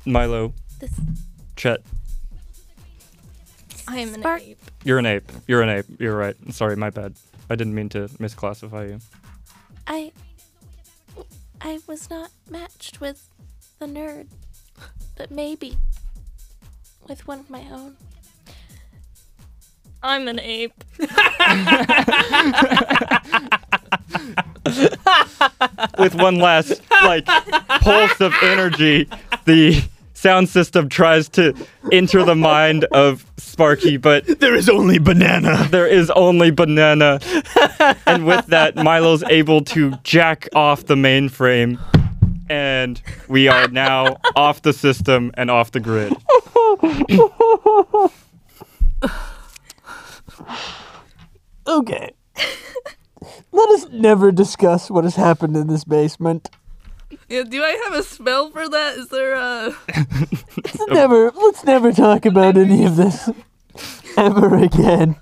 S1: Milo,
S6: This
S1: Chet.
S11: I am an
S6: Spark-
S11: ape.
S1: You're an ape. You're an ape. You're right. Sorry, my bad. I didn't mean to misclassify you.
S6: I I was not matched with the nerd. But maybe with one of my own.
S11: I'm an ape.
S1: With one last like pulse of energy, the sound system tries to enter the mind of Sparky, but
S4: There is only banana.
S1: there is only banana. and with that, Milo's able to jack off the mainframe. And we are now off the system and off the grid.
S5: Okay. Let us never discuss what has happened in this basement.
S3: Yeah, do I have a spell for that? Is there uh, a
S5: Let's never let's never talk about any of this ever again.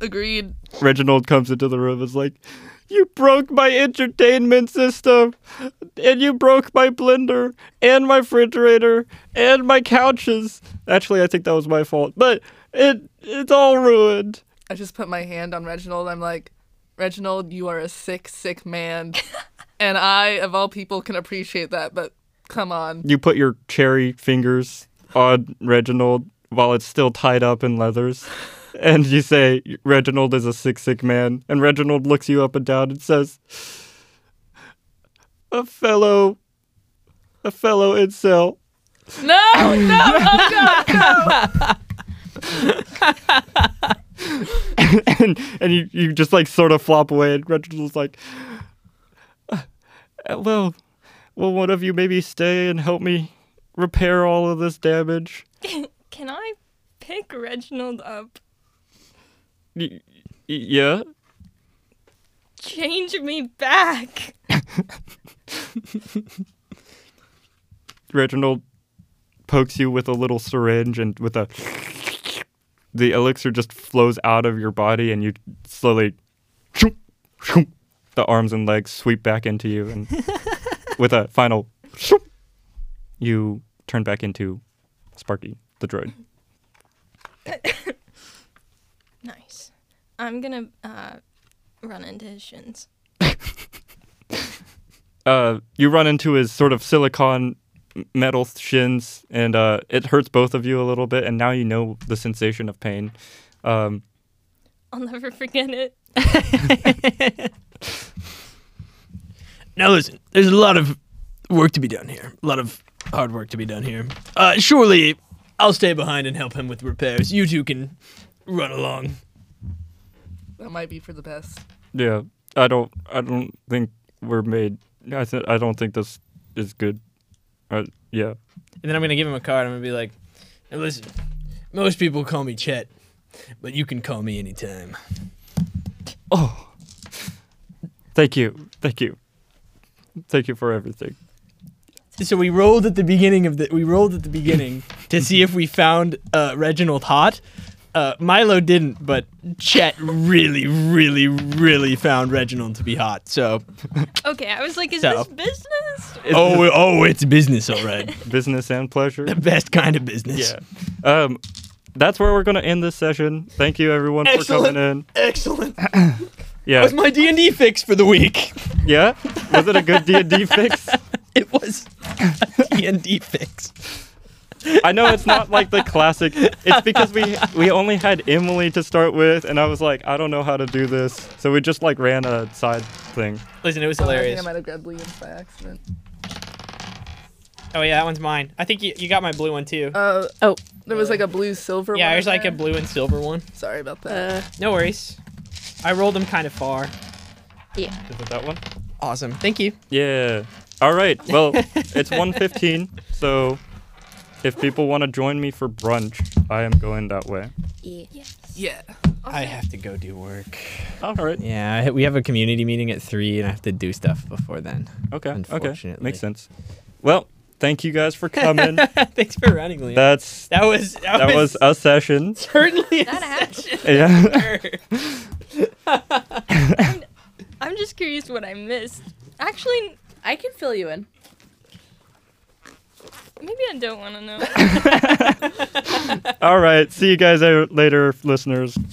S3: agreed?
S1: Reginald comes into the room and is like, You broke my entertainment system, and you broke my blender, and my refrigerator, and my couches. Actually, I think that was my fault, but it it's all ruined.
S3: I just put my hand on Reginald. I'm like, Reginald, you are a sick, sick man, and I, of all people, can appreciate that. But come on,
S1: You put your cherry fingers on Reginald while it's still tied up in leathers. And you say, Reginald is a sick, sick man. And Reginald looks you up and down and says, A fellow, a fellow incel.
S3: no, no, oh god,
S1: and and you, you just like sort of flop away and Reginald's like "Uh, well will one of you maybe stay and help me repair all of this damage
S11: Can I pick Reginald up?
S1: y- y- yeah
S11: Change me back.
S1: Reginald pokes you with a little syringe and with a the elixir just flows out of your body and you slowly the arms and legs sweep back into you and with a final you turn back into Sparky the droid.
S11: Nice. I'm gonna uh, run into Shins.
S1: uh, you run into his sort of silicon m- metal shins, and uh, it hurts both of you a little bit. And now you know the sensation of pain. Um,
S11: I'll never forget it.
S4: Now listen, there's a lot of work to be done here. A lot of hard work to be done here. Uh, surely I'll stay behind and help him with repairs. You two can run along.
S3: that might be for the best.
S1: yeah, I don't, I don't think we're made. I, th- I don't think this is good. Uh, yeah,
S4: And then I'm gonna give him a card. I'm gonna be like, now listen, most people call me Chet, but you can call me anytime.
S1: thank you, thank you, thank you for everything.
S4: So we rolled at the beginning of the we rolled at the beginning to see if we found uh, Reginald hot. Uh, Milo didn't, but Chet really, really, really found Reginald to be hot. So
S11: Okay, I was like, is
S4: So-
S11: this business?
S4: oh, oh, it's business, all right.
S1: Business and pleasure.
S4: the best kind of business.
S1: Yeah. Um, that's where we're gonna end this session. Thank you everyone for
S7: Excellent.
S1: coming in.
S7: Excellent.
S1: Yeah.
S7: That's my D and D fix for the week.
S1: Yeah? Was it a good D&D fix?
S4: It was D and D fix.
S1: I know it's not like the classic. It's because we we only had Emily to start with and I was like, I don't know how to do this. So we just like ran a side thing.
S4: Listen, it was
S3: Oh, I think
S4: hilarious.
S3: I might have grabbed Liam's by accident.
S4: Oh yeah, that one's mine. I think you, you got my blue one too.
S3: Uh,
S2: Oh.
S3: there was like a blue silver.
S4: yeah,
S3: one
S4: there's
S3: in
S4: like a
S3: there.
S4: blue and silver one.
S3: Sorry about
S2: Uh,
S3: that.
S4: No worries. I rolled them kind of far.
S1: Is it that one?
S4: Awesome. Thank you.
S1: Yeah. All right. Well, it's 1:15. So if people want to join me for brunch, I am going that way.
S6: Yeah.
S3: yeah.
S4: I have to go do work.
S1: All right.
S12: Yeah, I- we have a community meeting at three, and I have to do stuff before then.
S1: Okay. Okay.
S12: Unfortunately.
S1: Makes sense. Well, thank you guys for coming.
S4: Thanks for running, Liam.
S1: That's
S4: that was that,
S1: that
S4: was, uh,
S1: was a session.
S4: certainly.
S11: That action.
S1: Yeah.
S11: I'm just curious what I missed. Actually,
S2: I can fill you in.
S11: maybe I don't want to know.
S1: All right. See you guys out- later, listeners.